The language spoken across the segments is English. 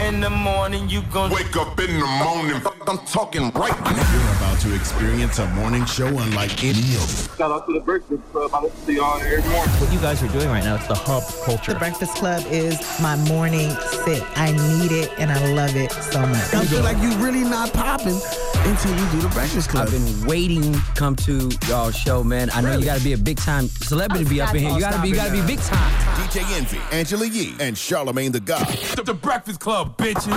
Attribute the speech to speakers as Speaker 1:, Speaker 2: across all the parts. Speaker 1: In the morning, you gon'
Speaker 2: wake up in the morning. I'm talking right now.
Speaker 3: You're about to experience a morning show unlike any other.
Speaker 4: Shout out to the Breakfast Club. I listen to y'all every morning.
Speaker 5: What you guys are doing right now, it's the hub culture.
Speaker 6: The Breakfast Club is my morning sip. I need it and I love it so much.
Speaker 7: I feel like you really not popping until you do the Breakfast Club.
Speaker 8: I've been waiting come to y'all show, man. I know you gotta be a big time celebrity to be up in here. You gotta be, you gotta be big time.
Speaker 3: DJ Envy, Angela Yee, and Charlemagne the God.
Speaker 9: The, the Breakfast Club, bitches.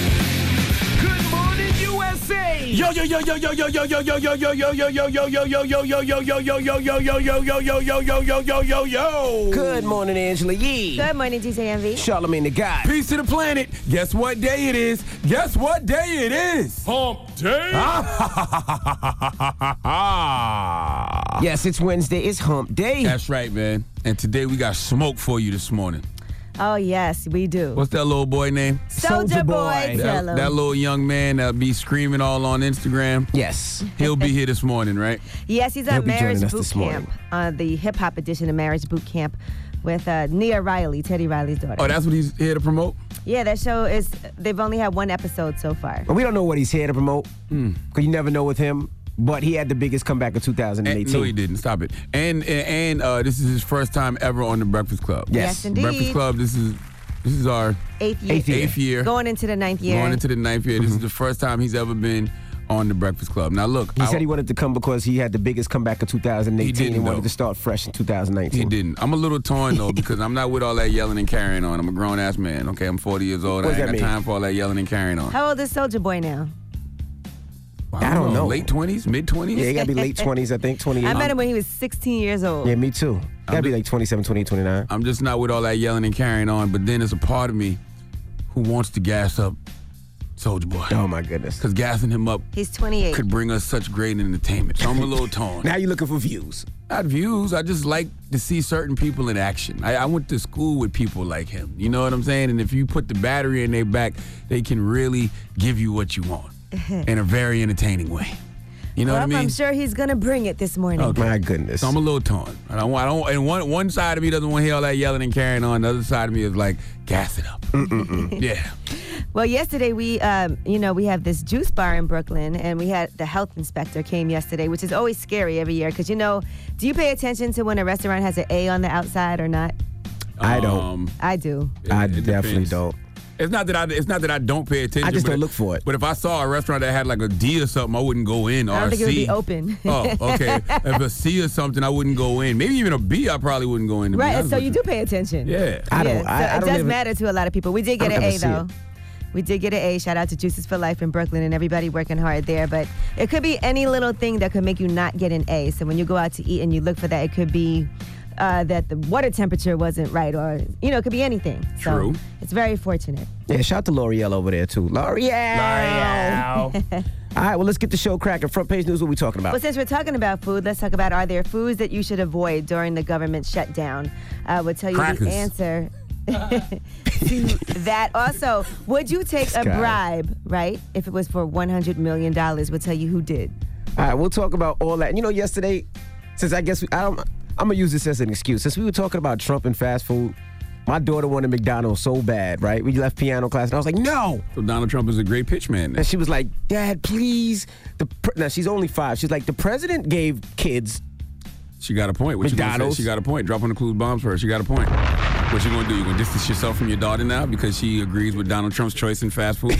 Speaker 10: Good morning, USA.
Speaker 9: Yo yo yo yo yo yo yo yo yo yo yo yo yo yo yo yo yo yo yo yo yo yo yo yo yo yo yo yo yo yo yo yo yo.
Speaker 10: Good morning, Angela Yee.
Speaker 11: Good morning, DJ MV.
Speaker 10: Charlemagne the God.
Speaker 9: Peace to the planet. Guess what day it is? Guess what day it is?
Speaker 12: Hump day.
Speaker 9: Ah.
Speaker 10: Yes, it's Wednesday. It's Hump Day.
Speaker 9: That's right, man. And today we got smoke for you this morning.
Speaker 11: Oh yes, we do.
Speaker 9: What's that little boy name?
Speaker 11: Soldier
Speaker 10: Soulja
Speaker 11: Boy,
Speaker 10: Boy.
Speaker 11: tell
Speaker 9: That,
Speaker 11: 'em.
Speaker 9: that little young man that'll be screaming all on Instagram.
Speaker 10: Yes.
Speaker 9: He'll be here this morning, right?
Speaker 11: Yes, he's
Speaker 10: He'll
Speaker 11: on
Speaker 10: be joining
Speaker 11: Marriage
Speaker 10: us
Speaker 11: Boot
Speaker 10: this morning.
Speaker 11: Camp, on the hip hop edition of Marriage Boot Camp, with uh, Nia Riley, Teddy Riley's daughter.
Speaker 9: Oh, that's what he's here to promote?
Speaker 11: yeah, that show is. They've only had one episode so far.
Speaker 10: And we don't know what he's here to promote. Cause you never know with him. But he had the biggest comeback of 2018.
Speaker 9: And, Hmm. Eh, no, he didn't. Stop it. And and, and uh, this is his first time ever on the Breakfast Club.
Speaker 10: Yes.
Speaker 11: Yes, indeed.
Speaker 9: Breakfast Club. This is this is our
Speaker 11: Eighth year.
Speaker 10: Eighth year.
Speaker 9: eighth year.
Speaker 11: Going into the ninth year.
Speaker 9: Going into the ninth year. This is the first time he's ever been on the Breakfast Club. Now look,
Speaker 10: Mm-hmm. He
Speaker 9: I-
Speaker 10: said he wanted to come because he had the biggest comeback of 2018.
Speaker 9: He didn't,
Speaker 10: wanted
Speaker 9: though.
Speaker 10: to start fresh in 2019.
Speaker 9: He didn't. I'm a little torn though because I'm not with all that yelling and carrying on. I'm a grown ass man. Okay, I'm 40 years old.
Speaker 10: What
Speaker 9: I
Speaker 10: does
Speaker 9: ain't got
Speaker 10: that mean?
Speaker 9: time for all that yelling and carrying on.
Speaker 11: How old is Soldier Boy now?
Speaker 10: I don't know.
Speaker 9: Late 20s, mid 20s.
Speaker 10: Yeah, he got to be late 20s, I think, 28.
Speaker 11: I met him when he was 16 years old.
Speaker 10: Yeah, me too. Got to be like 27, 28, 29.
Speaker 9: I'm just not with all that yelling and carrying on. But then there's a part of me who wants to gas up Soldier Boy
Speaker 10: Oh my goodness.
Speaker 9: because gassing him up
Speaker 11: He's 28.
Speaker 9: could bring us such great entertainment. So I'm a little torn.
Speaker 10: Now you're looking for views.
Speaker 9: Not views. I just like to see certain people in action. I, I went to school with people like him. You know what I'm saying? And if you put the battery in their back, they can really give you what you want in a very entertaining way. You know
Speaker 11: well,
Speaker 9: what I mean?
Speaker 11: am sure he's gonna bring it this morning.
Speaker 9: Okay.
Speaker 10: My goodness.
Speaker 9: So I'm a little torn. I don't. want- I don't. And one one side of me doesn't want to hear all that yelling and carrying on. The other side of me is like, gas it up. yeah.
Speaker 11: Well, yesterday we, um, you know, we have this juice bar in Brooklyn, and we had the health inspector came yesterday, which is always scary every year because you know, do you pay attention to when a restaurant has an A on the outside or not?
Speaker 10: I don't.
Speaker 9: Um,
Speaker 11: I do.
Speaker 9: it-
Speaker 10: I
Speaker 9: it
Speaker 10: definitely
Speaker 9: depends.
Speaker 10: don't.
Speaker 9: It's not that I. It's not that I don't pay attention.
Speaker 10: I just
Speaker 9: but
Speaker 10: don't look for it.
Speaker 9: But if I saw a restaurant that had like a D or something, I wouldn't go in. Or
Speaker 11: I don't
Speaker 9: a
Speaker 11: think it would
Speaker 9: C.
Speaker 11: be open.
Speaker 9: oh, okay. if a C or something, I wouldn't go in. Maybe even a B, I probably wouldn't go in. to be
Speaker 11: Right.
Speaker 9: honest
Speaker 11: So
Speaker 9: with
Speaker 11: you do pay attention.
Speaker 9: Yeah.
Speaker 10: I don't.
Speaker 11: Yeah,
Speaker 10: I,
Speaker 11: so
Speaker 10: I
Speaker 11: it
Speaker 10: don't
Speaker 11: does
Speaker 10: even-
Speaker 11: matter to a lot of people. We did get
Speaker 10: I
Speaker 11: an
Speaker 10: don't
Speaker 11: A
Speaker 10: ever see
Speaker 11: though. We did get an A. Shout out to Juices for Life in Brooklyn and everybody working hard there. But it could be any little thing that could make you not get an A. So when you go out to eat and you look for that, it could be uh, that the water temperature wasn't right, or you know, it could be anything. So
Speaker 9: True.
Speaker 11: It's very fortunate.
Speaker 10: Yeah, shout out to L'Oreal over there too. L'Oreal. All right, well let's get the show cracking. Front page news. What we talking about?
Speaker 11: Well, since we're talking about food, let's talk about are there foods that you should avoid during the government shutdown? I would tell you
Speaker 9: Crackers.
Speaker 11: the answer to that. Also, would you take a
Speaker 10: guy.
Speaker 11: bribe, right? If it was for $100 million, we'll tell you who did.
Speaker 10: All right, we'll talk about all that. You know, yesterday, since I guess we, I don't, I'm gonna use this as an excuse. Since we were talking about Trump and fast food, my daughter wanted McDonald's so bad, right? We left piano class, and I was like, no.
Speaker 9: So Donald Trump is a great pitch man.
Speaker 10: And she was like, Dad, please. The pre-, now she's only five. She's like, the president gave kids.
Speaker 9: She got a point. What you gonna say?
Speaker 10: McDonald's.
Speaker 9: She got a point. Drop on the clues bombs for her. She got a point. What you gonna do? You gonna distance yourself from your daughter now because she agrees with Donald Trump's choice in fast food?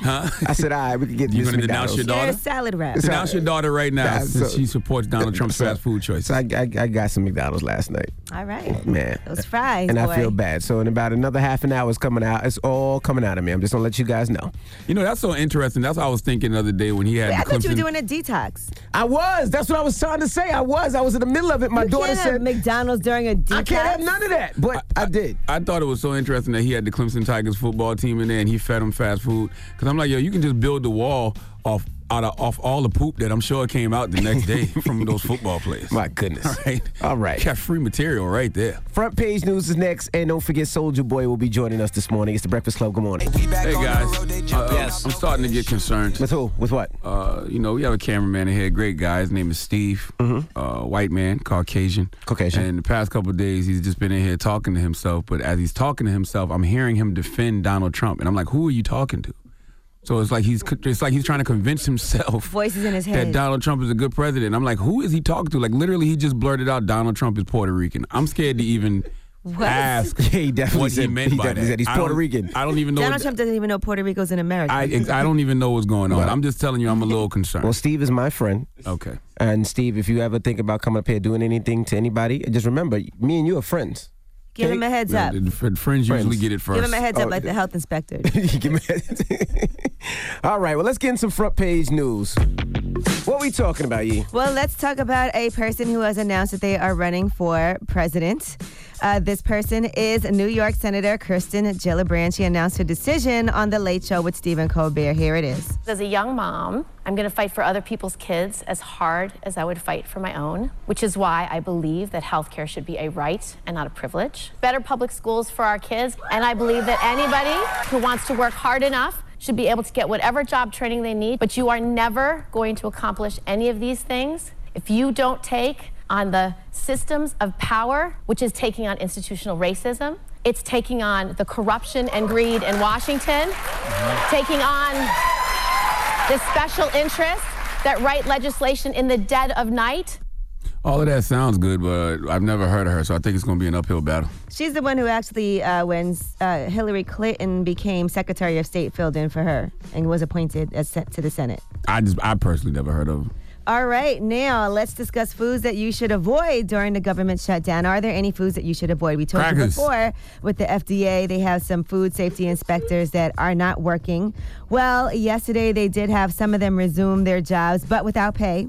Speaker 9: huh?
Speaker 10: I said, all right, we can get
Speaker 9: You
Speaker 10: this
Speaker 9: gonna
Speaker 10: McDonald's.
Speaker 9: denounce your daughter?
Speaker 11: There's salad wrap.
Speaker 10: So-
Speaker 9: Denounce your daughter right now
Speaker 10: Nah,
Speaker 9: since
Speaker 10: so-
Speaker 9: she supports Donald Trump's
Speaker 10: So-
Speaker 9: fast food choice.
Speaker 10: So I, I, I got some McDonald's last night.
Speaker 11: All right.
Speaker 10: Man.
Speaker 11: Those fries.
Speaker 10: and
Speaker 11: boy.
Speaker 10: I feel bad. So in about another half an hour, it's coming out. It's all coming out of me. I'm just gonna let you guys know.
Speaker 9: You know, that's so interesting. That's what I was thinking the other day when he had
Speaker 11: Wait, I
Speaker 9: the
Speaker 11: thought you were
Speaker 9: Clemson-
Speaker 11: doing a detox.
Speaker 10: I was. That's what I was trying to say. I was. I was in the middle of it. My
Speaker 11: you
Speaker 10: daughter
Speaker 11: can't have
Speaker 10: said,
Speaker 11: McDonald's during a detox.
Speaker 10: "I can't have none of that," but I, did.
Speaker 9: I thought it was so interesting that he had the Clemson Tigers football team in there and he fed them fast food. Because I'm like, yo, you can just build the wall off out of off all the poop that I'm sure came out the next day from those football players.
Speaker 10: My goodness.
Speaker 9: All right.
Speaker 10: All right.
Speaker 9: Got free material right there.
Speaker 10: Front page news is next, and don't forget Soldier Boy will be joining us this morning. It's the Breakfast Club. Good morning.
Speaker 9: Hey guys, Uh, I'm starting to get concerned.
Speaker 10: With who? With what?
Speaker 9: Uh, you know, we have a cameraman in here, great guy. His name is Steve,
Speaker 10: Mm-hmm.
Speaker 9: uh, white man, Caucasian. Caucasian. And the past couple of days, he's just been in here talking to himself. But as he's talking to himself, I'm hearing him defend Donald Trump, and I'm like, who are you talking to? So it's like he's it's like he's trying to convince himself
Speaker 11: Voices in his
Speaker 9: that
Speaker 11: head.
Speaker 9: Donald Trump is a good president. I'm like, who is he talking to? Like literally, he just blurted out Donald Trump is Puerto Rican. I'm scared to even
Speaker 11: What?
Speaker 9: ask
Speaker 10: he definitely
Speaker 9: what he
Speaker 10: said-
Speaker 9: meant
Speaker 10: he
Speaker 9: by
Speaker 10: definitely
Speaker 9: that.
Speaker 10: said he's
Speaker 9: I don't-
Speaker 10: Puerto Rican.
Speaker 9: I don't even know.
Speaker 11: Donald
Speaker 9: what-
Speaker 11: Trump doesn't even know Puerto Rico's in America.
Speaker 9: I ex- I don't even know what's going on. I'm just telling you, I'm a little concerned.
Speaker 10: Well, Steve is my friend.
Speaker 9: Okay.
Speaker 10: And Steve, if you ever think about coming up here doing anything to anybody, just remember, me and you are friends.
Speaker 11: Give him a heads up.
Speaker 9: The fr- friends usually get it first.
Speaker 11: Give him a heads up
Speaker 10: Oh,
Speaker 11: like the health inspector.
Speaker 10: Give me a- All right, well, let's get in some front page news. What we talking about, Yee?
Speaker 11: Well, let's talk about a person who has announced that they are running for president. Uh, this person is New York Senator Kirsten Gillibrand. She announced her decision on The Late Show with Stephen Colbert. Here it is.
Speaker 12: As a young mom, I'm going to fight for other people's kids as hard as I would fight for my own, which is why I believe that healthcare should be a right and not a privilege. Better public schools for our kids, and I believe that anybody who wants to work hard enough should be able to get whatever job training they need, but you are never going to accomplish any of these things if you don't take on the systems of power, which is taking on institutional racism. It's taking on the corruption and greed in Washington, taking on the special interest that write legislation in the dead of night.
Speaker 9: All of that sounds good, but I've never heard of her, so I think it's going to be an uphill battle.
Speaker 11: She's the one who actually, uh, when uh, Hillary Clinton became Secretary of State, filled in for her and was appointed as sen- to the Senate.
Speaker 9: I just, I personally never heard of her.
Speaker 11: All right, now let's discuss foods that you should avoid during the government shutdown. Are there any foods that you should avoid? We told you
Speaker 9: Crackers.
Speaker 11: before with the FDA, they have some food safety inspectors that are not working. Well, yesterday they did have some of them resume their jobs, but without pay.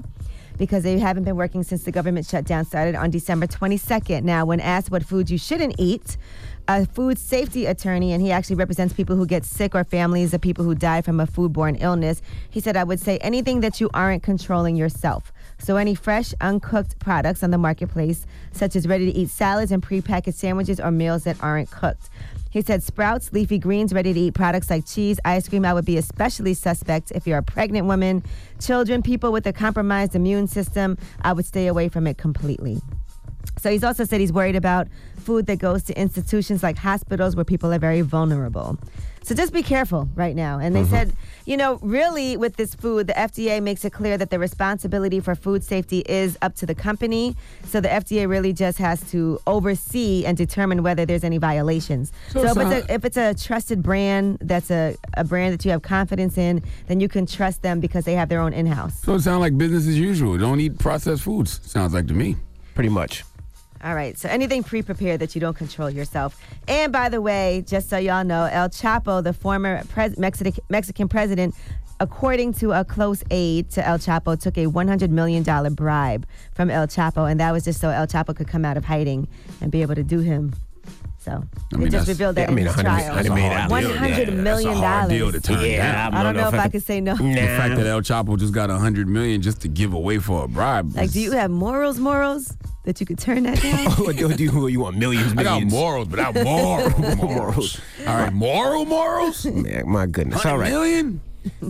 Speaker 11: Because they haven't been working since the government shutdown started on December 22nd. Now, when asked what foods you shouldn't eat, a food safety attorney, and he actually represents people who get sick or families of people who die from a foodborne illness. He said, I would say anything that you aren't controlling yourself. So, any fresh, uncooked products on the marketplace, such as ready to eat salads and prepackaged sandwiches or meals that aren't cooked. He said, sprouts, leafy greens, ready to eat products like cheese, ice cream. I would be especially suspect if you're a pregnant woman, children, people with a compromised immune system. I would stay away from it completely. So he's also said he's worried about food that goes to institutions like hospitals where people are very vulnerable. So just be careful right now. And they said, you know, really with this food, the FDA makes it clear that the responsibility for food safety is up to the company. So the FDA really just has to oversee and determine whether there's any violations.
Speaker 13: So
Speaker 11: So,
Speaker 13: it's
Speaker 11: if,
Speaker 13: not-
Speaker 11: it's a, if it's a trusted brand that's a, a brand that you have confidence in, then you can trust them because they have their own in house.
Speaker 9: So it sounds like business as usual. Don't eat processed foods. Sounds like to me.
Speaker 10: Pretty much.
Speaker 11: All right. So anything pre-prepared that you don't control yourself. And by the way, just so y'all know, El Chapo, the former pres- Mexican Mexican president, according to a close aide to El Chapo, took a 100 million dollar bribe from El Chapo, and that was just so El Chapo could come out of hiding and be able to do him. So
Speaker 9: I mean,
Speaker 11: they just
Speaker 9: that's-
Speaker 11: revealed that
Speaker 9: I mean,
Speaker 11: in his
Speaker 9: 100
Speaker 11: trial.
Speaker 9: that's a hard
Speaker 11: One
Speaker 9: deal.
Speaker 11: hundred
Speaker 9: Yeah,
Speaker 11: million
Speaker 9: that's a hard deal to
Speaker 11: dollars.
Speaker 9: turn
Speaker 11: Yeah,
Speaker 9: down.
Speaker 11: I don't know if I could say no.
Speaker 9: The fact that El Chapo just got a hundred million just to give away for a bribe.
Speaker 11: Like, do you have morals, morals that you could turn that down?
Speaker 9: Oh,
Speaker 10: or do you, you want millions,
Speaker 9: I got
Speaker 10: millions?
Speaker 9: morals, but I moral morals. All right, moral morals.
Speaker 10: Yeah, my goodness. All right.
Speaker 9: Million?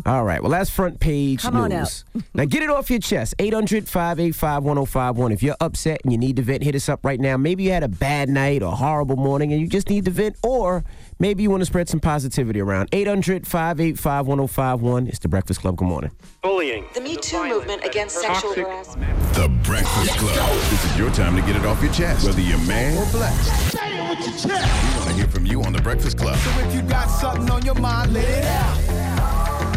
Speaker 10: All right. Well, that's front page
Speaker 11: Come on
Speaker 10: news. now get it off your chest. 800 585 1051. If you're upset and you need to vent, hit us up right now. Maybe you had a bad night or horrible morning and you just need to vent, or maybe you want to spread some positivity around. 800 585 1051. It's the Breakfast Club. Good morning.
Speaker 14: Bullying.
Speaker 15: The Me Too movement against sexual harassment.
Speaker 3: The Breakfast Club. This is your time to get it off your chest. Whether you're mad or blessed. We want to hear from you on The Breakfast Club.
Speaker 7: if you got something on your mind, let it out.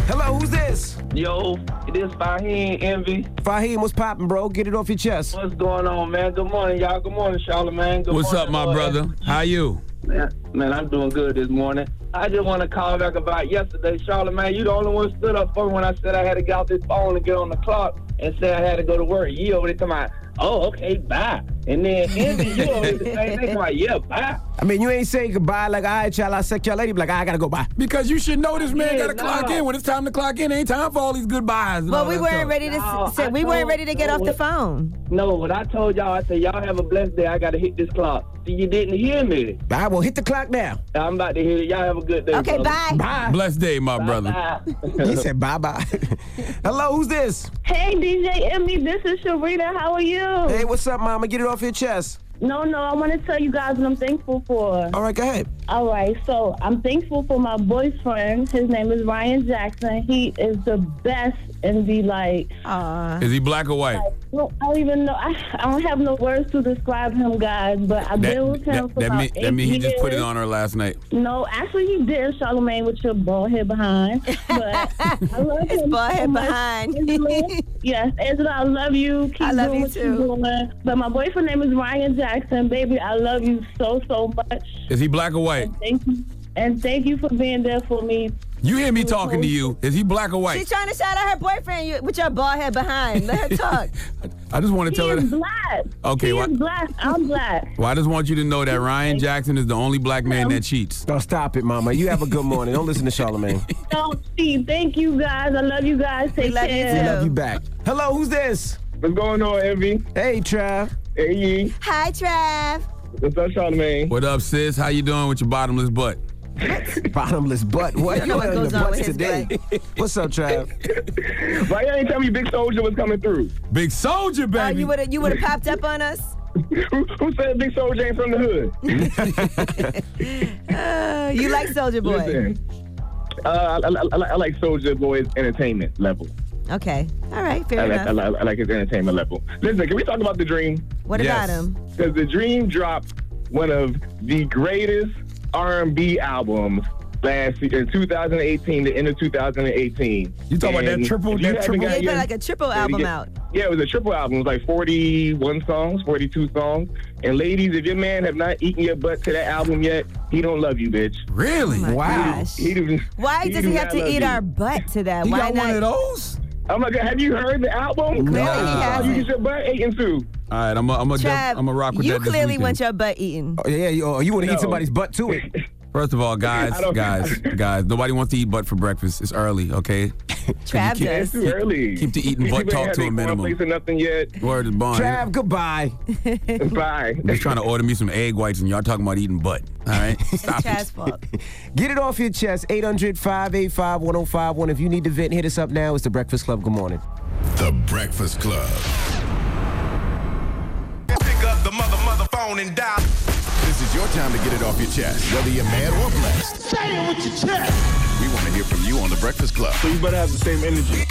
Speaker 10: Hello, who's this?
Speaker 4: Yo, it is Fahim Envy.
Speaker 10: Fahim, what's poppin', bro? Get it off your chest.
Speaker 4: What's going on, man? Good morning, y'all. Good morning, Charlamagne. Good
Speaker 9: What's
Speaker 4: morning,
Speaker 9: up, my
Speaker 4: Lord.
Speaker 9: brother? How you?
Speaker 4: Man, Man, I'm doing good this morning. I just want to call back about yesterday. Charlamagne, you the only one stood up for me when I said I had to get off this phone and get on the clock and said I had to go to work. You over there talking about, oh, okay, bye. And then Andy, you over there saying, thing like, yeah, bye.
Speaker 10: I mean, you ain't saying goodbye like, all right, y'all, I suck y'all lady. Be like, "Ah, I gotta go bye.
Speaker 9: Because you should know this man
Speaker 10: Yeah,
Speaker 9: got to clock
Speaker 10: no.
Speaker 9: in. When it's time to clock in, ain't time for all these goodbyes. and all
Speaker 11: Well, we
Speaker 9: that
Speaker 11: weren't
Speaker 9: stuff.
Speaker 11: ready to. s
Speaker 4: No, I
Speaker 11: say, we weren't
Speaker 4: told-
Speaker 11: ready to get
Speaker 4: no,
Speaker 11: off the
Speaker 4: what-
Speaker 11: phone.
Speaker 4: No, when I told y'all, I said, y'all have a blessed day. I got to hit this clock. See, You didn't hear me.
Speaker 10: I will hit the clock now.
Speaker 4: I'm about to hit it. Y'all have a good day.
Speaker 11: Okay,
Speaker 4: brother.
Speaker 11: bye. Bye.
Speaker 9: Blessed day, my
Speaker 4: Bye.
Speaker 9: brother.
Speaker 10: he said bye bye. Hello, who's this?
Speaker 16: Hey, DJ Emmy, this is Sharita. How are you?
Speaker 10: Hey, what's up, Mama? Get it off your chest.
Speaker 16: No, no, I want to tell you guys what I'm thankful for.
Speaker 10: All right, go ahead.
Speaker 16: All right, so I'm thankful for my boyfriend. His name is Ryan Jackson. He is the best in the like.
Speaker 9: Is he black or white?
Speaker 16: No, I don't even know. I, I don't have no words to describe him, guys. But I've been with him for
Speaker 9: that
Speaker 16: about
Speaker 9: mean,
Speaker 16: eight
Speaker 9: that mean he
Speaker 16: years.
Speaker 9: just put it on her last night.
Speaker 16: No, actually, he did Charlemagne with your bald head behind. But I love his him
Speaker 11: bald
Speaker 16: so
Speaker 11: head
Speaker 16: much.
Speaker 11: behind.
Speaker 16: Angela, yes, Angela, I love you. Keep
Speaker 11: I love
Speaker 16: doing
Speaker 11: you
Speaker 16: what
Speaker 11: too.
Speaker 16: You're doing. But my boyfriend name is Ryan Jackson, baby. I love you so so much.
Speaker 9: Is he black or white?
Speaker 16: Thank you, and thank you for being there for me.
Speaker 9: You hear me talking to you. Is he black or
Speaker 11: She's
Speaker 9: white?
Speaker 11: trying to shout out her boyfriend you, with your bald head behind. Let her talk.
Speaker 9: I just want to tell her.
Speaker 16: He's black.
Speaker 9: Okay,
Speaker 16: He
Speaker 9: why-
Speaker 16: is black. I'm black.
Speaker 9: Well, I just want you to know that Ryan Jackson is the only black man that cheats.
Speaker 10: Oh, stop it, Mama. You have a good morning. Don't listen to Charlemagne.
Speaker 16: Don't see. Thank you guys. I love you guys. Take care.
Speaker 10: We love you back. Hello, who's this?
Speaker 14: What's going on, Envy?
Speaker 10: Hey, Trav.
Speaker 14: Hey, Yee.
Speaker 11: Hi, Trav.
Speaker 14: What's up, Charlemagne?
Speaker 9: What up, sis? How you doing with your bottomless butt?
Speaker 10: Bottomless butt.
Speaker 14: What? You
Speaker 10: in the butts today. What's up, Trav?
Speaker 14: Why you ain't tell me Big Soldier was coming through?
Speaker 9: Big Soldier,
Speaker 11: Oh, you would have you would have popped up on us.
Speaker 14: who, who said Big Soldier ain't from the hood?
Speaker 11: Uh, you like Soldier Boy?
Speaker 14: Listen, uh, I, I, I, like- I like Soldier Boy's entertainment level.
Speaker 11: Okay. All right. Fair
Speaker 14: I like,
Speaker 11: enough.
Speaker 14: I, like, I like his entertainment level. Listen, can we talk about the Dream?
Speaker 11: What about him?
Speaker 14: Because the Dream dropped one of the greatest R&B albums last year in 2018, the end of 2018.
Speaker 9: You talking about that
Speaker 14: And
Speaker 9: triple-
Speaker 14: if you
Speaker 9: that
Speaker 14: haven't
Speaker 9: triple-
Speaker 14: got
Speaker 9: Yeah, you
Speaker 11: put
Speaker 14: your-
Speaker 11: like a triple album out.
Speaker 14: Yeah, it was a triple album. It was like 41 songs, 42 songs. And ladies, if your man have not eaten your butt to that album yet, he don't love you, bitch.
Speaker 9: Really?
Speaker 14: wow.
Speaker 11: Oh Why does he have to eat our butt to that?
Speaker 14: You
Speaker 11: Why
Speaker 14: got
Speaker 11: not?
Speaker 14: one of
Speaker 9: those?
Speaker 14: Oh my God, have you heard the album?
Speaker 11: Clearly he
Speaker 14: Oh,
Speaker 11: hasn't.
Speaker 14: You get your butt eaten too.
Speaker 9: All right, I'm a, I'm a,
Speaker 11: Trav,
Speaker 9: I'm a rock with
Speaker 11: you
Speaker 9: that. this
Speaker 11: clearly
Speaker 9: weekend.
Speaker 11: want your butt eaten.
Speaker 10: Oh, yeah, you, oh, you want to
Speaker 9: No.
Speaker 10: eat somebody's butt to it.
Speaker 9: First of all, guys,
Speaker 10: I don't-
Speaker 9: guys, guys, nobody wants to eat butt for breakfast. It's early, okay?
Speaker 11: Trav
Speaker 9: Keep-
Speaker 14: It's
Speaker 11: does.
Speaker 14: too early.
Speaker 9: Keep the eating
Speaker 14: People
Speaker 9: butt
Speaker 14: ain't
Speaker 9: talk
Speaker 14: had
Speaker 9: to
Speaker 14: their
Speaker 9: a
Speaker 14: cornflakes
Speaker 9: minimum.
Speaker 14: or nothing yet.
Speaker 9: Word is bond.
Speaker 10: Trav, goodbye.
Speaker 14: Bye.
Speaker 9: I'm just trying to order me some egg whites, and y'all talking about eating butt. All right, stop it.
Speaker 10: Get it off your chest. 800 585 1051. If you need to vent, hit us up now. It's The Breakfast Club. Good morning.
Speaker 3: The Breakfast Club.
Speaker 15: Pick up the mother mother phone and dial.
Speaker 3: This is your time to get it off your chest, whether you're mad or blessed.
Speaker 15: Say it with your chest.
Speaker 3: We want to hear from you on The Breakfast Club.
Speaker 14: So you better have the same energy.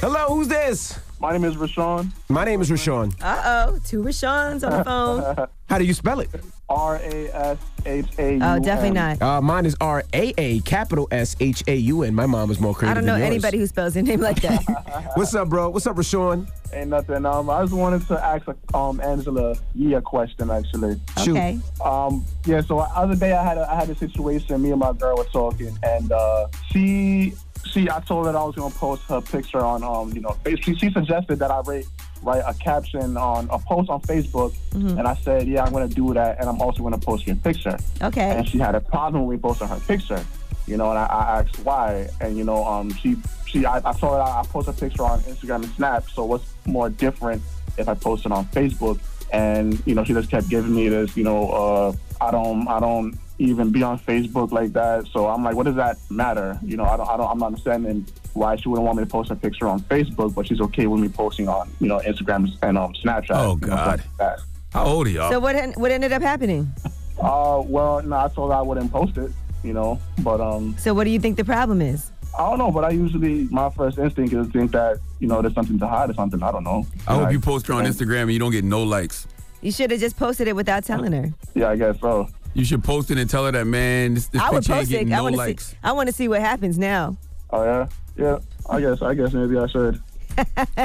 Speaker 10: Hello, who's this?
Speaker 14: My name is Rashawn.
Speaker 10: My name is Rashawn.
Speaker 11: Uh oh, two Rashawn's on the phone.
Speaker 10: How do you spell it?
Speaker 14: R A S H A U.
Speaker 11: Oh, definitely not.
Speaker 10: Uh, mine is R A A capital S H A U N. My mom was more creative.
Speaker 11: I don't know
Speaker 10: than yours.
Speaker 11: anybody who spells their name like that.
Speaker 10: What's up, bro? What's up, Rashawn?
Speaker 14: Uh-huh. Ain't nothing. Um, I just wanted to ask um Angela Yee a question actually.
Speaker 10: Shoot. Okay.
Speaker 14: Um, yeah. So other day I had a, I had a situation. Me and my girl were talking, and uh, she she I told her that I was gonna post her picture on um you know basically she suggested that I write write a caption on a post on Facebook,
Speaker 11: Mhm.
Speaker 14: and I said yeah I'm gonna do that, and I'm also gonna post your picture.
Speaker 11: Okay.
Speaker 14: And she had a problem with me posting her picture, you know, and I, I asked why. And, you know, um, she, she I, I told her I, I post a picture on Instagram and Snap, so what's more different if I post it on Facebook? And, you know, she just kept giving me this, you know, uh, I don't, I don't even be on Facebook like that. So I'm like, what does that matter? You know, I don't, I don't, I'm not understanding why she wouldn't want me to post a picture on Facebook, but she's okay with me posting on, you know, Instagram and um, Snapchat.
Speaker 9: Oh,
Speaker 14: you know, stuff
Speaker 9: God.
Speaker 14: like that.
Speaker 9: How old are y'all?
Speaker 11: So what en- what ended up happening?
Speaker 14: Uh, well, no, I told her I wouldn't post it, you know. But um,
Speaker 11: So what do you think the problem is?
Speaker 14: I don't know. But I usually my first instinct is to think that you know there's something to hide or something. I don't know.
Speaker 9: I hope you post her on Instagram and you don't get no likes.
Speaker 11: You should have just posted it without telling her.
Speaker 14: Yeah, I guess so.
Speaker 9: You should post it and tell her that, man, this, this
Speaker 11: I would
Speaker 9: picture ain't
Speaker 11: post it.
Speaker 9: getting
Speaker 11: I
Speaker 9: no
Speaker 11: want to
Speaker 9: likes.
Speaker 11: see. I want to see what happens now.
Speaker 14: Oh yeah, yeah. I guess I guess maybe I should.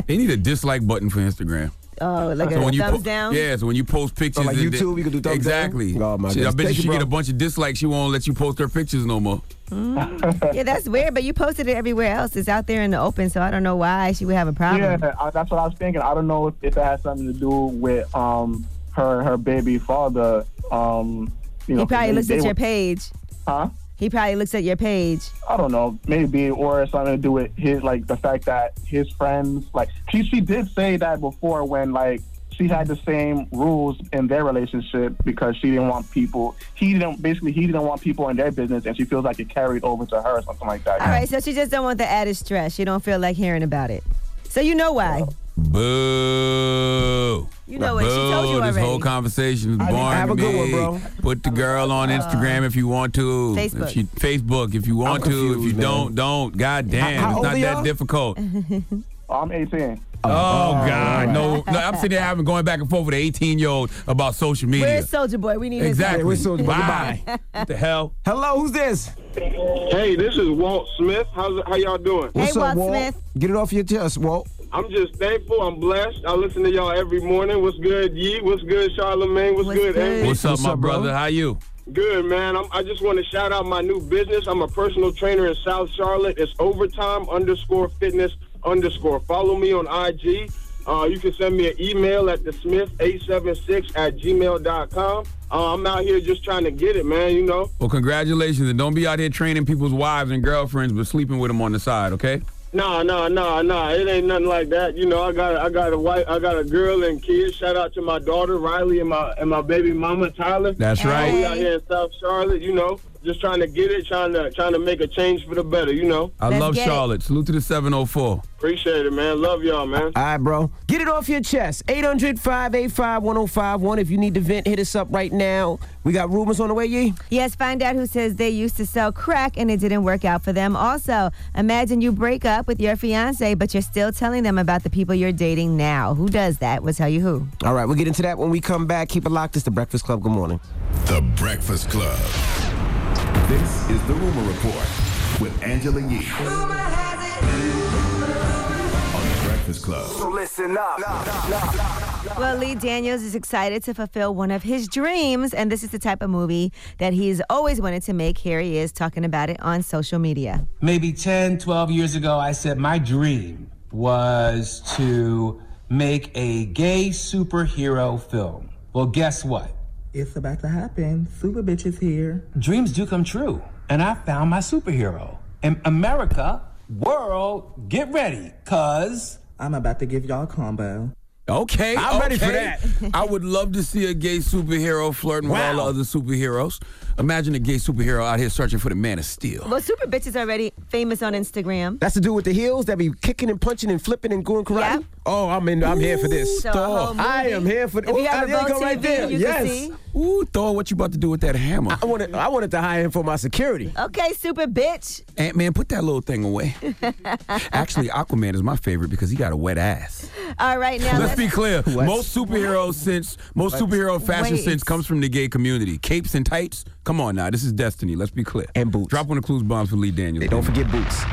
Speaker 9: They need a dislike button for Instagram.
Speaker 11: oh, like a
Speaker 9: you
Speaker 11: thumbs
Speaker 9: po-
Speaker 11: down.
Speaker 9: Yeah, so when you post pictures,
Speaker 7: like
Speaker 9: and
Speaker 7: YouTube, you can do thumbs
Speaker 9: exactly.
Speaker 7: down? Oh, my
Speaker 9: She- I
Speaker 7: goodness.
Speaker 9: bet you
Speaker 7: Thank
Speaker 9: she
Speaker 7: you,
Speaker 9: get
Speaker 7: bro.
Speaker 9: a bunch of dislikes. She won't let you post her pictures no more.
Speaker 11: Mm. yeah, that's weird. But you posted it everywhere else. It's out there in the open, so I don't know why she would have a problem.
Speaker 14: Yeah, I, that's what I was thinking. I don't know if, if it has something to do with um her her baby father. Um, you know,
Speaker 11: he probably
Speaker 14: they-
Speaker 11: looks
Speaker 14: they
Speaker 11: at your
Speaker 14: were-
Speaker 11: page.
Speaker 14: Huh?
Speaker 11: He probably looks at your page.
Speaker 14: I don't know, maybe, or it's something to do with his like the fact that his friends like she she did say that before when like she had the same rules in their relationship because she didn't want people he didn't basically he didn't want people in their business and she feels like it carried over to her or something like that.
Speaker 11: All right, so she just don't want the added stress. She don't feel like hearing about it. So you know why.
Speaker 9: Boo.
Speaker 11: You know it. She told you
Speaker 9: Boo. Oh, This
Speaker 11: already.
Speaker 9: whole conversation is
Speaker 11: I mean,
Speaker 9: boring.
Speaker 11: have
Speaker 9: to
Speaker 11: a good
Speaker 9: me.
Speaker 11: one, bro.
Speaker 9: Put the girl on Instagram if you want to.
Speaker 11: Uh, Facebook.
Speaker 9: If you, Facebook if you want to. If you don't, don't. God damn,
Speaker 14: how
Speaker 9: it's
Speaker 14: old
Speaker 9: not
Speaker 14: are
Speaker 9: that
Speaker 14: y'all?
Speaker 9: difficult.
Speaker 14: I'm 18.
Speaker 9: Oh, God, no, no! I'm sitting there having going back and forth with an 18 year old about social media.
Speaker 11: Where's Soldier Boy? We need his
Speaker 9: Exactly.
Speaker 11: help.
Speaker 9: Where's Soulja Boy? Bye. what the hell?
Speaker 7: Hello, who's this?
Speaker 17: Hey, this is Walt Smith. How's, how y'all doing?
Speaker 7: What's up, Walt? Get it off your chest, Walt.
Speaker 17: I'm just thankful. I'm blessed. I listen to y'all every morning. What's good, Yee? What's good, Charlemagne? What's, good, Amy?
Speaker 9: What's up, my brother? How you?
Speaker 17: Good, man. I'm, I just want to shout out my new business. I'm a personal trainer in South Charlotte. It's overtime underscore fitness underscore. Follow me on IG. Uh, you can send me an email at thesmith876 at gmail.com. Uh, I'm out here just trying to get it, man, you know.
Speaker 9: Well, congratulations, and don't be out here training people's wives and girlfriends, but sleeping with them on the side, okay?
Speaker 17: Nah, nah, nah, nah. It ain't nothing like that. You know, I got I got a wife, I got a girl and kids. Shout out to my daughter Riley and my and my baby mama Tyler.
Speaker 9: That's right.
Speaker 17: We out here in South Charlotte. You know, just trying to get it, trying to trying to make a change for the better. You know.
Speaker 9: I love Charlotte. Salute to the 704.
Speaker 17: Appreciate it, man. Love y'all, man.
Speaker 10: All right, bro. Get it off your chest. 800 585 1051. If you need to vent, hit us up right now. We got rumors on the way, Yee.
Speaker 11: Yes, find out who says they used to sell crack and it didn't work out for them. Also, imagine you break up with your fiance, but you're still telling them about the people you're dating now. Who does that? We'll tell you who.
Speaker 10: All right, we'll get into that when we come back. Keep it locked. It's The Breakfast Club. Good morning.
Speaker 3: The Breakfast Club. This is the Rumor Report with Angela Yee. On the Breakfast Club.
Speaker 18: Listen up.
Speaker 11: Well, Lee Daniels is excited to fulfill one of his dreams, and this is the type of movie that he's always wanted to make. Here he is talking about it on social media.
Speaker 19: maybe 10, 12 years ago, I said my dream was to make a gay superhero film. Well, guess what?
Speaker 7: It's about to happen. Super bitch is here.
Speaker 19: Dreams do come true, and I found my superhero. And America, world, get ready, cuz.
Speaker 7: I'm about to give y'all a combo.
Speaker 9: Okay,
Speaker 7: I'm ready for
Speaker 9: okay. I would love to see a gay superhero flirting with all the other superheroes. Imagine a gay superhero out here searching for the Man of Steel.
Speaker 11: Well, Super Bitch is already famous on Instagram.
Speaker 10: That's to do with the heels that be kicking and punching and flipping and going karate. Oh, I'm in. I'm here for this.
Speaker 11: So a whole movie.
Speaker 10: I am here for.
Speaker 11: If you
Speaker 10: Oh,
Speaker 11: have
Speaker 10: ah,
Speaker 11: a
Speaker 10: there you
Speaker 11: Vogue
Speaker 10: go right
Speaker 11: TV,
Speaker 10: there.
Speaker 11: you can
Speaker 10: yes.
Speaker 11: see.
Speaker 9: Ooh, Thor, what you about to do with that hammer?
Speaker 10: I wanted. I wanted to hire him for my security.
Speaker 11: Okay, Super Bitch.
Speaker 9: Ant Man, put that little thing away. Actually, Aquaman is my favorite because he got a wet ass.
Speaker 11: All right, now
Speaker 9: Let's be clear. Most superhero sense, most
Speaker 11: What?
Speaker 9: superhero fashion
Speaker 11: Wait.
Speaker 9: sense comes from the gay community. Capes and tights. Come on now, this is destiny. Let's be clear. And boots. Drop one of clues bombs for Lee Daniels. They
Speaker 10: don't forget boots.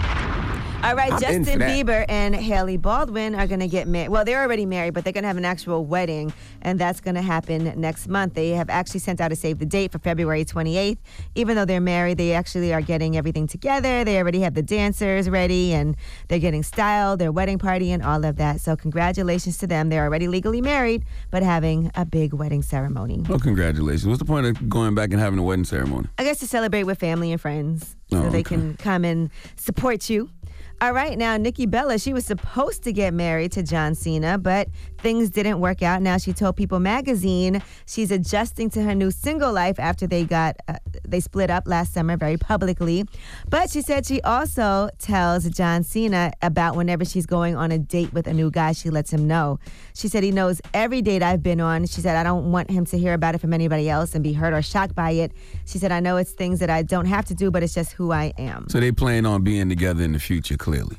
Speaker 11: All right,
Speaker 9: I'm in for
Speaker 11: Justin
Speaker 9: that.
Speaker 11: Bieber and Haley Baldwin are going to get married. Well, they're already married, but they're going to have an actual wedding, and that's going to happen next month. They have actually sent out a save the date for February 28th. Even though they're married, they actually are getting everything together. They already have the dancers ready, and they're getting styled, their wedding party, and all of that. So, congratulations to them. They're already legally married, but having a big wedding ceremony.
Speaker 9: Well, Oh, congratulations. What's the point of going back and having a wedding ceremony?
Speaker 11: I guess to celebrate with family and friends so
Speaker 9: Oh,
Speaker 11: they
Speaker 9: okay.
Speaker 11: can come and support you. All right, now Nikki Bella, she was supposed to get married to John Cena, but things didn't work out. Now she told People magazine she's adjusting to her new single life after they got uh, they split up last summer very publicly. But she said she also tells John Cena about whenever she's going on a date with a new guy, she lets him know. She said he knows every date I've been on. She said I don't want him to hear about it from anybody else and be hurt or shocked by it. She said I know it's things that I don't have to do, but it's just who I am.
Speaker 9: So they plan on being together in the future, clearly.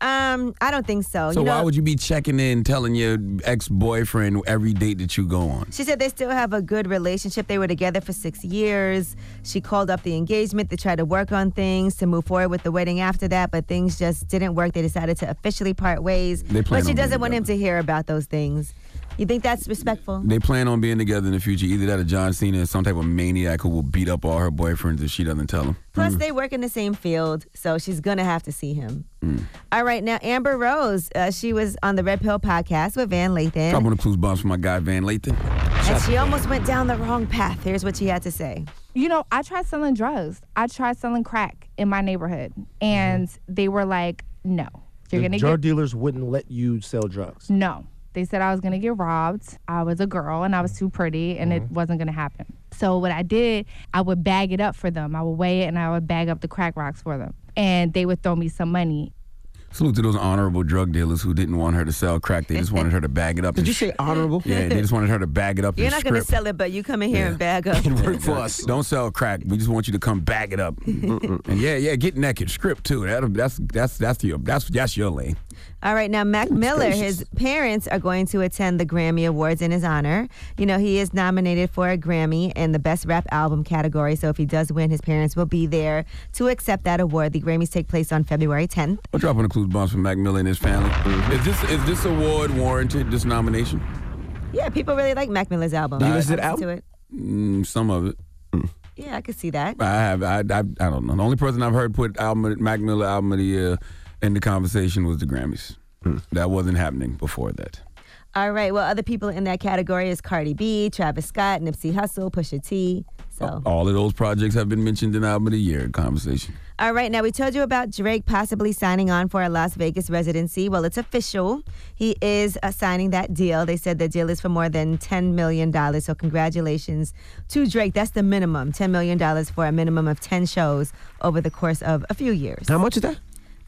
Speaker 11: Um, I don't think so.
Speaker 9: So
Speaker 11: you know,
Speaker 9: why would you be checking in, telling your ex boyfriend every date that you go on?
Speaker 11: She said they still have a good relationship. They were together for six years. She called up the engagement. They tried to work on things to move forward with the wedding after that, but things just didn't work. They decided to officially part ways.
Speaker 9: They plan
Speaker 11: but she
Speaker 9: on being
Speaker 11: doesn't want him to hear about those things. You think that's respectful?
Speaker 9: They plan on being together in the future. Either that or John Cena is some type of maniac who will beat up all her boyfriends if she doesn't tell him.
Speaker 11: Plus, they work in the same field, so she's gonna have to see him.
Speaker 9: Mm.
Speaker 11: All right, now Amber Rose, uh, she was on the Red Pill podcast with Van Lathan,
Speaker 9: Dropping the clues bombs for my guy Van Lathan.
Speaker 11: and she almost went down the wrong path. Here's what she had to say.
Speaker 18: You know, I tried selling drugs. I tried selling crack in my neighborhood, and they were like, "No, you're
Speaker 20: the
Speaker 18: gonna
Speaker 20: drug
Speaker 18: get
Speaker 20: dealers wouldn't let you sell drugs.
Speaker 18: no." They said I was gonna get robbed. I was a girl and I was too pretty, and
Speaker 20: Mm-hmm.
Speaker 18: it wasn't gonna happen. So what I did, I would bag it up for them. I would weigh it and I would bag up the crack rocks for them, and they would throw me some money.
Speaker 9: Salute to those honorable drug dealers who didn't want her to sell crack. They just wanted her to bag it up. Did you say honorable? Yeah, they just wanted her to bag it up.
Speaker 11: You're
Speaker 9: and
Speaker 11: not
Speaker 9: strip.
Speaker 11: gonna sell it, but you come in here and bag up.
Speaker 9: us. Don't sell crack. We just want you to come bag it up. and yeah, yeah, get naked. Script too. That'll, that's that's that's your that's that's your lane.
Speaker 11: All right, now Mac Miller, his parents are going to attend the Grammy Awards in his honor. You know, he is nominated for a Grammy in the Best Rap Album category, so if he does win, his parents will be there to accept that award. The Grammys take place on February 10th.
Speaker 9: We're dropping the clues bombs for Mac Miller and his family. Is this is this award warranted? This nomination?
Speaker 11: Yeah, people really like Mac Miller's album.
Speaker 9: Do you listen to the
Speaker 11: Listen
Speaker 9: album? Mm, some of it.
Speaker 11: Yeah, I could see that.
Speaker 9: I have. I, I I don't know. The only person I've heard put album, Mac Miller album of the year in the conversation was the Grammys. That wasn't happening before that.
Speaker 11: All right, well, other people in that category is Cardi B, Travis Scott, Nipsey Hussle, Pusha T. So,
Speaker 9: All of those projects have been mentioned in album of the year conversation.
Speaker 11: all right, now we told you about Drake possibly signing on for a Las Vegas residency. Well, it's official. He is uh, signing that deal. They said the deal is for more than $10 million. So, congratulations to Drake. That's the minimum $10 million for a minimum of 10 shows over the course of a few years.
Speaker 10: How much is that?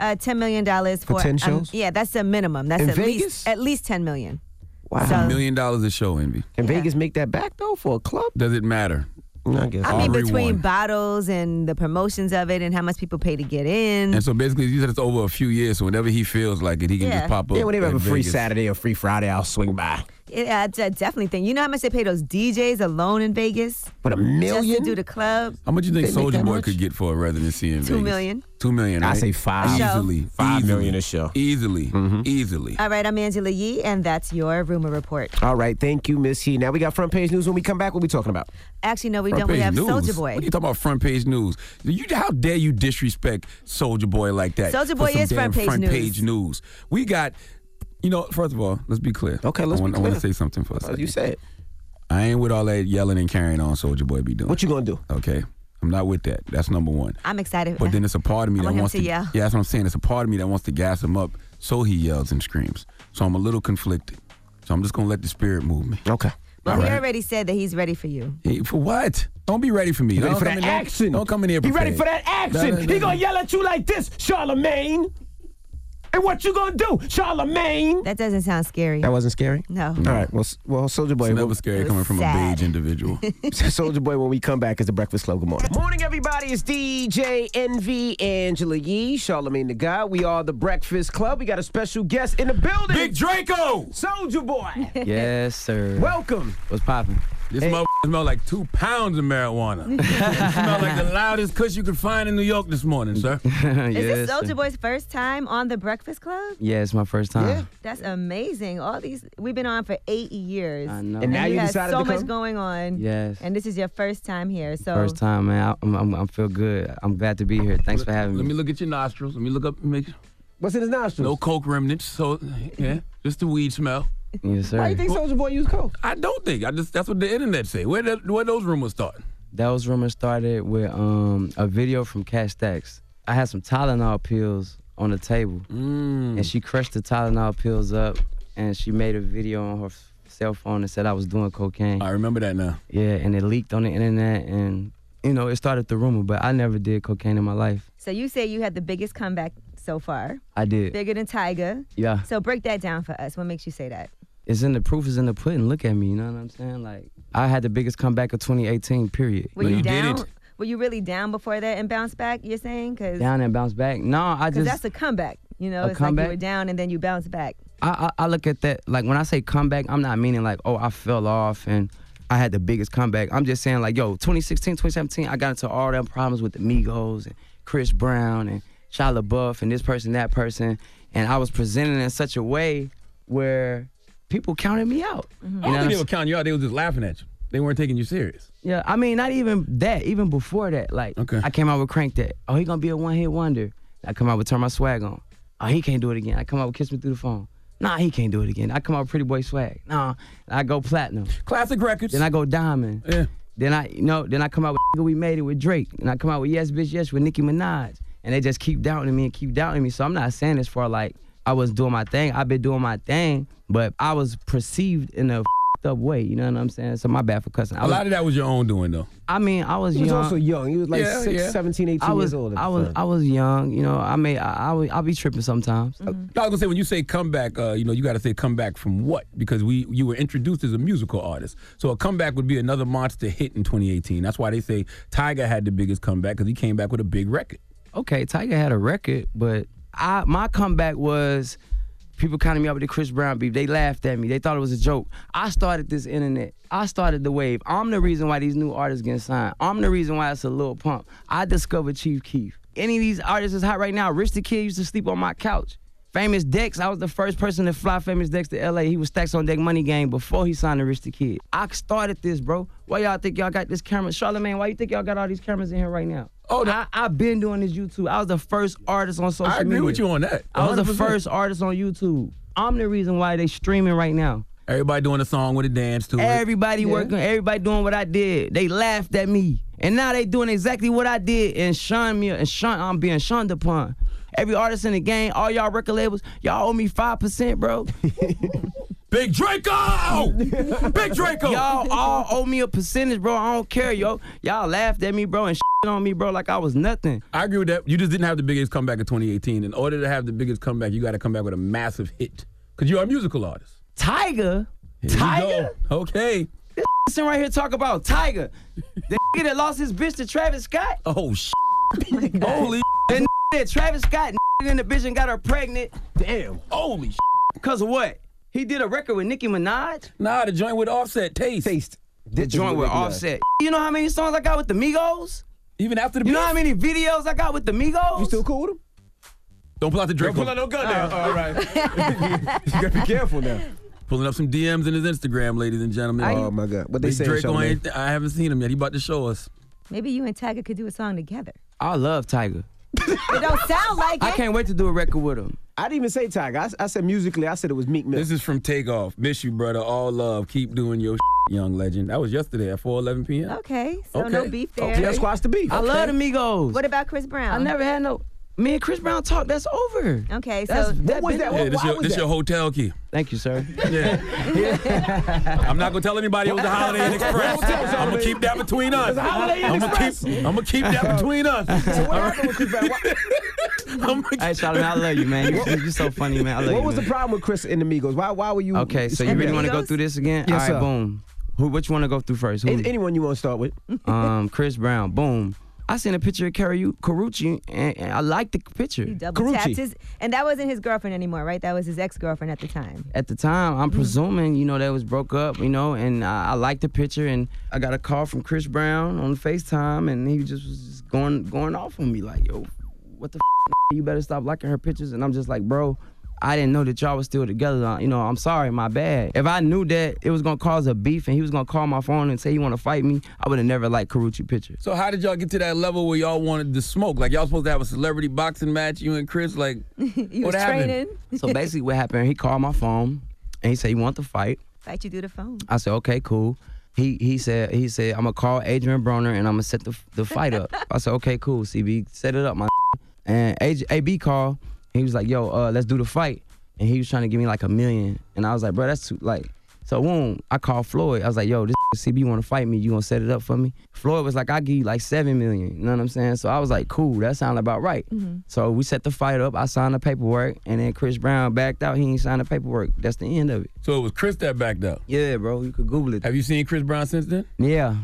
Speaker 11: Uh, $10 million for,
Speaker 9: 10
Speaker 11: um,
Speaker 9: shows?
Speaker 11: yeah, that's the minimum. That's
Speaker 9: In
Speaker 11: at least at least $10 million.
Speaker 9: Wow. A million dollars a show, Envy. Can Vegas make that back though for a club? Does it matter? I guess.
Speaker 11: I mean, between bottles and the promotions of it and how much people pay to get in.
Speaker 9: And so basically, you said it's over a few years. So whenever he feels like it, he can
Speaker 11: Yeah.
Speaker 9: just pop up.
Speaker 11: Yeah, whenever
Speaker 9: at
Speaker 10: have a free
Speaker 9: Vegas.
Speaker 10: Saturday or free Friday, I'll swing by.
Speaker 11: Yeah, I d- uh, definitely think. You know how much they pay those DJs alone in Vegas?
Speaker 10: But a
Speaker 11: Just to
Speaker 10: million?
Speaker 11: do the club.
Speaker 9: How much you think
Speaker 11: They make
Speaker 9: Soldier
Speaker 11: that
Speaker 9: Boy
Speaker 11: much?
Speaker 9: could get for a residency in
Speaker 11: Two
Speaker 9: Vegas?
Speaker 11: million.
Speaker 9: Two million.
Speaker 10: I
Speaker 9: Right?
Speaker 10: say five. A show.
Speaker 9: Easily. Five million a show. Easily.
Speaker 10: Mm-hmm.
Speaker 9: Easily.
Speaker 11: All right, I'm Angela Yee, and that's your rumor report.
Speaker 10: All right, thank you, Miss He. Now we got front page news. When we come back, what we talking about?
Speaker 11: Actually, no, we
Speaker 9: Front
Speaker 11: don't. We
Speaker 9: page
Speaker 11: have
Speaker 9: news?
Speaker 11: Soldier Boy.
Speaker 9: What are you talking about? Front page news. You, how dare you disrespect Soldier Boy like that?
Speaker 11: Soulja
Speaker 9: for
Speaker 11: Boy
Speaker 9: some
Speaker 11: is
Speaker 9: damn
Speaker 11: front page
Speaker 9: front
Speaker 11: news.
Speaker 9: page news. We got, you know. First of all, let's be clear. Okay,
Speaker 10: let's
Speaker 9: I
Speaker 10: be
Speaker 9: want, I want to
Speaker 10: clear.
Speaker 9: say something first.
Speaker 10: you said.
Speaker 9: I ain't with all that yelling and carrying on. Soldier Boy be doing. What
Speaker 10: you gonna do?
Speaker 9: Okay, I'm not with that. That's number one.
Speaker 11: I'm excited.
Speaker 9: But then it's a part of me
Speaker 11: I
Speaker 9: that
Speaker 11: want him
Speaker 9: wants
Speaker 11: to
Speaker 9: to.
Speaker 11: yell.
Speaker 9: Yeah, that's what I'm saying. It's a part of me that wants to gas him up, so he yells and screams. So I'm a little conflicted. So I'm just gonna let the spirit move me.
Speaker 10: Okay.
Speaker 11: But he already said that he's ready for you.
Speaker 9: Hey, for what? Don't be ready for me.
Speaker 10: He ready
Speaker 9: Don't
Speaker 10: for
Speaker 9: come
Speaker 10: that
Speaker 9: in here-
Speaker 10: action.
Speaker 9: Don't come in here.
Speaker 10: He ready
Speaker 9: prepared.
Speaker 10: for that action.
Speaker 9: No, no, no,
Speaker 10: he
Speaker 9: no.
Speaker 10: gonna yell at you like this, Charlemagne. And what you gonna do, Charlemagne?
Speaker 11: That doesn't sound scary.
Speaker 10: That wasn't scary.
Speaker 11: No.
Speaker 10: All right. Well, s- well, Soldier Boy.
Speaker 9: It's never
Speaker 10: we'll-
Speaker 9: scary coming from a
Speaker 10: sad.
Speaker 9: beige individual.
Speaker 10: Soldier Boy, when we come back, is the breakfast club. Good morning. Morning, everybody. It's DJ NV, Angela Yee, Charlemagne the Guy. We are the Breakfast Club. We got a special guest in the building. Big
Speaker 9: Draco.
Speaker 10: Soldier Boy.
Speaker 9: Yes, sir.
Speaker 10: Welcome.
Speaker 9: What's poppin'? This mother smell like two pounds of marijuana. it smell like the loudest cuss you could find in New York this morning, sir.
Speaker 11: Is this Soldier Boy's first time on the Breakfast Club?
Speaker 21: Yeah, it's my first time.
Speaker 11: That's amazing. All these we've been on for eight years,
Speaker 21: I know. And now you
Speaker 11: had
Speaker 21: decided
Speaker 11: so
Speaker 21: to
Speaker 11: much
Speaker 21: come?
Speaker 11: going on.
Speaker 21: Yes.
Speaker 11: and this is your first time here. So
Speaker 21: First time, man. I, I'm, I'm, I feel good. I'm glad to be here. Thanks for having
Speaker 9: Let
Speaker 21: me.
Speaker 9: me look at your nostrils. Let me look up. and Make
Speaker 10: What's in his nostrils?
Speaker 9: No coke remnants. So yeah, just the weed smell.
Speaker 21: Yes, sir.
Speaker 10: Soldier Boy used coke?
Speaker 9: I don't think. I just that's what the internet say. Where that, where those rumors start?
Speaker 21: Those rumors started with um, a video from Cat Stacks. I had some Tylenol pills on the table,
Speaker 9: Mm.
Speaker 21: and she crushed the Tylenol pills up, and she made a video on her f- cell phone and said I was doing cocaine.
Speaker 9: I remember that now.
Speaker 21: Yeah, and it leaked on the internet, and you know it started the rumor, but I never did cocaine in my life.
Speaker 11: So you say you had the biggest comeback so far,
Speaker 21: I did.
Speaker 11: bigger than Tiger.
Speaker 21: Yeah.
Speaker 11: So break that down for us. What makes you say that?
Speaker 21: It's in the proof is in the pudding. Look at me, you know what I'm saying? Like I had the biggest comeback of 2018. Period.
Speaker 11: Were you, down? Were you really down before that and bounce back? You're saying because
Speaker 21: Down and bounce back. No, I just
Speaker 11: that's a comeback. You know,
Speaker 21: A
Speaker 11: it's like
Speaker 21: comeback?
Speaker 11: you were down and then you bounce back.
Speaker 21: I, I I look at that like when I say comeback, I'm not meaning like oh I fell off and I had the biggest comeback. I'm just saying like yo 2016, 2017, I got into all them problems with the Migos and Chris Brown and Shia LaBeouf and this person that person, and I was presented in such a way where people counted me out. You
Speaker 9: Mm-hmm. I
Speaker 21: know
Speaker 9: don't
Speaker 21: what I'm
Speaker 9: think they were counting you out. They were just laughing at you. They weren't taking you serious.
Speaker 21: Yeah, I mean, not even that. Even before that, like I came out with Crank That. Oh, he gonna be a one hit wonder. I come out with Turn My Swag On. Oh, he can't do it again. I come out with Kiss Me Through the Phone. Nah, he can't do it again. I come out with Pretty Boy Swag. Nah, I go platinum.
Speaker 9: Classic records.
Speaker 21: Then I go diamond. Yeah. Then I, you know, then I come out with Nigga, We Made It with Drake, and I come out with Yes Bitch Yes with Nicki Minaj, and they just keep doubting me and keep doubting me. So I'm not saying this for like I was doing my thing. I've been doing my thing, but I was perceived in a f***ed up way. You know what I'm saying? So my bad for cussing. I
Speaker 9: A
Speaker 21: was-
Speaker 9: lot of that was your own doing, though.
Speaker 21: I mean, I was
Speaker 9: He was
Speaker 21: young.
Speaker 9: also young. He was like Yeah, six, yeah. 17, 18
Speaker 21: I was,
Speaker 9: years old at
Speaker 21: I
Speaker 9: the
Speaker 21: was,
Speaker 9: time.
Speaker 21: I was young. You know, I may, I, I, would- I be tripping sometimes.
Speaker 9: I was gonna say when you say comeback, uh, you know, you got to say comeback from what? Because we you were introduced as a musical artist, so a comeback would be another monster hit in 2018. That's why they say Tiger had the biggest comeback because he came back with a big record.
Speaker 21: Okay, Tiger had a record, but I, my comeback was people counted me out with the Chris Brown beef. They laughed at me. They thought it was a joke. I started this internet. I started the wave. I'm the reason why these new artists getting signed. I'm the reason why it's a little pump. I discovered Chief Keef. Any of these artists is hot right now. Rich the Kid used to sleep on my couch. Famous Dex, I was the first person to fly Famous Dex to LA. He was Stacks on Deck Money Game before he signed the Rich the Kid. I started this, bro. Why y'all think y'all got this camera? Charlamagne, why you think y'all got all these cameras in here right now? Oh, I, I've been doing this YouTube. I was the first artist on social
Speaker 9: I agree
Speaker 21: media.
Speaker 9: with you on that,
Speaker 21: I was the
Speaker 9: 100%.
Speaker 21: first artist on YouTube. I'm the reason why they streaming right now.
Speaker 9: Everybody doing a song with a dance to
Speaker 21: Everybody
Speaker 9: it.
Speaker 21: working, everybody doing what I did. They laughed at me. And now they doing exactly what I did and shun me and shun I'm being shunned upon. Every artist in the game, all y'all record labels, y'all owe me five percent, bro.
Speaker 9: Big Draco! Big Draco!
Speaker 21: Y'all all owe me a percentage, bro. I don't care, yo. Y'all laughed at me, bro, and shit on me, bro, like I was nothing.
Speaker 9: I agree with that. You just didn't have the biggest comeback of 2018. In order to have the biggest comeback, you got to come back with a massive hit because you're a musical artist.
Speaker 21: Tiger?
Speaker 9: Tiger? Okay.
Speaker 21: This sitting right here talk about Tiger. The nigga that lost his bitch to Travis Scott.
Speaker 9: Oh shit.
Speaker 21: Holy The that Travis Scott and the bitch and got her pregnant. Damn.
Speaker 9: Holy
Speaker 21: Cause of what? He did a record with Nicki Minaj?
Speaker 9: Nah, the joint with offset taste.
Speaker 21: Taste. The
Speaker 9: This is
Speaker 21: joint with
Speaker 9: ridiculous.
Speaker 21: offset. You know how many songs I got with the Migos?
Speaker 9: Even after the
Speaker 21: You know how many videos I got with the Migos? Oh. You still
Speaker 20: cool with them?
Speaker 9: Don't pull out the
Speaker 20: Don't
Speaker 9: Draco.
Speaker 20: pull out no gun now. All right. you gotta be careful now.
Speaker 9: Pulling up some DMs in his Instagram, ladies and gentlemen.
Speaker 20: I- Oh, my God. What they
Speaker 9: Big
Speaker 20: saying,
Speaker 9: Draco
Speaker 20: Charlamagne?
Speaker 9: ain't, I haven't seen him yet. He about to show us.
Speaker 11: Maybe you and Tiger could do a song together.
Speaker 21: I love Tiger.
Speaker 11: It don't sound like it.
Speaker 21: wait to do a record with him.
Speaker 20: I didn't even say Tiger. I, I said musically. I said it was Meek Mill.
Speaker 9: This is from Takeoff. Miss you, brother. All love. Keep doing your young legend. That was yesterday at 4:11 p.m.
Speaker 11: Okay, so no beef there.
Speaker 9: Okay.
Speaker 21: I love the Migos.
Speaker 11: What about Chris Brown?
Speaker 21: I never had no. Me and Chris Brown talk. That's over.
Speaker 11: Okay, so
Speaker 21: That's- that been-
Speaker 9: Yeah, this your, this your hotel key.
Speaker 21: Thank you, sir.
Speaker 9: Yeah. I'm not gonna tell anybody it was a Holiday Inn Express. I'm gonna keep that between us.
Speaker 20: It's a Holiday Inn
Speaker 9: I'm gonna
Speaker 20: Express.
Speaker 9: keep. I'm gonna keep that between us.
Speaker 20: So what happened with Chris Brown?
Speaker 21: Hey, Charlamagne, I love you, man. You, you so funny, man. I love
Speaker 20: what
Speaker 21: you,
Speaker 20: was
Speaker 21: man.
Speaker 20: the problem with Chris and the Migos? Why? Why were you?
Speaker 21: Okay, so you really want to go through this again?
Speaker 20: Yes,
Speaker 21: All
Speaker 20: sir.
Speaker 21: right, boom. Who? Which one to go through first? Who?
Speaker 20: An- anyone you want to start with?
Speaker 21: um, Chris Brown. Boom. I seen a picture of Carrie Carucci, and, and I liked the picture.
Speaker 11: He double tapped his, and that wasn't his girlfriend anymore, right? That was his ex girlfriend at the time.
Speaker 21: At the time, I'm presuming, you know, they was broke up, you know, and I, I liked the picture, and I got a call from Chris Brown on FaceTime, and he just was just going going off on me like, yo, what the f- you better stop liking her pictures, and I'm just like, bro. I didn't know that y'all was still together. Uh, You know, I'm sorry, my bad. If I knew that it was gonna cause a beef and he was gonna call my phone and say you wanna fight me, I would have never liked Carucci picture.
Speaker 9: So how did y'all get to that level where y'all wanted to smoke? Like y'all supposed to have a celebrity boxing match, you and Chris? Like
Speaker 11: you
Speaker 9: what
Speaker 11: was
Speaker 9: happened?
Speaker 11: training.
Speaker 21: So basically, what happened? He called my phone and he said, "You want the fight?"
Speaker 11: Fight you through the phone.
Speaker 21: I said, "Okay, cool." He he said he said I'm gonna call Adrian Broner and I'm gonna set the the fight up. I said, "Okay, cool, CB, set it up, my." And AJ, AB called. He was like, "Yo, uh, let's do the fight." And he was trying to give me like a million, and I was like, "Bro, that's too like." So boom, I called Floyd. I was like, "Yo, this CB want to fight me? You gonna set it up for me?" Floyd was like, "I give you like seven million. You know what I'm saying? So I was like, "Cool, that sound about right." So we set the fight up. I signed the paperwork, and then Chris Brown backed out. He ain't signed the paperwork. That's the end of it.
Speaker 9: So it was Chris that backed up.
Speaker 21: Yeah, bro, you could Google it.
Speaker 9: Have you seen Chris Brown since then?
Speaker 21: Yeah.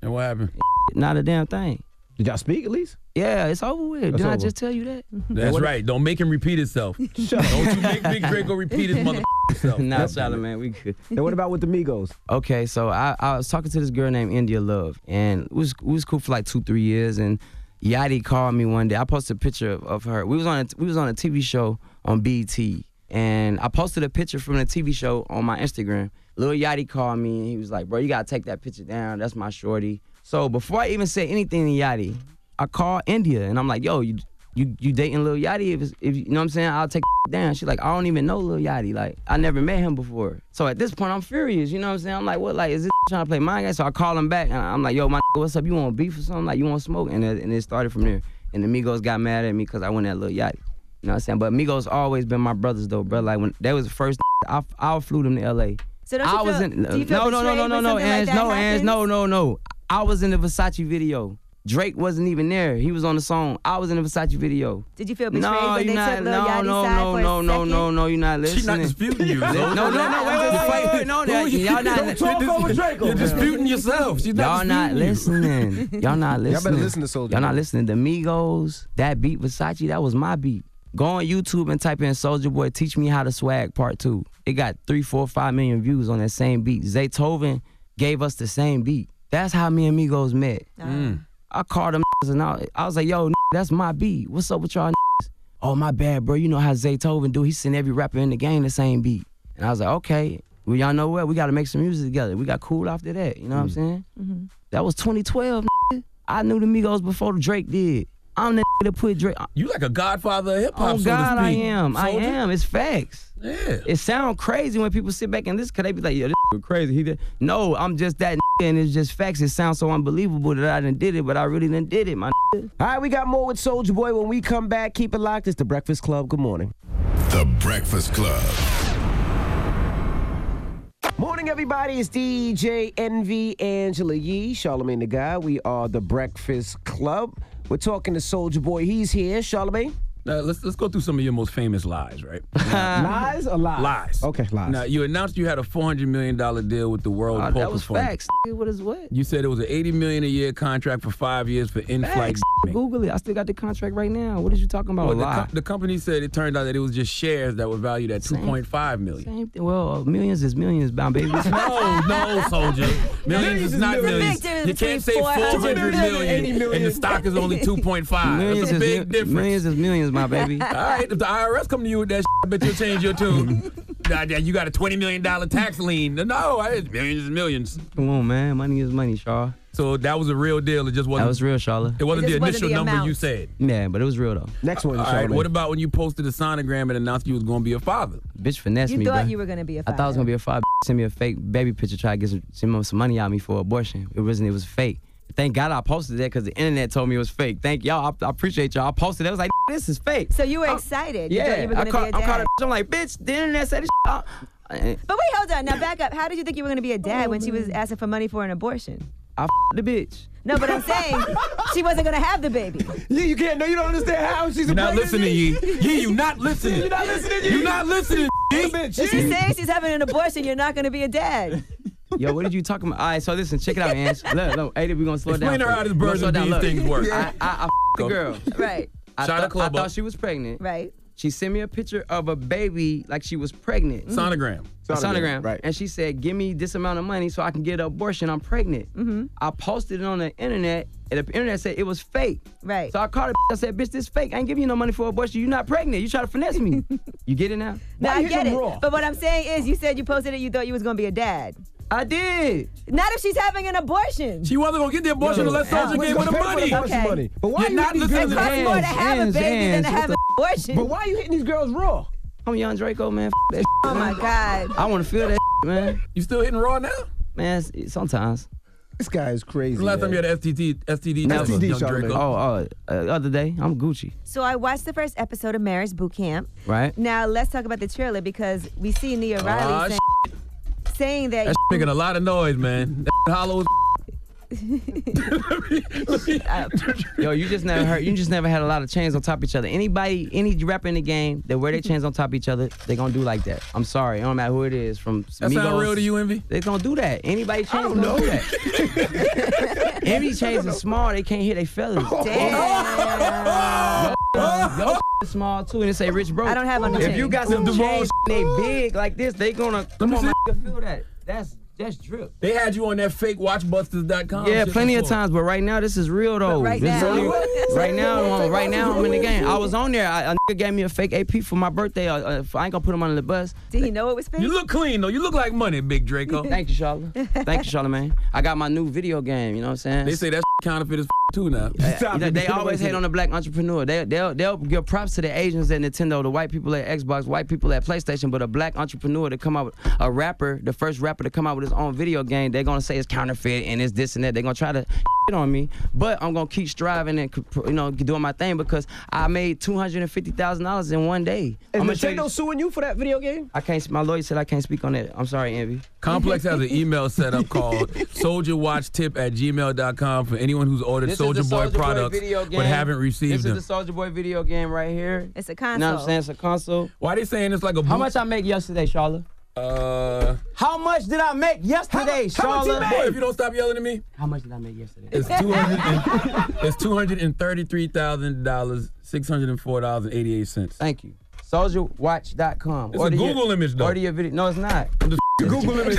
Speaker 9: And what happened?
Speaker 21: Not a damn thing.
Speaker 20: Did y'all speak at least?
Speaker 21: Yeah, it's over with.
Speaker 9: That's
Speaker 21: Did I
Speaker 9: over.
Speaker 21: just tell you that?
Speaker 9: That's right. Don't make him repeat himself. Don't you make Big Draco repeat his mother self.
Speaker 21: nah, Charlamagne, we good.
Speaker 20: And what about with the Migos?
Speaker 21: Okay, so I, I was talking to this girl named India Love, and we was, we was cool for like two, three years. And Yachty called me one day. I posted a picture of, of her. We was on a, we was on a TV show on BT, And I posted a picture from the TV show on my Instagram. Lil Yachty called me and he was like, bro, you gotta take that picture down. That's my shorty. So before I even said anything to Yachty, I called India and I'm like, yo, you you, you dating Lil Yachty? If, it's, if you know what I'm saying, I'll take down. She's like, I don't even know Lil Yachty. Like, I never met him before. So at this point, I'm furious. You know what I'm saying? I'm like, what? Like, is this trying to play my game? So I call him back and I'm like, yo, my what's up? You want beef or something? Like, you want smoke? And it, and it started from there. And the Migos got mad at me because I went at Lil Yachty. You know what I'm saying? But Migos always been my brothers though, bro. Like when that was the first I I flew them to LA.
Speaker 11: So don't you
Speaker 21: I was
Speaker 11: feel-
Speaker 21: in
Speaker 11: do you feel
Speaker 21: no, no, no, no, no, no,
Speaker 11: betrayed when something like
Speaker 21: Ange,
Speaker 11: that
Speaker 21: no, Ange,
Speaker 11: happens?
Speaker 21: no, no, no. I was in the Versace video. Drake wasn't even there. He was on the song. I was in the Versace video.
Speaker 11: Did you feel betrayed
Speaker 21: No,
Speaker 11: when
Speaker 21: you
Speaker 11: they
Speaker 21: not.
Speaker 11: took Lil
Speaker 21: No,
Speaker 11: Yachty's
Speaker 21: no,
Speaker 11: side
Speaker 21: no,
Speaker 11: for
Speaker 21: no,
Speaker 11: a
Speaker 21: no,
Speaker 11: second?
Speaker 21: no, no. You're not listening.
Speaker 9: She not disputing you,
Speaker 21: No,
Speaker 9: Zoe.
Speaker 21: no, no. Wait, wait, wait, wait. No, that- y'all not.
Speaker 9: Don't talk over Draco. You're disputing yourself. She's not
Speaker 21: Y'all not
Speaker 9: disputing you.
Speaker 21: listening. Y'all not
Speaker 9: Y'all better
Speaker 21: listening.
Speaker 9: listen to Soulja
Speaker 21: Y'all
Speaker 9: Boy.
Speaker 21: not listening. The Migos, that beat Versace, that was my beat. Go on YouTube and type in Soldier Boy, teach me how to swag part two. It got three, four, five million views on that same beat. Zaytoven gave us the same beat. That's how me and Migos met. I called them and I, I was like, yo, that's my beat. What's up with y'all? Oh, my bad, bro. You know how Zaytoven do. He send every rapper in the game the same beat. And I was like, okay. Well, y'all know what? We got to make some music together. We got cool after that. You know what I'm saying? That was 2012. I knew the Migos before Drake did. I'm the that put Drake.
Speaker 9: You like a godfather of hip hop.
Speaker 21: Oh
Speaker 9: so to
Speaker 21: God, I
Speaker 9: speak,
Speaker 21: am. I
Speaker 9: Soulja.
Speaker 21: am. It's facts. Yeah. It sound crazy when people sit back and listen, cause they be like, "Yo, this crazy." He did. No, I'm just that, and it's just facts. It sounds so unbelievable that I didn't did it, but I really didn't did it, my.
Speaker 10: All right, we got more with Soldier Boy when we come back. Keep it locked. It's the Breakfast Club. Good morning.
Speaker 3: The Breakfast Club.
Speaker 10: Morning, everybody. It's DJ NV Angela Yee, Charlemagne the Guy. We are the Breakfast Club. We're talking to Soldier Boy. He's here, Charlemagne.
Speaker 9: Now, let's let's go through some of your most famous lies, right?
Speaker 10: lies or lies?
Speaker 9: Lies.
Speaker 10: Okay, lies.
Speaker 9: Now you announced you had a four hundred million dollar deal with the World
Speaker 21: Uh,
Speaker 9: Poker
Speaker 21: that was
Speaker 9: Fund.
Speaker 21: facts. What is what?
Speaker 9: You said it was an eighty million a year contract for five years for in-flight.
Speaker 21: Facts. Google it. I still got the contract right now. What is you talking about?
Speaker 9: Well, the,
Speaker 21: Lie.
Speaker 9: co- the company said it turned out that it was just shares that were valued at two point five million.
Speaker 21: Same thing. Well, millions is millions, bound baby.
Speaker 9: No, no, soldier. Millions is not millions. You can't say 400 million and the stock is only 2.5.
Speaker 21: Millions
Speaker 9: That's a
Speaker 21: is
Speaker 9: big
Speaker 21: mil-
Speaker 9: difference.
Speaker 21: Millions is millions, my baby.
Speaker 9: All right, if the IRS come to you with that, shit, I bet you'll change your tune. Nah, nah, you got a $20 million tax lien. No, I- it's millions is millions.
Speaker 21: Come on, man. Money is money, Shaw.
Speaker 9: So that was a real deal. It just wasn't.
Speaker 21: That was real, Charla.
Speaker 9: It wasn't It just the wasn't initial the number amount. you said.
Speaker 21: Yeah, but it was real though.
Speaker 10: Next one,
Speaker 9: All right, what about when you posted a sonogram and announced you was going to be a father?
Speaker 21: Bitch finesse
Speaker 11: You
Speaker 21: me,
Speaker 11: thought
Speaker 21: bruh.
Speaker 11: you were gonna be a
Speaker 21: I thought it was gonna be a five. Send me a fake baby picture, try to get some, some, some money out of me for abortion. It wasn't. It was fake. Thank God I posted that because the internet told me it was fake. Thank y'all. I, I appreciate y'all. I posted. It I was like, this is fake.
Speaker 11: So you were excited. You
Speaker 21: yeah,
Speaker 11: thought you were
Speaker 21: I
Speaker 11: gonna
Speaker 21: caught.
Speaker 11: be a
Speaker 21: I caught
Speaker 11: dad.
Speaker 21: a bitch. I'm like, bitch. The internet said this. Shit. I,
Speaker 11: But wait, hold on. Now back up. How did you think you were gonna be a dad when she was asking for money for an abortion?
Speaker 21: I f- the bitch.
Speaker 11: No, but I'm saying she wasn't gonna have the baby.
Speaker 10: Yeah, you can't. No, you don't understand how she's
Speaker 9: You're not listening, Yee. Yee, you not listening.
Speaker 11: You're not listening, Yee.
Speaker 9: You're not listening, Yee.
Speaker 11: If she's saying she's having an abortion, you're not gonna be a dad.
Speaker 21: Yo, what did you talking about? All right, so listen, check it out, Ange. Look, look, Ada, we gonna slow down.
Speaker 9: Explain to her how this
Speaker 21: We're gonna
Speaker 9: birds
Speaker 21: slow
Speaker 9: and
Speaker 21: down.
Speaker 9: bees
Speaker 21: Look,
Speaker 9: things work.
Speaker 21: I, I, I f- the girl.
Speaker 11: Right.
Speaker 21: I,
Speaker 9: Shout out
Speaker 21: thought, I
Speaker 9: Clubbo.
Speaker 21: thought she was pregnant.
Speaker 11: Right.
Speaker 21: She sent me a picture of a baby like she was pregnant.
Speaker 9: Mm. Sonogram.
Speaker 21: A
Speaker 9: Sonogram,
Speaker 21: sonogram. Right. And she said, give me this amount of money so I can get an abortion. I'm pregnant.
Speaker 11: Mm.
Speaker 21: Mm-hmm. I posted it on the internet, and the internet said it was fake.
Speaker 11: Right.
Speaker 21: So I called her. I said, bitch, this fake. I ain't giving you no money for abortion. You're not pregnant. You try to finesse me. you get it now?
Speaker 11: No, I get it. But what I'm saying is, you said you posted it. You thought you was gonna be a dad.
Speaker 21: I did.
Speaker 11: Not if she's having an abortion.
Speaker 9: She wasn't gonna get the abortion unless Soulja gave her the money.
Speaker 11: Okay.
Speaker 10: But why
Speaker 9: You're
Speaker 10: you
Speaker 9: not
Speaker 10: hitting these
Speaker 9: listening
Speaker 10: girls?
Speaker 9: to
Speaker 11: It's more to have a baby than to have an abortion.
Speaker 10: But why are you hitting these girls raw?
Speaker 21: I'm young Draco, man. F- that
Speaker 11: Oh my God.
Speaker 21: I want to feel that, man.
Speaker 9: You still hitting raw now?
Speaker 21: Man, it's- it- sometimes.
Speaker 10: This guy is crazy.
Speaker 9: Last time you had an STD, STD,
Speaker 21: Never.
Speaker 9: test, young Draco.
Speaker 21: Oh, oh, uh, other day, I'm Gucci,
Speaker 11: So I watched the first episode of Marriage Boot Camp.
Speaker 21: right?
Speaker 11: Now let's talk about the trailer because we see Nia
Speaker 9: Ah,
Speaker 11: Riley saying, saying that.
Speaker 9: That's making a lot of noise, man. That hollow as
Speaker 11: uh,
Speaker 21: Yo, you just never heard. You just never had a lot of chains on top of each other. Anybody, any rapper in the game that wear their chains on top of each other, they gonna do like that. I'm sorry, it don't matter who it is. From
Speaker 9: That
Speaker 21: Migos,
Speaker 9: sound real to you, Envy?
Speaker 21: They gonna do that. Anybody chains gonna do that. Envy chains are small. They can't hear they fellas. Damn. Yo, is small too, and it say rich bro.
Speaker 11: I don't have on the
Speaker 21: If
Speaker 11: chain.
Speaker 21: you got some
Speaker 11: Ooh.
Speaker 21: chains, and they big like this. They gonna come on, man, feel that. That's
Speaker 8: That's drip.
Speaker 9: They had you on that fake watchbusters.com.
Speaker 21: Yeah,
Speaker 9: shit
Speaker 21: plenty of
Speaker 9: before.
Speaker 21: times, but right now this is real though.
Speaker 9: right
Speaker 21: This is
Speaker 9: now-
Speaker 21: only-
Speaker 9: What?
Speaker 21: right now, I'm- right now I'm in the game. I
Speaker 9: Watchbusters.
Speaker 21: was on there. I, a nigga gave me a fake AP for my birthday. Uh, uh, I ain't gonna put him under the bus.
Speaker 11: Did he know it was fake?
Speaker 9: You look clean though. You look like money, Big Draco.
Speaker 21: Thank you, Charlotte. Thank you, Charlamagne. I got my new video game. You know what I'm saying?
Speaker 9: They say that's counterfeit as too now.
Speaker 21: Uh, they, they always hate on the black entrepreneur. They, they'll, they'll give props to the Asians at Nintendo, the white people at Xbox, white people at PlayStation, but a black entrepreneur to come out with a rapper, the first rapper to come out with his own video game, they're going to say it's counterfeit and it's this and that. They're going to try to shit on me, but I'm going to keep striving and you know doing my thing because I made $250,000 in one day.
Speaker 10: Is
Speaker 21: I'm gonna show you-
Speaker 10: Nintendo suing you for
Speaker 9: Oh,
Speaker 10: that video game?
Speaker 21: I can't, my lawyer said I can't speak on that. I'm sorry, Envy.
Speaker 9: Complex has an email set up called soldierwatchtip at gmail.com for anyone who's ordered
Speaker 21: This is
Speaker 9: Soldier
Speaker 21: the
Speaker 9: Boy
Speaker 21: Soulja Boy
Speaker 9: products
Speaker 21: video game.
Speaker 9: but haven't received
Speaker 21: This
Speaker 9: them.
Speaker 21: is the Soldier Boy video game right here.
Speaker 11: It's a
Speaker 21: You know what I'm saying? It's a console.
Speaker 9: Why they saying it's like a
Speaker 21: How much I make yesterday, Charlotte?
Speaker 9: Uh,
Speaker 21: How much did I make yesterday,
Speaker 9: how much you
Speaker 21: Charlotte?
Speaker 9: made? Boy, if you don't stop yelling at me.
Speaker 21: How much did I make yesterday?
Speaker 9: It's two hundred. it's two hundred and thirty-three thousand dollars, six hundred and four dollars and eighty-eight cents.
Speaker 21: Thank you. SoldierWatch.com.
Speaker 9: It's a Google image though.
Speaker 21: Order your video. No, it's not.
Speaker 9: Google image.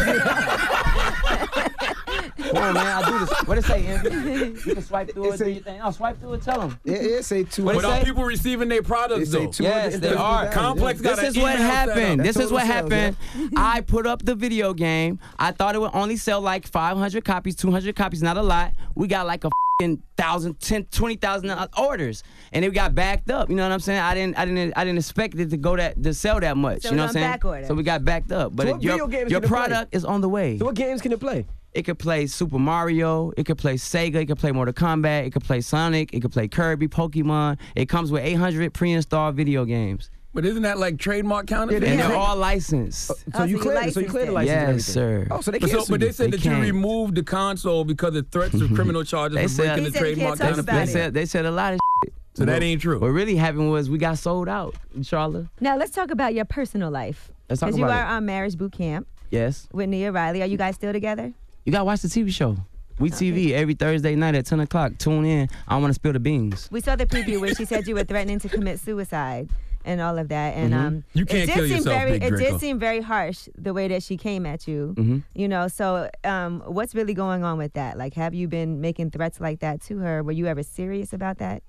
Speaker 21: Come on, man. I do this. What it say, Envy? You can swipe through it, do your thing. No, swipe through it. Tell them.
Speaker 7: Yeah, it say two.
Speaker 21: What it
Speaker 9: But are
Speaker 21: say?
Speaker 9: people receiving their products though?
Speaker 21: Yes, they are.
Speaker 9: Complex got
Speaker 21: This
Speaker 9: an
Speaker 21: is what
Speaker 9: email set up.
Speaker 21: happened. This is what happened. I put up the video game. I thought it would only sell like 500 copies, 200 copies, not a lot. We got like a fing thousand, ten, twenty thousand orders, and it got backed up. You know what I'm saying? I didn't, I didn't, I didn't expect it to go that to sell that much.
Speaker 11: So
Speaker 21: you know
Speaker 11: it's
Speaker 21: what I'm saying?
Speaker 11: on back order.
Speaker 21: So we got backed up. But
Speaker 10: So what
Speaker 21: your,
Speaker 10: video games
Speaker 21: your
Speaker 10: can it play?
Speaker 21: product is on the way. So
Speaker 10: what games can it play?
Speaker 21: It could play Super Mario. It could play Sega. It could play Mortal Kombat. It could play Sonic. It could play Kirby, Pokemon. It comes with 800 pre-installed video games.
Speaker 9: But isn't that like trademark counterfeit?
Speaker 21: And they're all licensed.
Speaker 9: Oh, so you cleared it, so you cleared the license and
Speaker 21: Yes, sir.
Speaker 9: everything. But so- But they said that you removed the console because of threats of criminal charges
Speaker 21: Mm-hmm. They
Speaker 9: for
Speaker 21: said,
Speaker 9: breaking the trademark
Speaker 21: they,
Speaker 9: counterfeit.
Speaker 21: said, they said a lot of shit.
Speaker 9: So that ain't true.
Speaker 21: What really happened was we got sold out, Charlotte.
Speaker 11: Now let's talk about your personal life.
Speaker 21: Let's talk
Speaker 11: Because you
Speaker 21: about
Speaker 11: are
Speaker 21: it.
Speaker 11: on marriage boot camp
Speaker 21: Yes.
Speaker 11: with Nia Riley. Are you guys still together?
Speaker 21: You got to watch the TV show. We TV every Thursday night at 10 o'clock. Tune in. I want to spill the beans.
Speaker 11: We saw the preview where she said you were threatening to commit suicide and all of that. And
Speaker 21: Mhm.
Speaker 11: um,
Speaker 21: You
Speaker 11: it
Speaker 21: can't
Speaker 11: did
Speaker 21: kill
Speaker 11: seem
Speaker 21: yourself,
Speaker 11: very,
Speaker 21: Big
Speaker 11: It
Speaker 21: Draco.
Speaker 11: did seem very harsh the way that she came at you.
Speaker 21: Mhm.
Speaker 11: You know, so um, what's really going on with that? Like, have you been making threats like that to her? Were you ever serious about that?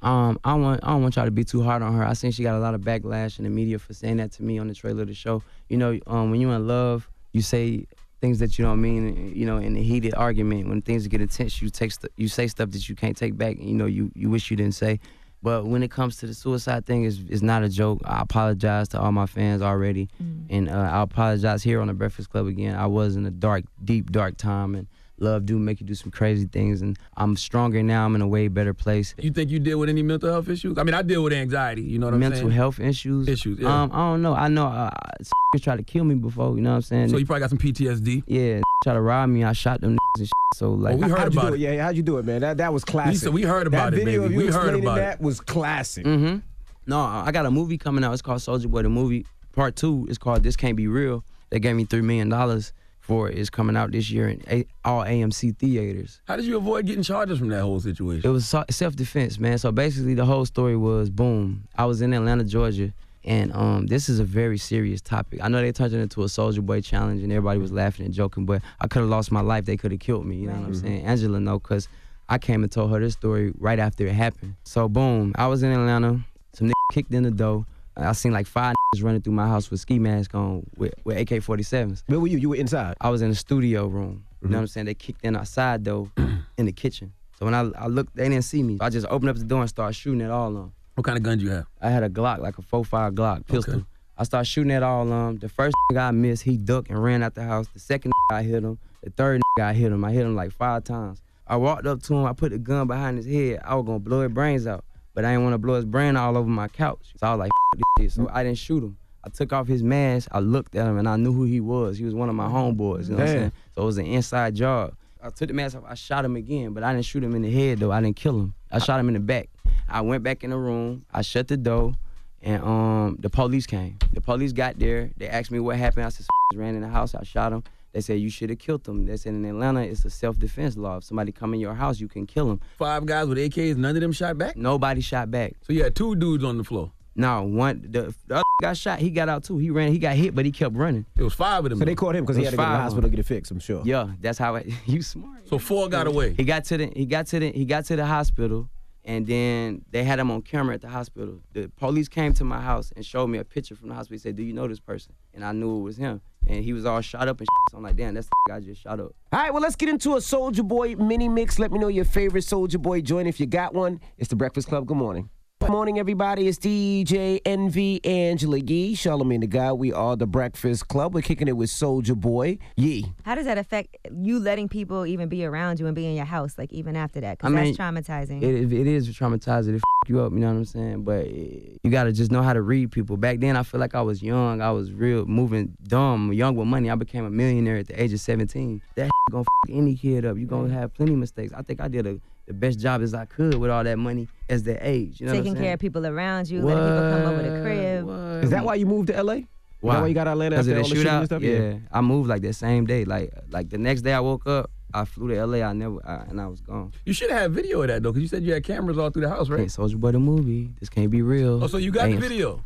Speaker 21: Um, I want I don't want y'all to be too hard on her. I seen she got a lot of backlash in the media for saying that to me on the trailer of the show. You know, um, when you're in love, you say things that you don't mean. You know, in a heated argument, when things get intense, you take st- you say stuff that you can't take back. You know, you you wish you didn't say. But when it comes to the suicide thing, it's, it's not a joke. I apologize to all my fans already, and uh, I apologize here on the Breakfast Club again. I was in a dark, deep, dark time, and love do make you do some crazy things. And I'm stronger now. I'm in a way better place.
Speaker 9: You think you deal with any mental health issues? I mean, I deal with anxiety. You know what I'm
Speaker 21: mental
Speaker 9: saying?
Speaker 21: health issues.
Speaker 9: Issues. Yeah.
Speaker 21: Um, I don't know. I know. Uh, tried to kill me before. You know what I'm saying?
Speaker 9: so you probably got some PTSD.
Speaker 21: yeah, tried to rob me. I shot them and shit. So like,
Speaker 9: Oh, we heard
Speaker 21: how'd you
Speaker 9: about
Speaker 21: do
Speaker 9: it.
Speaker 21: Yeah,
Speaker 10: Yeah, how'd you do it, man? That that was classic.
Speaker 21: said we heard about
Speaker 10: that
Speaker 21: it,
Speaker 10: video
Speaker 21: baby.
Speaker 10: of you
Speaker 21: We heard
Speaker 10: explaining
Speaker 21: about it.
Speaker 10: that was classic.
Speaker 21: Mm-hmm. No, I I got a movie coming out. It's called Soldier Boy. The movie part two is called This Can't Be Real. They gave me three million dollars for it. It's coming out this year in a- all AMC theaters.
Speaker 9: How did you avoid getting charges from that whole situation?
Speaker 21: It was self defense, man. So basically, the whole story was boom. I was in Atlanta, Georgia, and um, this is a very serious topic. I know they turned it into a Soldier Boy challenge, and everybody was laughing and joking, but I could have lost my life. They could have killed me. You know what I'm
Speaker 8: Right.
Speaker 21: saying? Angela, no, because I came and told her this story right after it happened. So boom, I was in Atlanta. Some niggas kicked in the door. I seen like five niggas running through my house with ski mask on with, with AK-47s.
Speaker 10: Where were you? You were inside. Mm-hmm.
Speaker 21: I was in the studio room. You know what I'm saying? They kicked in outside though, in the kitchen. So when I, I looked, they didn't see me. I just opened up the door and started shooting at all of them.
Speaker 9: What kind of gun do you have?
Speaker 21: I had a Glock, like a 4.5 Glock pistol. I started shooting at all of them. The first guy I missed, he ducked and ran out the house. The second I hit him. The third I hit him. I hit him like five times. I walked up to him. I put the gun behind his head. I was gonna blow his brains out, but I didn't want to blow his brain all over my couch. So I was like, "F- this shit. So I didn't shoot him. I took off his mask. I looked at him and I knew who he was. He was one of my homeboys. You know
Speaker 8: Damn.
Speaker 21: what I'm saying? So it was an inside job. I took the mask off. I shot him again, but I didn't shoot him in the head though. I didn't kill him. I shot him in the back. I went back in the room. I shut the door, and um, the police came. The police got there. They asked me what happened. I said ran in the house. I shot him. They said you should have killed him. They said in Atlanta it's a self defense law. If somebody come in your house, you can kill him.
Speaker 9: Five guys with AKs, none of them shot back?
Speaker 21: Nobody shot back.
Speaker 9: So you had two dudes on the floor.
Speaker 21: No, one the, the other got shot. He got out too. He ran. He got hit, but he kept running.
Speaker 9: It was five of them.
Speaker 10: So they called him 'cause he had to go to the hospital to get it fixed. I'm sure.
Speaker 21: Yeah, that's how. It, you smart.
Speaker 9: So four got away.
Speaker 21: He got to the. He got to the. He got to the hospital, and then they had him on camera at the hospital. The police came to my house and showed me a picture from the hospital. He said, "Do you know this person?" And I knew it was him. And he was all shot up and. Shit. So I'm like, "Damn, that's the guy just shot up."
Speaker 10: All right, well, let's get into a Soldier Boy mini mix. Let me know your favorite Soldier Boy joint if you got one. It's the Breakfast Club. Good morning. Good morning, everybody. It's DJ NV Angela Yee, Charlemagne the Guy. We are the Breakfast Club. We're kicking it with Soldier Boy Yee.
Speaker 11: How does that affect you letting people even be around you and be in your house, like even after that? Because
Speaker 21: I
Speaker 11: that's
Speaker 21: mean,
Speaker 11: traumatizing.
Speaker 21: It, it is traumatizing. It f- you up, you know what I'm saying? But eh, you gotta just know how to read people. Back then, I feel like I was young. I was real, moving dumb, young with money. I became a millionaire at the age of 17. That f- gonna f- any kid up. You gonna have plenty of mistakes. I think I did a, the best job as I could with all that money as that age. You know
Speaker 11: Taking
Speaker 21: what I'm
Speaker 11: care
Speaker 21: saying?
Speaker 11: of people around you, letting people come over the crib.
Speaker 10: Is that why you moved to LA? Is that why you got Atlanta
Speaker 21: Because
Speaker 10: after
Speaker 21: of
Speaker 10: all
Speaker 21: that
Speaker 10: the shooting
Speaker 21: shootout?
Speaker 10: and stuff?
Speaker 21: Yeah. I moved like that same day. Like like the next day I woke up, I flew to LA. I never I, and I was gone.
Speaker 9: You should have video of that though, because you said you had cameras all through the house,
Speaker 21: Hey,
Speaker 9: right?
Speaker 21: Soldier Boy the movie. This can't be real.
Speaker 9: Oh, so you got the
Speaker 21: Ain't-
Speaker 9: video.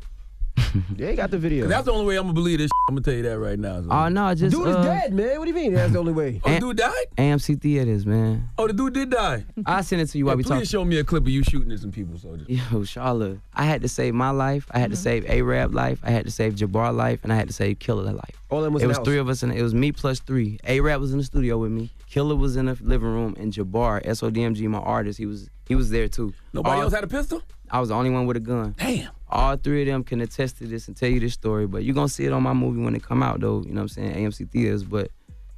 Speaker 10: yeah, you got the video.
Speaker 9: 'Cause That's the only way I'm gonna believe this. Shit. I'm gonna tell you that right now.
Speaker 21: Oh no, I just
Speaker 9: Dude is
Speaker 21: uh,
Speaker 9: dead,
Speaker 10: man. What do you mean? That's the only way.
Speaker 9: Oh, the dude died.
Speaker 21: AMC theaters, man.
Speaker 9: Oh, the dude did die.
Speaker 21: I sent it to you
Speaker 9: Yeah,
Speaker 21: while we
Speaker 9: please
Speaker 21: talking.
Speaker 9: show me a clip of you shooting at some people, soldier.
Speaker 21: Yo, Sharla, I had to save my life. I had to save Arab life. I had to save Jabbar life, and I had to save Killer life.
Speaker 10: All them was
Speaker 21: it
Speaker 10: in
Speaker 21: was
Speaker 10: the house.
Speaker 21: three of us, and it was me plus three. Arab was in the studio with me. Killer was in the living room, and Jabbar, SODMG, my artist, he was he was there too.
Speaker 9: Nobody
Speaker 21: All-
Speaker 9: else had a pistol.
Speaker 21: I was the only one with a gun.
Speaker 9: Damn.
Speaker 21: All three of them can attest to this and tell you this story, but you're gonna see it on my movie when it come out though, you know what I'm saying? AMC theaters, but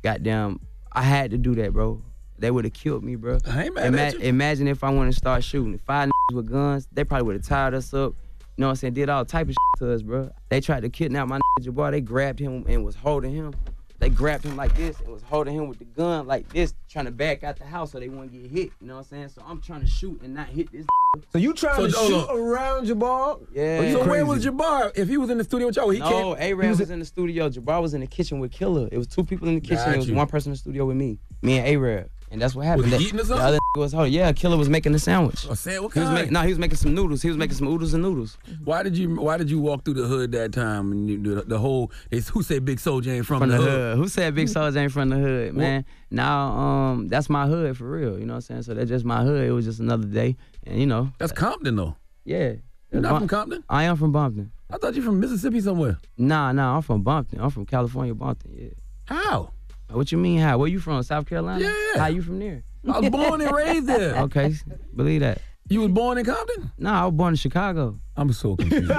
Speaker 21: goddamn, I had to do that, bro. They would have killed me, bro.
Speaker 9: I ain't mad at you.
Speaker 21: Imagine if I wanted to start shooting. If Five niggas with guns, they probably would have tied us up. You know what I'm saying? Did all type of shit to us, bro. They tried to kidnap my nigga Jabbar. They grabbed him and was holding him. They grabbed him like this and was holding him with the gun like this, trying to back out the house so they wouldn't get hit. You know what I'm saying? So I'm trying to shoot and not hit this.
Speaker 10: So you trying
Speaker 21: So,
Speaker 10: to
Speaker 21: hold
Speaker 10: shoot around Jabbar?
Speaker 21: Yeah.
Speaker 9: so where was Jabbar? If he was in the studio with y'all, he
Speaker 21: no,
Speaker 9: can't.
Speaker 21: A Rab was, in the studio. Jabbar was in the kitchen with Killer. It was two people in the kitchen.
Speaker 9: Got
Speaker 21: It was
Speaker 9: you.
Speaker 21: one person in the studio with me. Me and A Rab. And that's what happened.
Speaker 9: Was he
Speaker 21: That-
Speaker 9: eating or
Speaker 21: the
Speaker 9: something?
Speaker 21: other was holding. Yeah, Killer was making a sandwich.
Speaker 9: I said, what
Speaker 21: He was
Speaker 9: kind? Mm-hmm.
Speaker 21: making, no, he was making some noodles. He was making some oodles and noodles.
Speaker 9: Why did you Why did you walk through the hood that time? And you, the, the whole it's who said Big Soldier ain't from,
Speaker 21: From, the, hood. Who said Big Soldier ain't from the hood, man? Now, um, that's my hood for real. You know what I'm saying? So that's just my hood. It was just another day. And you know.
Speaker 9: That's Compton though.
Speaker 21: Yeah.
Speaker 9: You not from Compton?
Speaker 21: I am from Bumpton.
Speaker 9: I thought you from Mississippi somewhere.
Speaker 21: Nah, nah, I'm from Bumpton. I'm from California, Bumpton, yeah.
Speaker 9: How?
Speaker 21: What you mean how? Where you from? South Carolina? Yeah. How you from there?
Speaker 9: I was born and raised there.
Speaker 21: Okay, believe that.
Speaker 9: You was born in Compton?
Speaker 21: No, I was born in Chicago.
Speaker 9: I'm so confused.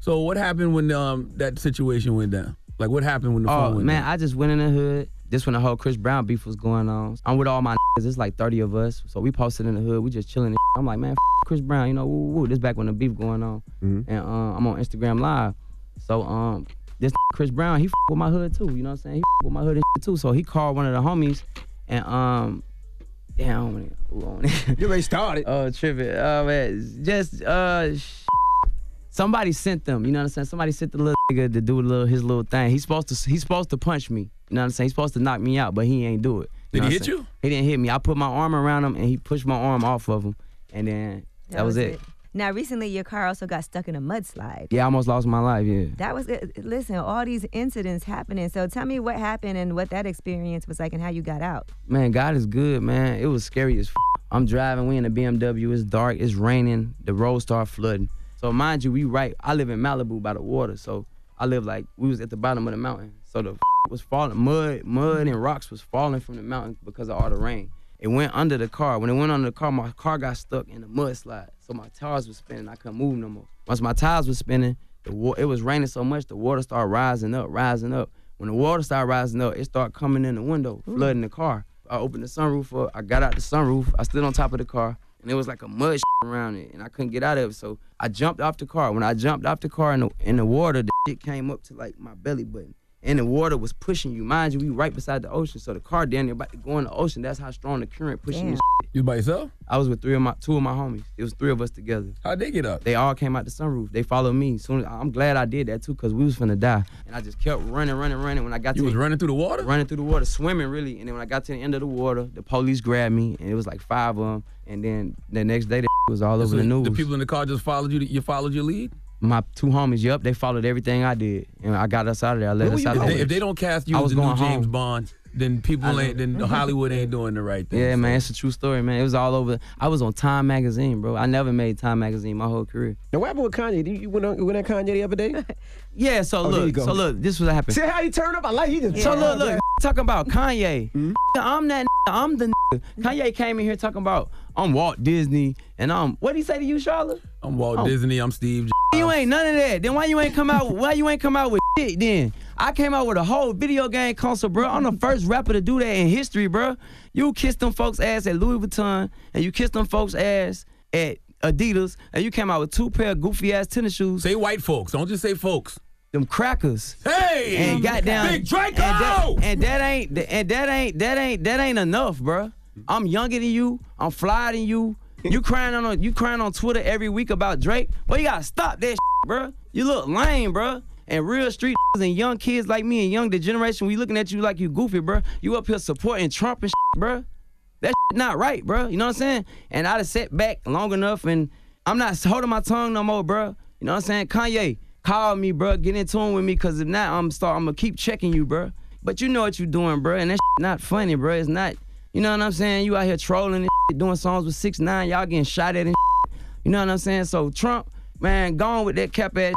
Speaker 9: So what happened when um that situation went down? Like what happened when the phone
Speaker 21: oh
Speaker 9: went
Speaker 21: man,
Speaker 9: down?
Speaker 21: I just went in the hood. This when the whole Chris Brown beef was going on. I'm with all my niggas. It's like 30 of us. So we posted in the hood. We just chilling. And shit. I'm like, man, f- Chris Brown. You know, woo, woo, woo. This back when the beef going on.
Speaker 9: Mm-hmm.
Speaker 21: And uh, I'm on Instagram Live. So um, this Chris Brown, he f- with my hood too. You know what I'm saying? He f- with my hood and shit too. So he called one of the homies, and um, damn, I don't wanna- who on it? You
Speaker 10: already started.
Speaker 21: Oh, tripping. Oh man, just uh. Sh- Somebody sent them, you know what I'm saying? Somebody sent the little nigga to do a little his little thing. He's supposed to he's supposed to punch me. You know what I'm saying? He's supposed to knock me out, but he ain't do it.
Speaker 9: Did he
Speaker 21: know what I'm
Speaker 9: hit
Speaker 21: saying?
Speaker 9: you?
Speaker 21: He didn't hit me. I put my arm around him and he pushed my arm off of him. And then that, was, it.
Speaker 11: Now, recently, your car also got stuck in a mudslide.
Speaker 21: Yeah, I almost lost my life, yeah.
Speaker 11: That was it. Listen, all these incidents happening. So tell me what happened and what that experience was like and how you got out.
Speaker 21: Man, God is good, man. It was scary as f- I'm driving, we in a BMW, it's dark, it's raining, the road start flooding. So mind you, we right, I live in Malibu by the water, so I live like, we was at the bottom of the mountain. So the f- was falling, mud, mud and rocks was falling from the mountain because of all the rain. It went under the car. When it went under the car, my car got stuck in a mudslide. So my tires was spinning, I couldn't move no more. Once my tires was spinning, the wa- it was raining so much, the water started rising up, rising up. When the water started rising up, it started coming in the window, flooding the car. I opened the sunroof up. I got out the sunroof. I stood on top of the car, and it was like a mud around it, and I couldn't get out of it. So I jumped off the car. When I jumped off the car in the, in the water, the shit came up to like my belly button. and the water was pushing you. Mind you, we right beside the ocean, so the car down there about to go in the ocean. That's how strong the current pushing
Speaker 9: Damn.
Speaker 21: this.
Speaker 9: You by yourself?
Speaker 21: I was with three of my two of my homies. It was three of us together.
Speaker 9: How'd they get up?
Speaker 21: They all came out the sunroof. They followed me. Soon as, I'm glad I did that too, cause we was finna die. And I just kept running, running, running. When I got
Speaker 9: You
Speaker 21: to
Speaker 9: was running through the water?
Speaker 21: running through the water, swimming really. And then when I got to the end of the water, the police grabbed me, and it was like five of them. And then the next day, the was all over
Speaker 9: So
Speaker 21: the news.
Speaker 9: The people in the car just followed you. You followed your lead.
Speaker 21: my two homies, yep, they followed everything I did, and I got us out of there. I let
Speaker 9: Where were
Speaker 21: us
Speaker 9: you
Speaker 21: out. of
Speaker 9: going?
Speaker 21: there.
Speaker 9: If they don't cast you
Speaker 21: I
Speaker 9: as
Speaker 21: was
Speaker 9: the new
Speaker 21: going
Speaker 9: James
Speaker 21: home.
Speaker 9: Bond, then people
Speaker 21: know.
Speaker 9: ain't. Then Hollywood ain't doing the right thing.
Speaker 21: Yeah, man, it's a true story, man. It was all over. I was on Time magazine, bro. I never made Time magazine my whole career.
Speaker 10: Now, what happened with Kanye? Did you went on, went at Kanye the other day?
Speaker 21: yeah, so
Speaker 10: Oh, there you
Speaker 21: look,
Speaker 10: go.
Speaker 21: so look, this was what happened.
Speaker 10: See how you turned up? Mm-hmm. I like you. Just
Speaker 21: So
Speaker 10: turned
Speaker 21: look,
Speaker 10: up,
Speaker 21: look,
Speaker 10: man.
Speaker 21: talking about Kanye. I'm that. I'm the. Kanye came in here talking about I'm Walt Disney and I'm. What would he say to you, Charlotte? Oh.
Speaker 9: I'm Walt Oh, Disney. I'm Steve. J-
Speaker 21: You ain't none of that. Then why you ain't come out? Why you ain't come out with shit? Then I came out with a whole video game console, bro. I'm the first rapper to do that in history, bro. You kissed them folks' ass at Louis Vuitton, and you kissed them folks' ass at Adidas, and you came out with two pair of goofy ass tennis shoes.
Speaker 9: Say white folks. Don't just say folks.
Speaker 21: Them crackers.
Speaker 9: Hey,
Speaker 21: and goddamn
Speaker 9: Big Draco.
Speaker 21: And that, and that ain't and that ain't that ain't that ain't enough, bruh. I'm younger than you. I'm flyer than you. You crying on you crying on Twitter every week about Drake. Well, you gotta stop that, bruh. You look lame, bruh. And real street and young kids like me and young the generation, we looking at you like you goofy, bruh. You up here supporting Trump and bruh. That not right, bruh. You know what I'm saying? And I done sat back long enough, and I'm not holding my tongue no more, bruh. You know what I'm saying? Kanye, call me, bruh. Get in tune with me, cause if not, I'm start. I'm gonna keep checking you, bruh. But you know what you doing, bruh, and that not funny, bruh. It's not. You know what I'm saying? You out here trolling and doing songs with six nine. Y'all getting shot at and. You know what I'm saying? So Trump, man, gone with that cap ass.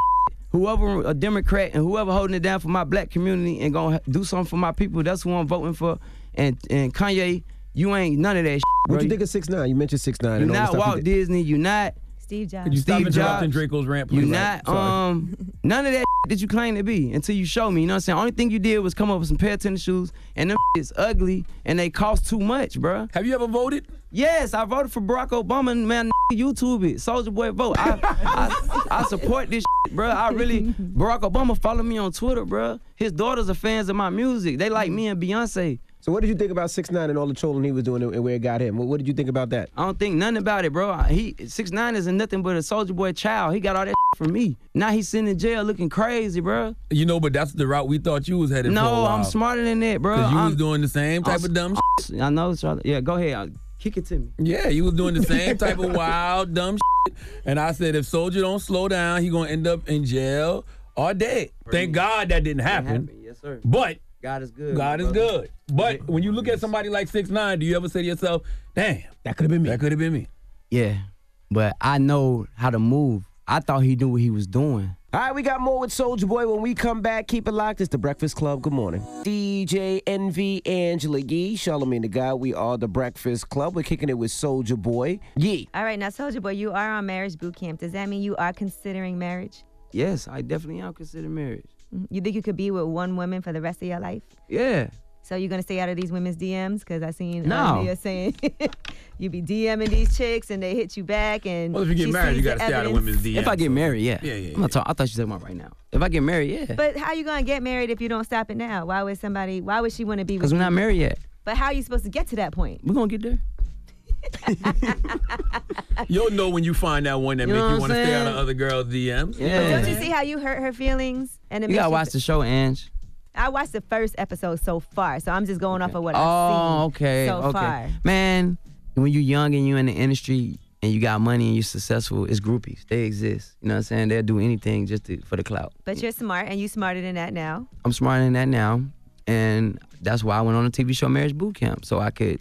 Speaker 21: Whoever a Democrat and whoever holding it down for my black community and gonna do something for my people, that's who I'm voting for. And and Kanye, you ain't none of that.
Speaker 10: What you
Speaker 21: bro.
Speaker 10: think of six nine? You mentioned six nine.
Speaker 21: You not Walt Disney. You not
Speaker 11: Steve Jobs.
Speaker 9: Could you stop
Speaker 21: Steve
Speaker 9: interrupting
Speaker 21: Jobs.
Speaker 9: Draco's rant,
Speaker 21: You
Speaker 9: please?
Speaker 21: not
Speaker 9: Sorry.
Speaker 21: um none of that that you claim to be until you show me. You know what I'm saying? Only thing you did was come up with some pair of tennis shoes, and them is ugly, and they cost too much, bruh.
Speaker 9: Have you ever voted?
Speaker 21: Yes, I voted for Barack Obama. and Man, YouTube it, Soldier Boy vote. I, I, I support this, bruh. I really Barack Obama follow me on Twitter, bruh. His daughters are fans of my music. They like me and Beyonce.
Speaker 10: So what did you think about six nine and all the trolling he was doing and where it got him? What, what did you think about that?
Speaker 21: I don't think nothing about it, bro. He six nine isn't nothing but a soldier boy child. He got all that from me. Now he's sitting in jail looking crazy, bro.
Speaker 9: You know, but that's the route we thought you was headed. for a
Speaker 21: No,
Speaker 9: while.
Speaker 21: I'm smarter than that, bro.
Speaker 9: Cause you
Speaker 21: I'm,
Speaker 9: was doing the same type
Speaker 21: I'm-
Speaker 9: of dumb.
Speaker 21: shit. I know, Charlotte. Yeah, go ahead. I'll kick it to me.
Speaker 9: Yeah, you was doing the same type of wild dumb. Shit. And I said, if Soldier don't slow down, he gonna end up in jail or dead. Thank God that didn't happen.
Speaker 21: Yes, sir.
Speaker 9: But
Speaker 21: God is good.
Speaker 9: God is
Speaker 21: brother.
Speaker 9: good. But when you look at somebody like six nine, do you ever say to yourself, "Damn,
Speaker 10: that could have been me.
Speaker 9: That could have been me."
Speaker 21: Yeah, but I know how to move. I thought he knew what he was doing.
Speaker 10: All right, we got more with Soldier Boy when we come back. Keep it locked. It's the Breakfast Club. Good morning. DJ NV Angela Yee, Charlamagne the Guy. We are the Breakfast Club. We're kicking it with Soldier Boy. Yee.
Speaker 11: All right, now Soldier Boy, you are on marriage boot camp. Does that mean you are considering marriage?
Speaker 21: Yes, I definitely am considering marriage.
Speaker 11: Mm-hmm. You think you could be with one woman for the rest of your life?
Speaker 21: Yeah.
Speaker 11: So you're gonna stay out of these women's DMs? Cause I seen
Speaker 21: No.
Speaker 11: uh, Leah saying you be DMing these chicks and they hit you back and
Speaker 21: Well, if you get
Speaker 11: she
Speaker 21: married,
Speaker 11: sees
Speaker 21: you
Speaker 11: the
Speaker 21: gotta stay out of
Speaker 11: evidence.
Speaker 21: women's DMs. If I get married, yeah. Yeah, yeah. I'm not talking. I thought you said about right now. If I get married, yeah.
Speaker 11: But how you gonna get married if you don't stop it now? Why would somebody? Why would she want to be?
Speaker 21: Because
Speaker 11: with
Speaker 21: we're not
Speaker 11: you?
Speaker 21: married yet.
Speaker 11: But how are you supposed to get to that point?
Speaker 21: We're gonna get there.
Speaker 9: You'll know when you find that one that
Speaker 21: You
Speaker 9: make
Speaker 21: know what
Speaker 9: you
Speaker 21: I'm
Speaker 9: want to stay out
Speaker 21: saying?
Speaker 9: of other girls' DMs.
Speaker 11: But don't you see how you hurt her feelings? And it
Speaker 21: You
Speaker 11: makes
Speaker 21: gotta watch the show, Ange.
Speaker 11: I watched the first episode so far, so I'm just going off of what
Speaker 21: oh,
Speaker 11: I've seen
Speaker 21: okay,
Speaker 11: so
Speaker 21: okay.
Speaker 11: far.
Speaker 21: Man, when you're young and you're in the industry and you got money and you're successful, it's groupies. They exist. You know what I'm saying? They'll do anything just to, for the clout.
Speaker 11: But you're smart, and you smarter than that now.
Speaker 21: I'm smarter than that now, and that's why I went on a TV show, Marriage Boot Camp, so I could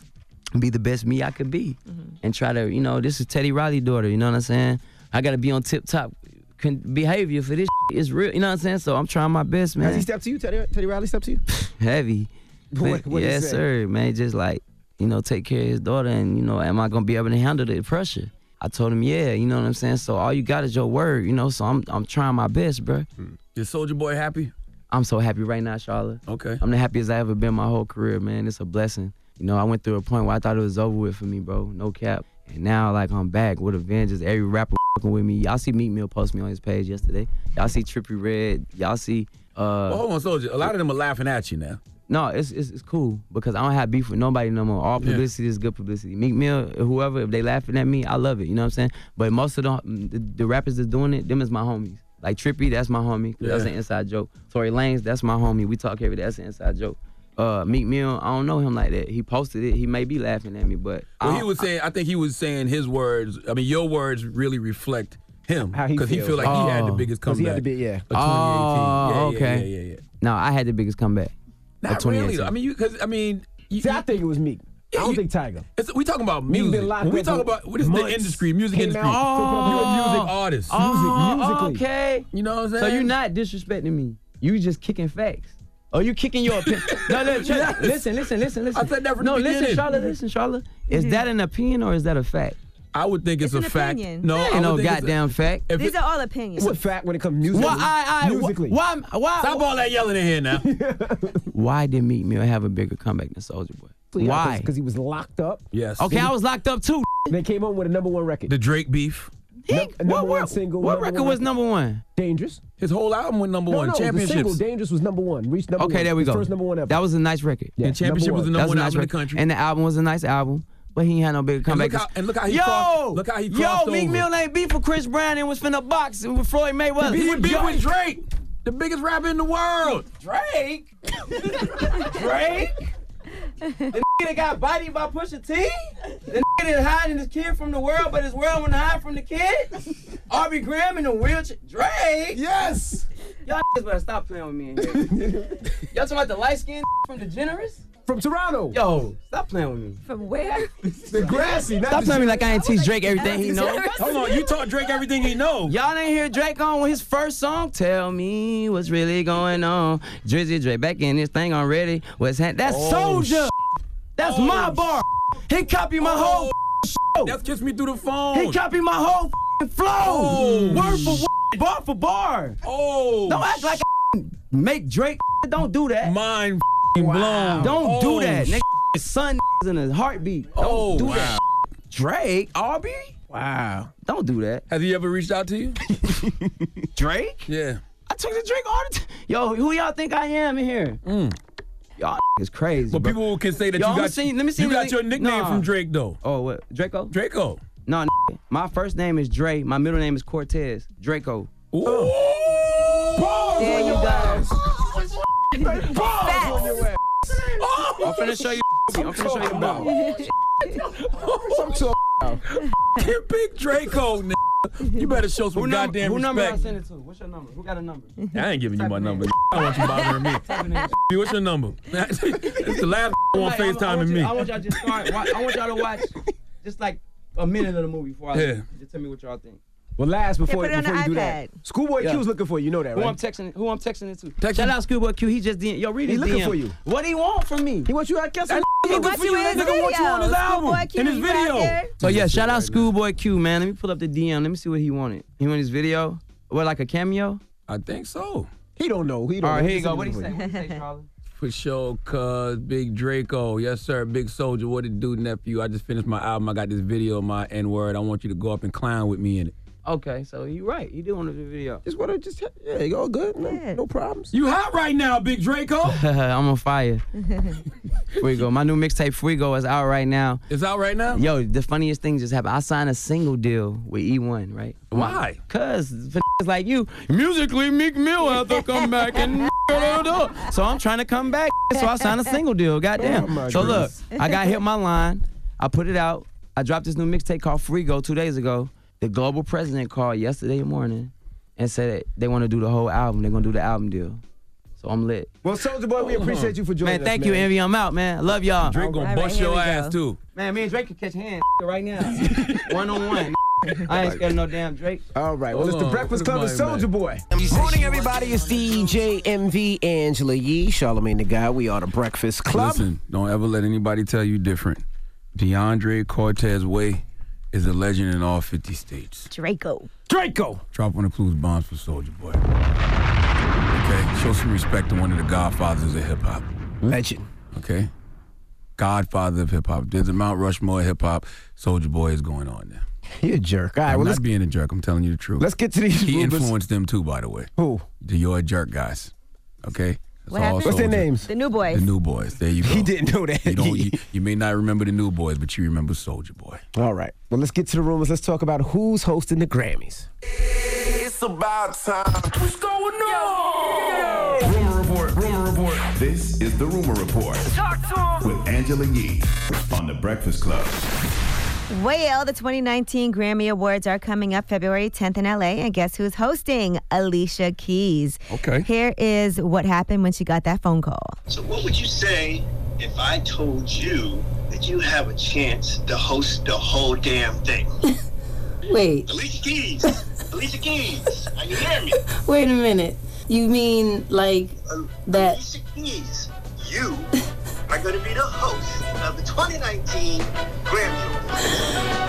Speaker 21: be the best me I could be,
Speaker 11: Mm-hmm.
Speaker 21: and try to, you know, this is Teddy Riley's daughter. You know what I'm saying? I gotta be on tip top con- behavior for this. It's real. You know what I'm saying? So I'm trying my best, man.
Speaker 10: Has he stepped to you? Teddy, Teddy Riley stepped to you?
Speaker 21: heavy.
Speaker 10: What-
Speaker 21: But
Speaker 10: what he
Speaker 21: yes,
Speaker 10: say?
Speaker 21: sir, man. Just like you know, take care of his daughter, and you know, am I gonna be able to handle the pressure? I told him, yeah. You know what I'm saying? So all you got is your word. You know, so I'm I'm trying my best, bro.
Speaker 9: Hmm. Is Soldier Boy happy?
Speaker 21: I'm so happy right now, Charlotte.
Speaker 9: Okay.
Speaker 21: I'm the happiest I ever been my whole career, man. It's a blessing. You know, I went through a point where I thought it was over with for me, bro. No cap. And now, like, I'm back with a vengeance. Every rapper fucking with me. Y'all see Meat Mill post me on his page yesterday. Y'all see Trippy Red. Y'all see Uh,
Speaker 9: Well, Oh, hold on, soldier. A lot of them are laughing at you now.
Speaker 21: No, it's, it's it's cool because I don't have beef with nobody no more. All
Speaker 9: Yeah.
Speaker 21: publicity is good publicity. Meek Mill, whoever, if they laughing at me, I love it. You know what I'm saying? But most of the the, the rappers that's doing it, them is my homies. Like Trippy, that's my homie. That's
Speaker 9: Yeah.
Speaker 21: an inside joke. Tory Lanez, that's my homie. We talk every day. That's an inside joke. Uh, Meek Mill, I don't know him like that. He posted it. He may be laughing at me, but I
Speaker 9: Well,
Speaker 21: don't-
Speaker 9: he was saying. I think he was saying his words. I mean, your words really reflect him
Speaker 21: How he
Speaker 9: because he
Speaker 21: feels.
Speaker 9: feel like he had the
Speaker 21: Oh.
Speaker 9: biggest
Speaker 21: 'Cause
Speaker 9: comeback.
Speaker 21: he had the big- yeah.
Speaker 9: Of 2018.
Speaker 21: Oh,
Speaker 9: Yeah, yeah,
Speaker 21: okay.
Speaker 9: Yeah, yeah, yeah.
Speaker 21: No, I had the biggest comeback.
Speaker 9: Not really. though. I mean, you because I mean, you, See, I think
Speaker 22: it was Meek.
Speaker 9: I don't think
Speaker 22: Tiger.
Speaker 9: It's, we talking about
Speaker 22: Meek been
Speaker 9: music.
Speaker 22: locked
Speaker 9: When we
Speaker 22: up
Speaker 9: talk
Speaker 22: for
Speaker 9: about what is the
Speaker 22: months.
Speaker 9: industry, music
Speaker 22: Came
Speaker 9: industry.
Speaker 22: out-
Speaker 9: You're a music
Speaker 21: Oh,
Speaker 9: artist.
Speaker 21: Oh, okay.
Speaker 9: You know what I'm saying?
Speaker 21: So you're not disrespecting me. You just kicking facts. Oh, you kicking your opinion? no, no, check-
Speaker 9: Yes.
Speaker 21: listen, listen, listen, listen.
Speaker 9: I said that from
Speaker 21: no,
Speaker 9: the
Speaker 21: listen,
Speaker 9: beginning.
Speaker 21: Charlotte, listen, Charlotte. Is that an opinion or is that a fact?
Speaker 9: I would think it's,
Speaker 21: Mm-hmm. It's
Speaker 9: a
Speaker 21: an
Speaker 9: fact.
Speaker 21: opinion.
Speaker 9: No,
Speaker 21: There ain't
Speaker 9: I would
Speaker 21: no
Speaker 9: think it's a-
Speaker 21: goddamn fact.
Speaker 9: If
Speaker 11: These
Speaker 9: it-
Speaker 11: are all opinions.
Speaker 22: It's a fact when it comes musically.
Speaker 21: Why, I, I,
Speaker 22: musically.
Speaker 21: Why, why,
Speaker 9: Stop all that yelling in here now.
Speaker 21: why did Meek Mill have a bigger comeback than Soldier Boy? Why?
Speaker 22: Because he was locked up.
Speaker 9: Yes.
Speaker 21: Okay, I was locked up too.
Speaker 22: They came on with a number one record.
Speaker 9: The Drake beef.
Speaker 21: He-
Speaker 22: number
Speaker 21: what-
Speaker 22: one
Speaker 21: what-
Speaker 22: single.
Speaker 21: what
Speaker 22: number
Speaker 21: record
Speaker 22: one
Speaker 21: was number one?
Speaker 22: Dangerous.
Speaker 9: His whole album went number
Speaker 22: no,
Speaker 9: one.
Speaker 22: No,
Speaker 9: Championships.
Speaker 22: The single Dangerous was number one. Reached number
Speaker 21: okay,
Speaker 22: one.
Speaker 21: there we
Speaker 22: His
Speaker 21: go.
Speaker 22: First number one ever.
Speaker 21: That was a nice record.
Speaker 22: Yeah, And Championship number was the one.
Speaker 9: number one
Speaker 21: That was a
Speaker 9: album in
Speaker 21: nice
Speaker 9: the
Speaker 21: record.
Speaker 9: country.
Speaker 21: And the album was a nice album, but he ain't had no bigger comeback.
Speaker 9: look how- and look how he
Speaker 21: yo,
Speaker 9: crossed- look how he crossed
Speaker 21: Yo, Meek
Speaker 9: over.
Speaker 21: Mill ain't beef with Chris Brown and was finna box with Floyd Mayweather.
Speaker 9: He beat
Speaker 21: Yo.
Speaker 9: with Drake, the biggest rapper in the world. Drake?
Speaker 21: Drake? The nigga that got bodied by Pusha T? The nigga that hiding his kid from the world, but his world wouldn't hide from the kid? Arby Graham in a wheelchair? Drake?
Speaker 9: Yes!
Speaker 21: Y'all niggas better stop playing with me in here. Y'all talking about the light skinned from The Generous?
Speaker 22: From Toronto.
Speaker 21: Yo, stop playing with me.
Speaker 11: From where?
Speaker 22: The grassy.
Speaker 21: Stop telling me like I ain't teach Drake everything he know.
Speaker 9: Hold on, you taught Drake everything he know.
Speaker 21: Y'all ain't hear Drake on his first song. Tell me what's really going on. Drizzy Drake back in this thing already. What's happening? That's
Speaker 9: Oh,
Speaker 21: Soldier. That's
Speaker 9: Oh,
Speaker 21: my bar. He copied my whole
Speaker 9: That's Kiss Me Through the Phone.
Speaker 21: He copied my whole f***ing flow.
Speaker 9: Oh,
Speaker 21: Word for word, bar for bar.
Speaker 9: Oh.
Speaker 21: Don't act like I make Drake. Don't do that.
Speaker 9: Mind
Speaker 21: blown. Don't
Speaker 9: Oh,
Speaker 21: do that.
Speaker 9: sh-
Speaker 21: Nigga, his son is in his heartbeat. Don't
Speaker 9: Oh,
Speaker 21: do
Speaker 9: wow.
Speaker 21: that. Drake, Aubrey? Wow. Don't do that.
Speaker 9: Has he ever reached out to you?
Speaker 21: Drake?
Speaker 9: Yeah.
Speaker 21: I took the drink all the time. Yo, who y'all think I am in here? Y'all is crazy.
Speaker 9: Mm. But
Speaker 21: bro.
Speaker 9: people can say that
Speaker 21: Yo,
Speaker 9: you
Speaker 21: I'ma
Speaker 9: got
Speaker 21: see- let me see
Speaker 9: you
Speaker 21: the
Speaker 9: got
Speaker 21: link.
Speaker 9: your nickname
Speaker 21: Nah.
Speaker 9: from Drake though.
Speaker 21: Oh, what? Draco?
Speaker 9: Draco.
Speaker 21: No, n- my first name is Dre. My middle name is Cortez. Draco.
Speaker 11: There you go.
Speaker 22: Balls on your ass.
Speaker 9: Oh!
Speaker 21: I'm finna show you. I'm finna show you the ball.
Speaker 22: Some talk.
Speaker 9: Get Big Draco, n- You better show some
Speaker 21: Who, num-
Speaker 9: goddamn
Speaker 21: who number I
Speaker 9: respect.
Speaker 21: send it to? What's your number? Who got a number?
Speaker 9: I ain't giving you my number. n- I want you bothering me. Dude, What's your number? it's the last on
Speaker 21: Like, I- I
Speaker 9: FaceTime
Speaker 21: want
Speaker 9: and
Speaker 21: you-
Speaker 9: me.
Speaker 21: I want y'all to just start. wa- I want y'all to watch just like a minute of the movie before I
Speaker 9: Yeah.
Speaker 21: just tell me what y'all think.
Speaker 22: Well, last before,
Speaker 21: put it on
Speaker 22: before
Speaker 21: the
Speaker 22: you do that.
Speaker 21: iPad.
Speaker 22: Schoolboy
Speaker 21: Yeah.
Speaker 22: Q's looking for you. You know that,
Speaker 21: Who I'm
Speaker 22: right?
Speaker 21: texting? Who I'm texting it to?
Speaker 22: Text
Speaker 21: Shout
Speaker 22: him.
Speaker 21: out Scuba Q. He just DM. Yo, read
Speaker 22: He
Speaker 21: his
Speaker 22: looking
Speaker 21: DM.
Speaker 22: for you.
Speaker 21: What he want from me?
Speaker 22: He wants you at Kessel.
Speaker 11: He wants you in his video. Schoolboy Q, you out there?
Speaker 21: So yeah, shout out Schoolboy Q, man. Let me pull up the DM. Let me see what he wanted. He wanted his video. What, like a cameo?
Speaker 9: I think so.
Speaker 22: He don't know. He don't.
Speaker 21: All right,
Speaker 22: know.
Speaker 21: here you go.
Speaker 22: He's
Speaker 21: What he
Speaker 22: looking for
Speaker 21: say?
Speaker 22: you.
Speaker 21: What he say, Charlie?
Speaker 9: For sure, cuz Big Draco. Yes, sir. Big Soldier. What it do, nephew? I just finished my album. I got this video of my N word. I want you to go up and clown with me in it.
Speaker 21: Okay, so you right. He did want to do a video.
Speaker 22: Just want to just yeah, you all good. No, no problems.
Speaker 9: You hot right now, Big Draco.
Speaker 21: I'm on fire. Fuego. My new mixtape Fuego is out right now.
Speaker 9: It's out right now?
Speaker 21: Yo, the funniest thing just happened. I signed a single deal with E1, right?
Speaker 9: Why?
Speaker 21: Cause for niggas like you, musically Meek Mill have to come back and so I'm trying to come back. So I signed a single deal.
Speaker 22: Oh,
Speaker 21: Goddamn.
Speaker 22: my
Speaker 21: so look,
Speaker 22: goodness.
Speaker 21: I got hit my line. I put it out. I dropped this new mixtape called Frigo two days ago. The global president called yesterday morning and said they want to do the whole album. They're gonna do the album deal. So I'm lit.
Speaker 22: Well, Soldier Boy, we appreciate you for joining
Speaker 21: Man,
Speaker 22: us.
Speaker 21: thank you, Envy. I'm out, man. Love y'all.
Speaker 9: Drake gonna bust your ass too.
Speaker 21: Man, me and Drake can catch hands right now. one on one. I ain't scared of no damn Drake.
Speaker 22: All right. Well, it's the
Speaker 21: Hold on.
Speaker 22: Breakfast Club and
Speaker 21: Put it on,
Speaker 22: Soldier Boy. Morning, everybody. It's DJ MV Angela Yee, Charlemagne the Guy. We are the Breakfast Club.
Speaker 9: Listen, don't ever let anybody tell you different. DeAndre Cortez Way is a legend in all 50 states.
Speaker 11: Draco.
Speaker 22: Draco.
Speaker 9: Drop one of Clues bombs for Soldier Boy. Okay, show some respect to one of the godfathers of hip hop.
Speaker 22: Legend.
Speaker 9: Okay, godfather of hip hop. There's a Mount Rushmore hip hop. Soldier Boy is going on there.
Speaker 22: You a jerk. All right.
Speaker 9: I'm
Speaker 22: Well,
Speaker 9: not
Speaker 22: let's
Speaker 9: being a jerk. I'm telling you the truth.
Speaker 22: let's get to these
Speaker 9: He
Speaker 22: rumors.
Speaker 9: influenced them too, by the way.
Speaker 22: Who?
Speaker 9: The You're a Jerk guys. Okay.
Speaker 11: What
Speaker 9: It's all
Speaker 11: happened?
Speaker 9: soldiers.
Speaker 11: The new boys.
Speaker 9: The New Boys. There you go. He didn't know that. You, don't, you, you may not remember the New Boys, but you remember Soldier Boy.
Speaker 22: All right. Well, let's get to the rumors. Let's talk about who's hosting the Grammys.
Speaker 2: It's about time. What's going on? Rumor report. Rumor report.
Speaker 3: This is the Rumor Report
Speaker 2: Talk to
Speaker 3: with Angela Yee on The Breakfast Club.
Speaker 11: Well, the 2019 Grammy Awards are coming up February 10th in LA, and guess who's hosting? Alicia Keys.
Speaker 1: Okay.
Speaker 11: Here is what happened when she got that phone call.
Speaker 1: So, what would you say if I told you that you have a chance to host the whole damn thing?
Speaker 23: Wait,
Speaker 1: Alicia Keys, Alicia Keys, are you hear me?
Speaker 23: wait a minute. You mean like that?
Speaker 1: Alicia Keys, you are going to be the host of the 2019 Grammy.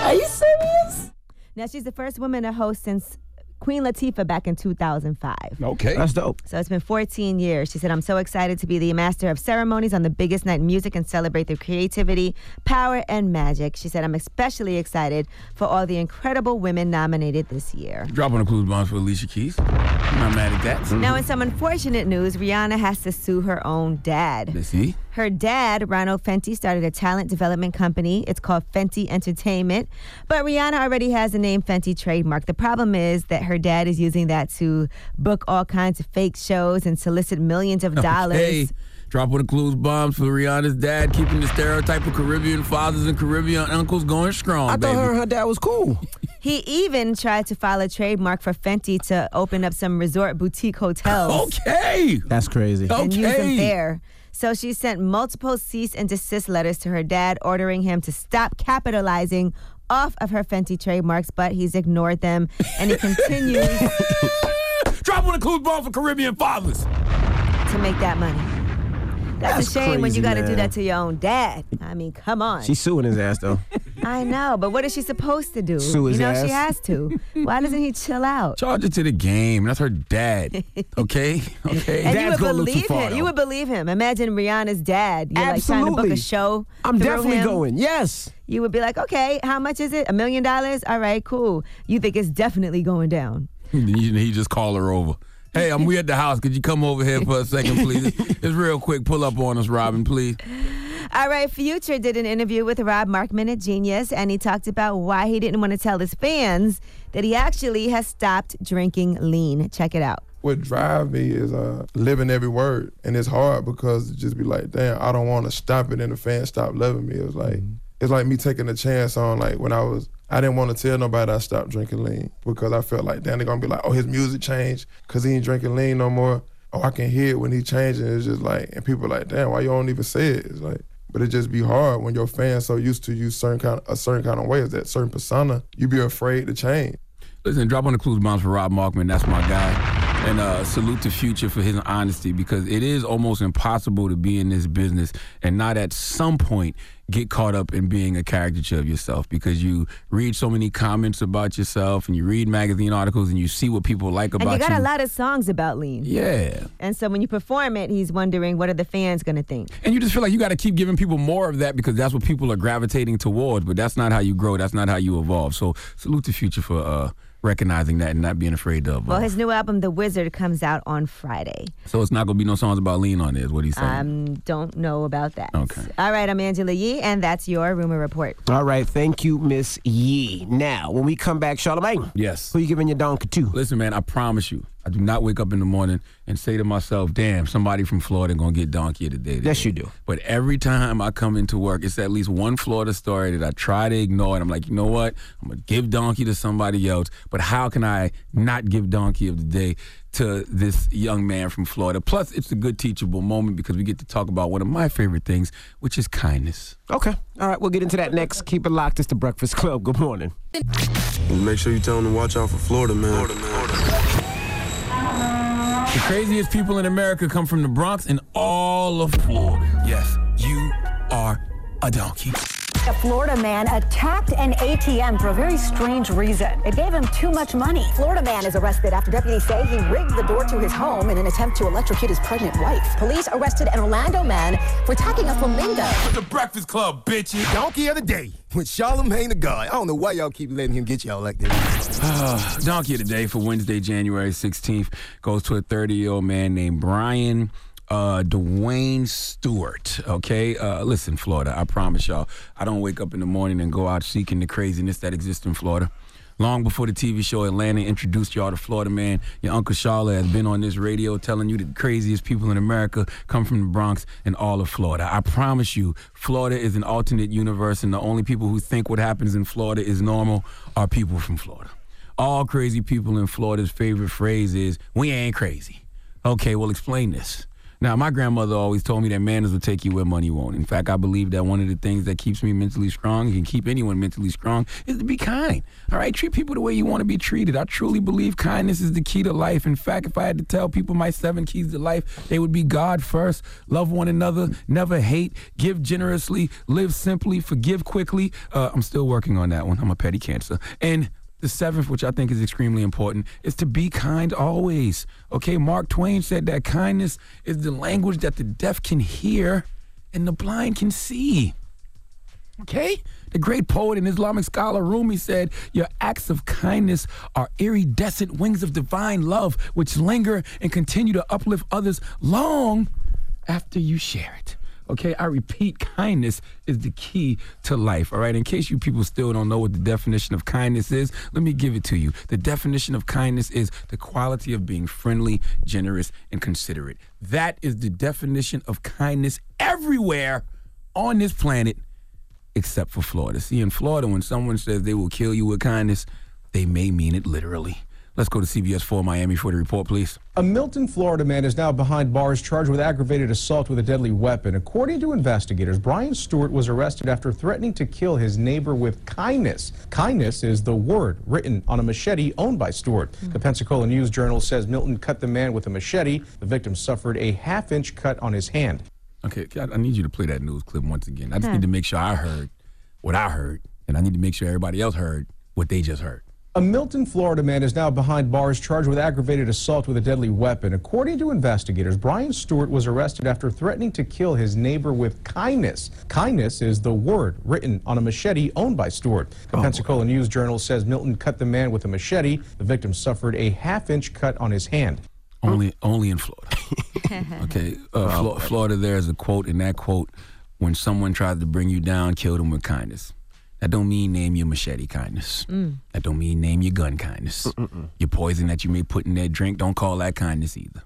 Speaker 11: Are you serious? Now, she's the first woman to host since Queen Latifah back in 2005.
Speaker 9: Okay.
Speaker 22: That's dope.
Speaker 11: So it's been 14 years. She said, I'm so excited to be the master of ceremonies on the biggest night in music and celebrate the creativity, power, and magic. She said, I'm especially excited for all the incredible women nominated this year.
Speaker 9: Drop on the clues bombs for Alicia Keys. I'm not mad at that.
Speaker 11: Now, in some unfortunate news, Rihanna has to sue her own dad.
Speaker 9: Let's see.
Speaker 11: Her dad, Ronald Fenty, started a talent development company. It's called Fenty Entertainment. But Rihanna already has the name Fenty trademark. The problem is that her dad is using that to book all kinds of fake shows and solicit millions of dollars.
Speaker 9: Hey, drop on the clues bombs for Rihanna's dad, keeping the stereotype of Caribbean fathers and Caribbean uncles going strong.
Speaker 22: I
Speaker 9: baby.
Speaker 22: thought her and her dad was cool.
Speaker 11: He even tried to file a trademark for Fenty to open up some resort boutique hotels.
Speaker 9: Okay.
Speaker 22: That's crazy.
Speaker 11: and use them there. So she sent multiple cease and desist letters to her dad, ordering him to stop capitalizing off of her Fenty trademarks, but he's ignored them and he continues
Speaker 9: Drop on the clues bombs for Caribbean fathers.
Speaker 11: to make that money. That's,
Speaker 22: That's
Speaker 11: a shame when
Speaker 22: crazy,
Speaker 11: you got to do
Speaker 22: man.
Speaker 11: that to your own dad. I mean, come on.
Speaker 22: She's suing his ass though.
Speaker 11: I know, but what is she supposed to do?
Speaker 9: Sue his
Speaker 11: you know she
Speaker 9: ass.
Speaker 11: has to. Why doesn't he chill out?
Speaker 9: Charge it to the game. That's her dad. Okay? Okay.
Speaker 11: And you would believe him. You would believe him. Imagine Rihanna's dad. You're like trying to
Speaker 9: Absolutely.
Speaker 11: book a show.
Speaker 9: I'm
Speaker 11: through
Speaker 9: definitely
Speaker 11: him.
Speaker 9: going.
Speaker 22: Yes.
Speaker 11: You would be like, okay, how much is it? A million dollars? All right, cool. You think it's definitely going down.
Speaker 9: He he just call her over. Hey, I'm we at the house. Could you come over here for a second, please? It's real quick. Pull up on us, Robin, please.
Speaker 11: All right, Future did an interview with Rob Markman at Genius, and he talked about why he didn't want to tell his fans that he actually has stopped drinking lean. Check it out.
Speaker 24: what drive me is uh, living every word, and it's hard because it just be like, damn, I don't want to stop it, and the fans stop loving me. It was like it's like me taking a chance on like when I was I didn't want to tell nobody I stopped drinking lean because I felt like damn they're gonna be like, oh his music changed because he ain't drinking lean no more. Oh I can hear it when he changing. It's just like and people like damn why you don't even say it. It's like but it just be hard when your fans so used to you certain kind a certain kind of way is that certain persona you be afraid to change.
Speaker 9: Listen, drop on the clues bombs for Rob Markman. That's my guy. And uh, salute to Future for his honesty because it is almost impossible to be in this business and not at some point get caught up in being a caricature of yourself because you read so many comments about yourself and you read magazine articles and you see what people like
Speaker 11: and
Speaker 9: about
Speaker 11: you got
Speaker 9: you.
Speaker 11: a lot of songs about lean.
Speaker 9: Yeah.
Speaker 11: And so when you perform it, he's wondering what are the fans going to think?
Speaker 9: And you just feel like you got to keep giving people more of that because that's what people are gravitating towards. But that's not how you grow. That's not how you evolve. So salute to Future for uh, recognizing that and not being afraid of.
Speaker 11: Well,
Speaker 9: Uh,
Speaker 11: his new album, The Wizard, comes out on Friday.
Speaker 9: so it's not gonna be no songs about lean on it. Is what he's saying.
Speaker 11: Um, don't know about that.
Speaker 9: okay.
Speaker 11: All right, I'm Angela Yee, and that's your rumor report.
Speaker 22: All right. Thank you, Miss Yee. Now, when we come back, Charlemagne.
Speaker 9: Yes.
Speaker 22: Who you giving your donkey to?
Speaker 9: Listen, man, I promise you, I do not wake up in the morning and say to myself, "Damn, somebody from Florida gonna get donkey today." today. Yes, you do. But every time I come into work, it's at least one Florida story that I try to ignore, and I'm like, you know what? I'm gonna give donkey to somebody else. But how can I not give donkey of the day to this young man from Florida? Plus, it's a good teachable moment because we get to talk about one of my favorite things, which is kindness.
Speaker 22: Okay. All right. We'll get into that next. Keep it locked. It's the Breakfast Club. Good morning.
Speaker 25: Make sure you tell them to watch out for Florida, man.
Speaker 9: The craziest people in America come from the Bronx and all of Florida. Yes, you are a donkey.
Speaker 5: A Florida man attacked an ATM for a very strange reason. It gave him too much money. Florida man is arrested after deputies say he rigged the door to his home in an attempt to electrocute his pregnant wife. Police arrested an Orlando man for attacking a flamingo.
Speaker 2: With the Breakfast Club, bitches.
Speaker 6: Donkey of the day. With Charlemagne the God. I don't know why y'all keep letting him get y'all like this.
Speaker 9: Ah, Donkey of the Day for Wednesday, January 16th goes to a 30 year old man named Brian uh, Dwayne Stewart. Okay, uh, listen, Florida. I promise y'all, I don't wake up in the morning and go out seeking the craziness that exists in Florida. Long before the TV show Atlanta introduced y'all to Florida Man, your Uncle Charlotte has been on this radio telling you the craziest people in America come from the Bronx and all of Florida. I promise you, Florida is an alternate universe, and the only people who think what happens in Florida is normal are people from Florida. All crazy people in Florida's favorite phrase is, We ain't crazy. Okay, well, explain this. Now, my grandmother always told me that manners will take you where money won't. In fact, I believe that one of the things that keeps me mentally strong, can keep anyone mentally strong, is to be kind. All right, treat people the way you want to be treated. I truly believe kindness is the key to life. In fact, if I had to tell people my seven keys to life, they would be God first, love one another, never hate, give generously, live simply, forgive quickly. Uh, I'm still working on that one. I'm a petty cancer. And the seventh, which I think is extremely important, is to be kind always. Okay, Mark Twain said that kindness is the language that the deaf can hear and the blind can see. Okay? The great poet and Islamic scholar Rumi said, Your acts of kindness are iridescent wings of divine love, which linger and continue to uplift others long after you share it. Okay, I repeat, kindness is the key to life. All right, in case you people still don't know what the definition of kindness is, let me give it to you. The definition of kindness is the quality of being friendly, generous, and considerate. That is the definition of kindness everywhere on this planet except for Florida. See, in Florida, when someone says they will kill you with kindness, they may mean it literally. Let's go to CBS 4 Miami for the report, please.
Speaker 12: A Milton, Florida man is now behind bars charged with aggravated assault with a deadly weapon. According to investigators, Brian Stewart was arrested after threatening to kill his neighbor with kindness. Kindness is the word written on a machete owned by Stewart. The Pensacola News Journal says Milton cut the man with a machete. The victim suffered a half inch cut on his hand.
Speaker 9: Okay, I I need you to play that news clip once again. I just need to make sure I heard what I heard, and I need to make sure everybody else heard what they just heard.
Speaker 12: A Milton, Florida man is now behind bars charged with aggravated assault with a deadly weapon. According to investigators, Brian Stewart was arrested after threatening to kill his neighbor with kindness. Kindness is the word written on a machete owned by Stewart.
Speaker 9: Oh,
Speaker 12: The Pensacola News Journal says Milton cut the man with a machete. The victim suffered a half inch cut on his hand.
Speaker 9: Only, only in Florida. Okay, uh, Flo- Florida. There is a quote, and that quote: "When someone tries to bring you down, kill them with kindness." That don't mean name your machete kindness.
Speaker 15: Mm.
Speaker 9: That don't mean name your gun kindness. Your poison that you may put in that drink, don't call that kindness either.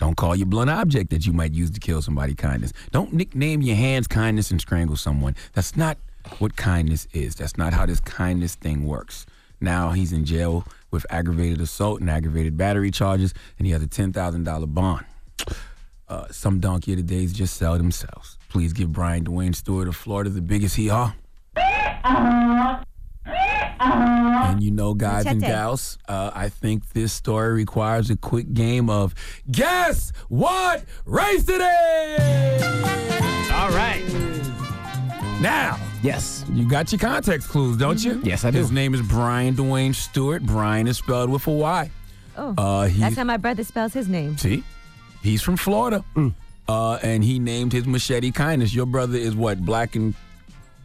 Speaker 9: Don't call your blunt object that you might use to kill somebody kindness. Don't nickname your hands kindness and strangle someone. That's not what kindness is. That's not how this kindness thing works. Now he's in jail with aggravated assault and aggravated battery charges, and he has a ten thousand dollar bond. Uh, some donkey of the days just sell themselves. Please give Brian Dwayne Stewart of Florida the biggest hee haw. And you know, guys and
Speaker 2: Machete.
Speaker 9: gals, uh, I think this story requires a quick game of guess what race it is. All right. Now. Yes. You got your context clues, don't you? Yes, I
Speaker 10: do.
Speaker 9: His name is Brian Dwayne Stewart. Brian is spelled with a Y.
Speaker 11: Oh,
Speaker 9: Uh, he-
Speaker 11: that's how my brother spells his name.
Speaker 9: See, he's from Florida, uh, and he named his machete kindness. Your brother is what black and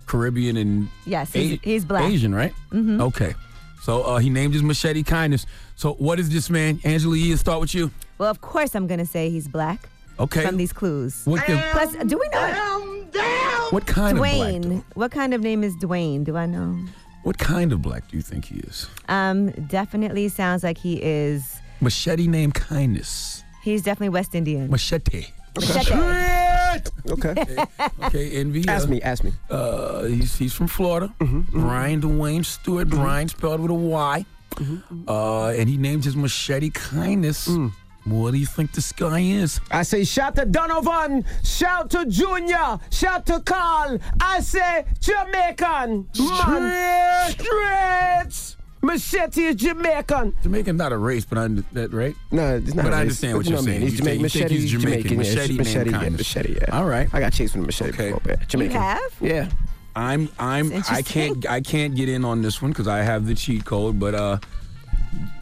Speaker 9: Caribbean and
Speaker 11: Yes, he's-
Speaker 9: A-
Speaker 11: he's black.
Speaker 9: Asian, right?
Speaker 11: Mhm.
Speaker 9: Okay, so uh, he named his machete kindness. So what is this man, Angela? Yee, start with you.
Speaker 11: Well, of course I'm gonna say he's black.
Speaker 9: Okay.
Speaker 11: From these clues.
Speaker 9: What the-
Speaker 11: Plus, do we know?
Speaker 9: What kind of black
Speaker 11: Dwayne. what kind of name is Dwayne? Do I know?
Speaker 9: What kind of black do you think he is?
Speaker 11: Um, definitely sounds like he is.
Speaker 9: Machete named kindness.
Speaker 11: He's definitely West Indian.
Speaker 9: Machete. Okay. okay. Envy.
Speaker 10: Ask me,
Speaker 9: Ask me. Uh, he's, he's from Florida. Brian Dwayne Stewart. Brian spelled with a Y. Uh, and he named his machete kindness. What do you think this guy is?
Speaker 22: I say shout to Donovan, shout to Junior, shout to Carl. I say Jamaican. Man. Stretch. Machete is Jamaican.
Speaker 9: Jamaican not a race, but I under- that right?
Speaker 22: No, it's
Speaker 9: but I understand what you're saying.
Speaker 22: He's
Speaker 9: you think-
Speaker 22: Jamaican.
Speaker 9: you think
Speaker 22: Machete,
Speaker 9: he's Jamaican.
Speaker 22: Jamaican. yeah,
Speaker 9: Machete, named
Speaker 22: machete, yeah,
Speaker 9: kindness.
Speaker 22: machete, yeah.
Speaker 9: All right.
Speaker 22: I got chased with a machete before, but Jamaican.
Speaker 11: have?
Speaker 22: Yeah.
Speaker 9: I'm I'm
Speaker 4: That's
Speaker 9: I can't I can't get in on this one because I have the cheat code. But uh,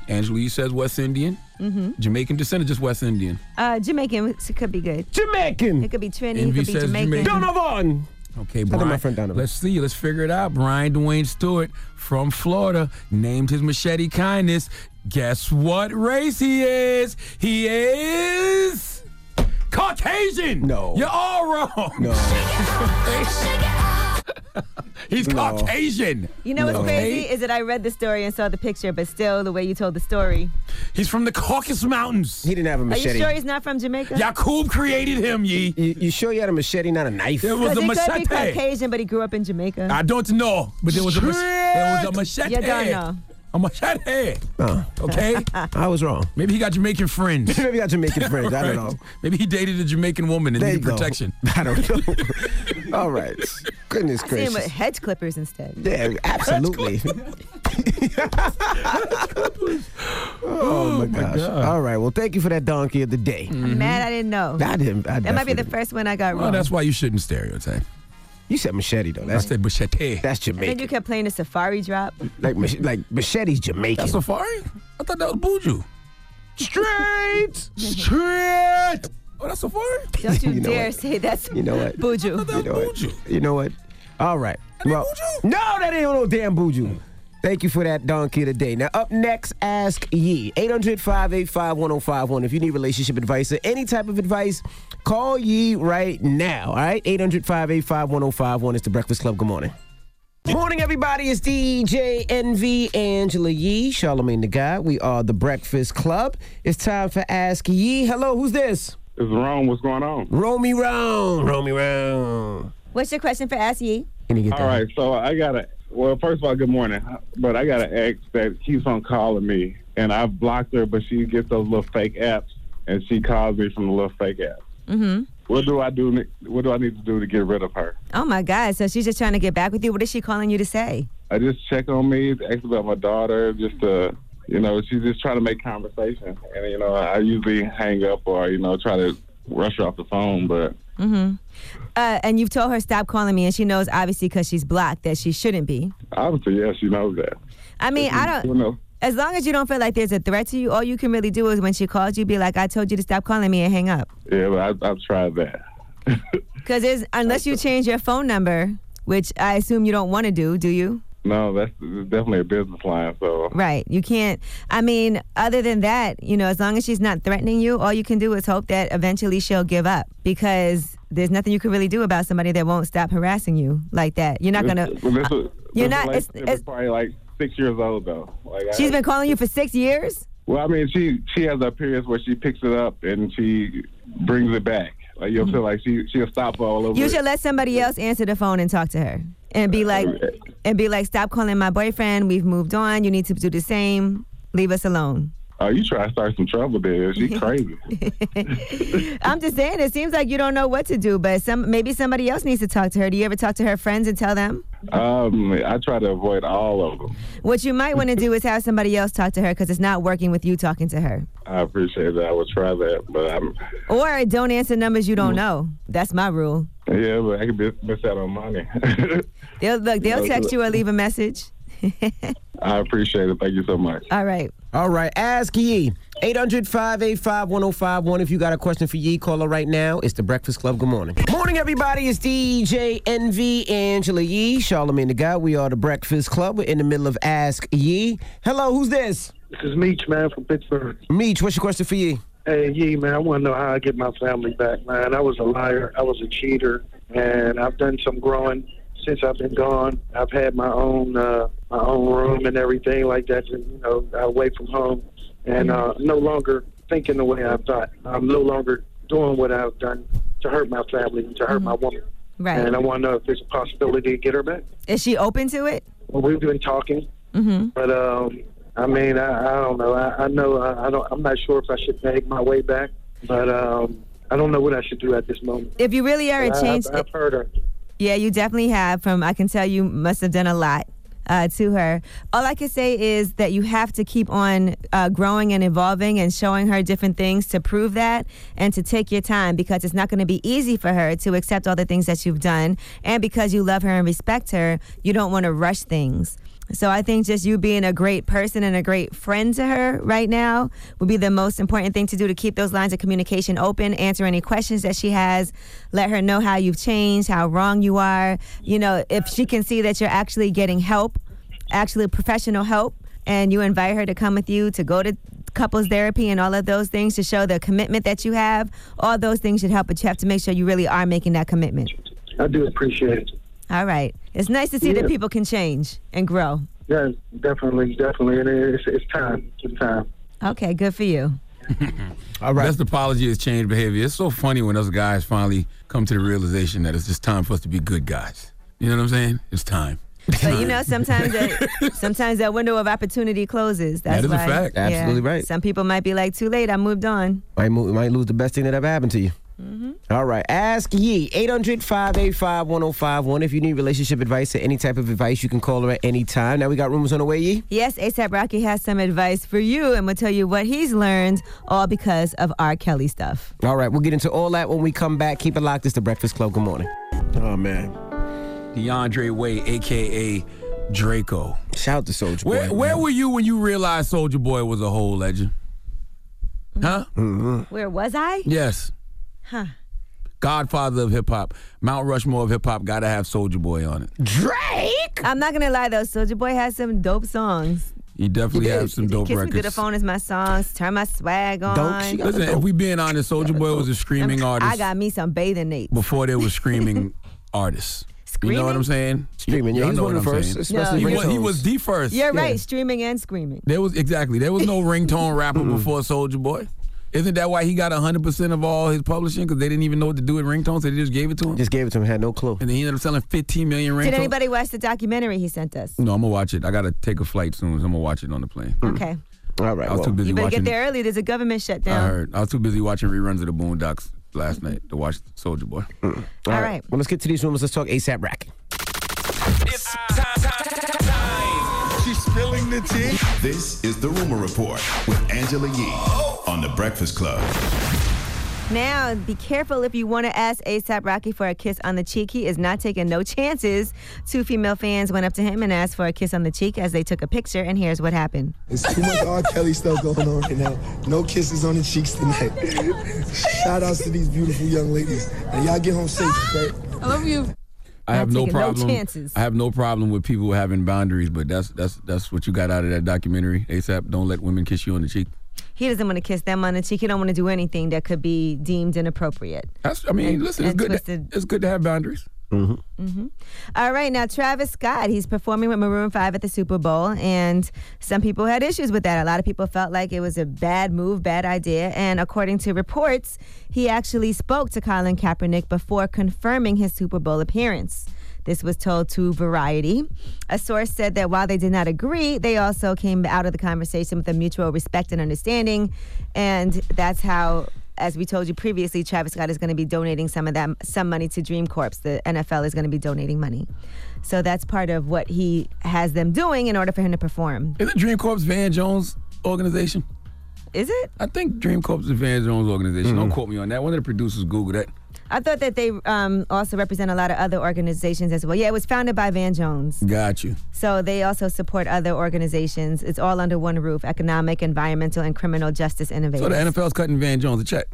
Speaker 9: Angela, you says West Indian,
Speaker 11: Mm-hmm.
Speaker 9: Jamaican descent, or just West Indian.
Speaker 11: Uh, Jamaican it could be good.
Speaker 10: Jamaican.
Speaker 11: It could be Trini. It
Speaker 9: Envy
Speaker 11: could be
Speaker 9: says
Speaker 11: Jamaican.
Speaker 9: Jamaican.
Speaker 10: Donovan.
Speaker 9: Okay,
Speaker 10: think
Speaker 9: Brian.
Speaker 10: my friend Donovan.
Speaker 9: Let's see. Let's figure it out. Brian Dwayne Stewart from Florida named his machete kindness. Guess what race he is? He is Caucasian. No, you're all wrong. No, he's Caucasian.
Speaker 11: You know what's crazy is that I read the story and saw the picture, but still the way you told the story.
Speaker 9: He's from the Caucasus Mountains.
Speaker 10: He didn't have a
Speaker 11: Are you
Speaker 10: machete.
Speaker 11: sure he's not from Jamaica?
Speaker 9: Yakub created him, ye.
Speaker 10: You, you sure you had a machete, not a knife?
Speaker 9: It was a
Speaker 11: 'Cause he
Speaker 9: machete.
Speaker 11: could be Caucasian, but he grew up in Jamaica.
Speaker 9: I don't know, but there was a mach- there was a machete.
Speaker 11: You don't know.
Speaker 9: A machete.
Speaker 10: Uh,
Speaker 9: Okay.
Speaker 10: I was wrong.
Speaker 9: Maybe he got Jamaican friends.
Speaker 10: Maybe he got Jamaican friends. I don't know.
Speaker 9: Maybe he dated a Jamaican woman and
Speaker 10: There
Speaker 9: needed
Speaker 10: you go.
Speaker 9: protection.
Speaker 10: I don't know. All right. Goodness
Speaker 11: See him with
Speaker 10: gracious.
Speaker 11: hedge clippers instead.
Speaker 10: Yeah, absolutely. oh my gosh. All right. Well, thank you for that donkey of the day.
Speaker 11: I'm mad I didn't know.
Speaker 10: I didn't- I
Speaker 11: that might be
Speaker 10: definitely
Speaker 11: the first one I got
Speaker 9: Mm-hmm. Well,
Speaker 11: wrong.
Speaker 9: Oh, that's why you shouldn't stereotype.
Speaker 10: You said machete though.
Speaker 9: That's I said machete.
Speaker 10: That's
Speaker 11: and then
Speaker 10: Jamaican.
Speaker 11: you kept playing the safari drop.
Speaker 10: Like mach- like machete's Jamaican.
Speaker 9: That's safari. I thought that was Buju.
Speaker 10: Straight, straight.
Speaker 9: Oh, that's safari.
Speaker 11: Don't you,
Speaker 10: You know
Speaker 11: dare
Speaker 10: what?
Speaker 11: say that's
Speaker 10: You know what?
Speaker 11: Buju.
Speaker 10: You know what? You know what? All right. well, no, that ain't no damn buju. Thank you for that donkey today. Now, up next, ask Yee. 800 585 1051. If you need relationship advice or any type of advice, call Yee right now. All right? 800 585 1051. It's the Breakfast Club. Good morning. Morning, everybody. It's DJ NV, Angela Yee, Charlemagne the Guy. We are the Breakfast Club. It's time for Ask Yee. Hello, who's this?
Speaker 13: It's Rome. What's going on?
Speaker 10: Roll me round. Roll me round.
Speaker 11: What's your question for Ask Yee?
Speaker 13: All right, so I gotta. Well, first of all, good morning. But I got an ex that keeps on calling me, and I've blocked her, but she gets those little fake apps, and she calls me from the little fake apps.
Speaker 11: Mm-hmm.
Speaker 13: What do I do? What do I need to do to get rid of her?
Speaker 11: Oh my God! So she's just trying to get back with you. What is she calling you to say?
Speaker 13: I just check on me, ask about my daughter, just uh, you know, she's just trying to make conversation, and you know, I usually hang up or you know try to rush her off the phone, but
Speaker 11: Mm-hmm. Uh, and you've told her stop calling me, and she knows obviously because she's blocked that she shouldn't be.
Speaker 13: obviously, yeah, she knows that.
Speaker 11: I mean, I don't.
Speaker 13: You know,
Speaker 11: As long as you don't feel like there's a threat to you, all you can really do is when she calls you, be like, "I told you to stop calling me," and hang up.
Speaker 13: yeah, but I, I've tried that.
Speaker 11: Because there's unless you change your phone number, which I assume you don't want to do, do you?
Speaker 13: No, that's definitely a business line. So
Speaker 11: Right. You can't. I mean, other than that, you know, as long as she's not threatening you, all you can do is hope that eventually she'll give up because there's nothing you can really do about somebody that won't stop harassing you like that. You're not
Speaker 13: This-
Speaker 11: gonna. uh,
Speaker 13: well, this was-
Speaker 11: you're
Speaker 13: this
Speaker 11: not- it's-
Speaker 13: relationship is probably like six years old though. Like I-
Speaker 11: She's been calling you for six years.
Speaker 13: Well, I mean, she she has her periods where she picks it up and she brings it back. Like you'll feel like she she'll stop all over.
Speaker 11: Mm-hmm. You
Speaker 13: it.
Speaker 11: should let somebody else answer the phone and talk to her and be like, and be like, stop calling my boyfriend. We've moved on. You need to do the same. Leave us alone.
Speaker 13: Oh, you try to start some trouble there. She
Speaker 11: Mm-hmm.
Speaker 13: crazy.
Speaker 11: I'm just saying, it seems like you don't know what to do, but some maybe somebody else needs to talk to her. Do you ever talk to her friends and tell them?
Speaker 13: um, I try to avoid all of them.
Speaker 11: What you might want to do is have somebody else talk to her because it's not working with you talking to her.
Speaker 13: I appreciate that. I would try that, but I'm
Speaker 11: Or don't answer numbers you don't know. That's my rule.
Speaker 13: yeah, but I could be, miss out on money.
Speaker 11: They'll look. They'll
Speaker 13: Yeah,
Speaker 11: text you or leave a message.
Speaker 13: I appreciate it. Thank you so much.
Speaker 11: All right.
Speaker 10: All right, ask Yee. 800 585 1051. If you got a question for Yee, call her right now. It's the Breakfast Club. Good morning. Morning, everybody. It's DJ NV, Angela Yee, Charlemagne the Guy. We are the Breakfast Club. We're in the middle of Ask Yee. Hello, who's this?
Speaker 14: This is Meach, man, from Pittsburgh.
Speaker 10: Meach, what's your question for Yee?
Speaker 14: Hey, Yee, man, I want to know how I get my family back, man. I was a liar. I was a cheater, and I've done some growing since I've been gone. I've had my own uh, my own room and everything like that, and, you know, away from home, and uh, no longer thinking the way I thought. I'm no longer doing what I've done to hurt my family, to hurt my woman.
Speaker 11: Mm-hmm. Right.
Speaker 14: And I want to know if there's a possibility to get her back.
Speaker 11: Is she open to it?
Speaker 14: Well, we've been talking.
Speaker 11: Mm-hmm.
Speaker 14: But um, I mean, I, I don't know. I, I know I, I don't. I'm not sure if I should make my way back, but um, I don't know what I should do at this moment.
Speaker 11: If you really are a
Speaker 14: I-
Speaker 11: change,
Speaker 14: I've, I've heard her.
Speaker 11: yeah, you definitely have. From I can tell you, must have done a lot. uh, to her. All I can say is that you have to keep on uh, growing and evolving and showing her different things to prove that and to take your time because it's not going to be easy for her to accept all the things that you've done. And because you love her and respect her, you don't want to rush things. So I think just you being a great person and a great friend to her right now would be the most important thing to do to keep those lines of communication open, answer any questions that she has, let her know how you've changed, how wrong you are. You know, if she can see that you're actually getting help, actually professional help, and you invite her to come with you to go to couples therapy and all of those things to show the commitment that you have, all those things should help, but you have to make sure you really are making that commitment.
Speaker 14: I do appreciate it.
Speaker 11: All right. It's nice to see
Speaker 14: Yeah.
Speaker 11: that people can change and grow.
Speaker 14: Yeah, definitely, definitely. And it's, it's time. It's time.
Speaker 11: Okay, good for you.
Speaker 9: All right. Best apology is change behavior. It's so funny when us guys finally come to the realization that it's just time for us to be good guys. You know what I'm saying? It's time.
Speaker 11: But you know, sometimes that, sometimes that window of opportunity closes. That's
Speaker 10: That is a
Speaker 11: why,
Speaker 10: fact. Absolutely right.
Speaker 11: Some people might be like, "Too late. I moved on."
Speaker 10: Might, mo- might lose the best thing that ever happened to you.
Speaker 11: Mm-hmm.
Speaker 10: All right. Ask Ye, 800 585 1051. If you need relationship advice or any type of advice, you can call her at any time. Now we got rumors on the way, Ye.
Speaker 11: Yes, ASAP Rocky has some advice for you, and will tell you what he's learned, all because of R. Kelly stuff.
Speaker 10: All right. We'll get into all that when we come back. Keep it locked. It's the Breakfast Club. Good morning. Oh, man.
Speaker 9: DeAndre Way, a.k.a. Draco.
Speaker 10: Shout out to Soldier
Speaker 9: Where,
Speaker 10: Boy.
Speaker 9: where were you when you realized Soldier Boy was a whole legend?
Speaker 10: Mm-hmm.
Speaker 9: Huh?
Speaker 11: Where was I?
Speaker 9: Yes.
Speaker 11: Huh.
Speaker 9: Godfather of hip hop, Mount Rushmore of hip hop, gotta have Soldier Boy on it.
Speaker 11: Drake. I'm not gonna lie though, Soldier Boy has some dope songs.
Speaker 9: He definitely
Speaker 11: He
Speaker 9: has some dope
Speaker 11: Kiss Me
Speaker 9: records.
Speaker 11: Through the Phone is my songs. Turn my swag on.
Speaker 9: Listen, if we being honest, Soldier Boy was a screaming
Speaker 11: I
Speaker 9: artist
Speaker 11: got me some bathing Nate.
Speaker 9: before there was screaming artists. You know what I'm saying?
Speaker 10: Screaming, yeah,
Speaker 9: Y'all
Speaker 10: he's
Speaker 9: know
Speaker 10: one
Speaker 9: what
Speaker 10: of the
Speaker 9: I'm
Speaker 10: first,
Speaker 9: saying.
Speaker 10: especially
Speaker 9: he, was, he
Speaker 10: ringtones.
Speaker 9: was the first.
Speaker 11: You're right, streaming and screaming.
Speaker 9: There was exactly there was no ringtone rapper before Soldier Boy. Isn't that why he got 100% of all his publishing? Because they didn't even know what to do with ringtones. They just gave it to him.
Speaker 10: Just gave it to him. Had no clue.
Speaker 9: And then he ended up selling 15 million ringtones.
Speaker 11: Did anybody watch the documentary he sent us?
Speaker 9: No, I'm gonna watch it. I gotta take a flight soon. So I'm gonna watch it on the plane.
Speaker 11: Okay.
Speaker 10: All right.
Speaker 9: I was too busy
Speaker 11: You better
Speaker 9: watching.
Speaker 11: get there early. There's a government
Speaker 9: I
Speaker 11: shutdown.
Speaker 9: heard. I was too busy watching reruns of the Boondocks last night to watch Soldier Boy.
Speaker 11: All All right. right.
Speaker 10: Hmm. Well, let's get to these rumors. Let's talk ASAP Rack.
Speaker 3: She's spilling the tea. This is the Rumor Report with Angela
Speaker 2: Oh.
Speaker 3: Yee on The Breakfast Club.
Speaker 11: Now, be careful if you want to ask ASAP Rocky for a kiss on the cheek. He is not taking no chances. Two female fans went up to him and asked for a kiss on the cheek as they took a picture, and here's what happened.
Speaker 4: It's too much R. Kelly stuff going on right now. No kisses on the cheeks tonight. Shout outs to these beautiful young ladies. And y'all get home safe, okay?
Speaker 23: I love you.
Speaker 9: I have no
Speaker 23: taking no
Speaker 9: problem.
Speaker 23: chances.
Speaker 9: I have no problem with people having boundaries, but that's that's that's what you got out of that documentary. ASAP, don't let women kiss you on the cheek.
Speaker 11: He doesn't want to kiss them on the cheek. He don't want to do anything that could be deemed inappropriate.
Speaker 9: That's, I mean,
Speaker 11: And-
Speaker 9: listen, it's
Speaker 11: and
Speaker 9: good. To,
Speaker 11: twisted.
Speaker 9: it's good to have boundaries.
Speaker 10: Mm-hmm.
Speaker 11: hmm All right, now Travis Scott, he's performing with Maroon 5 at the Super Bowl, and some people had issues with that. A lot of people felt like it was a bad move, bad idea, and according to reports, he actually spoke to Colin Kaepernick before confirming his Super Bowl appearance. This was told to Variety. A source said that while they did not agree, they also came out of the conversation with a mutual respect and understanding, and that's how as we told you previously, Travis Scott is going to be donating some of that some money to Dream Corps. The NFL is going to be donating money, so that's part of what he has them doing in order for him to perform.
Speaker 9: Isn't Dream Corp's Van Jones organization?
Speaker 11: Is it?
Speaker 9: I think Dream Corp's is Van Jones organization.
Speaker 10: Mm.
Speaker 9: Don't quote me on that. One of the producers Google that.
Speaker 11: I thought that they um, also represent a lot of other organizations as well. Yeah, it was founded by Van Jones.
Speaker 9: Got you.
Speaker 11: So they also support other organizations. It's all under one roof: economic, environmental, and criminal justice innovators.
Speaker 9: So the NFL's cutting Van Jones a check.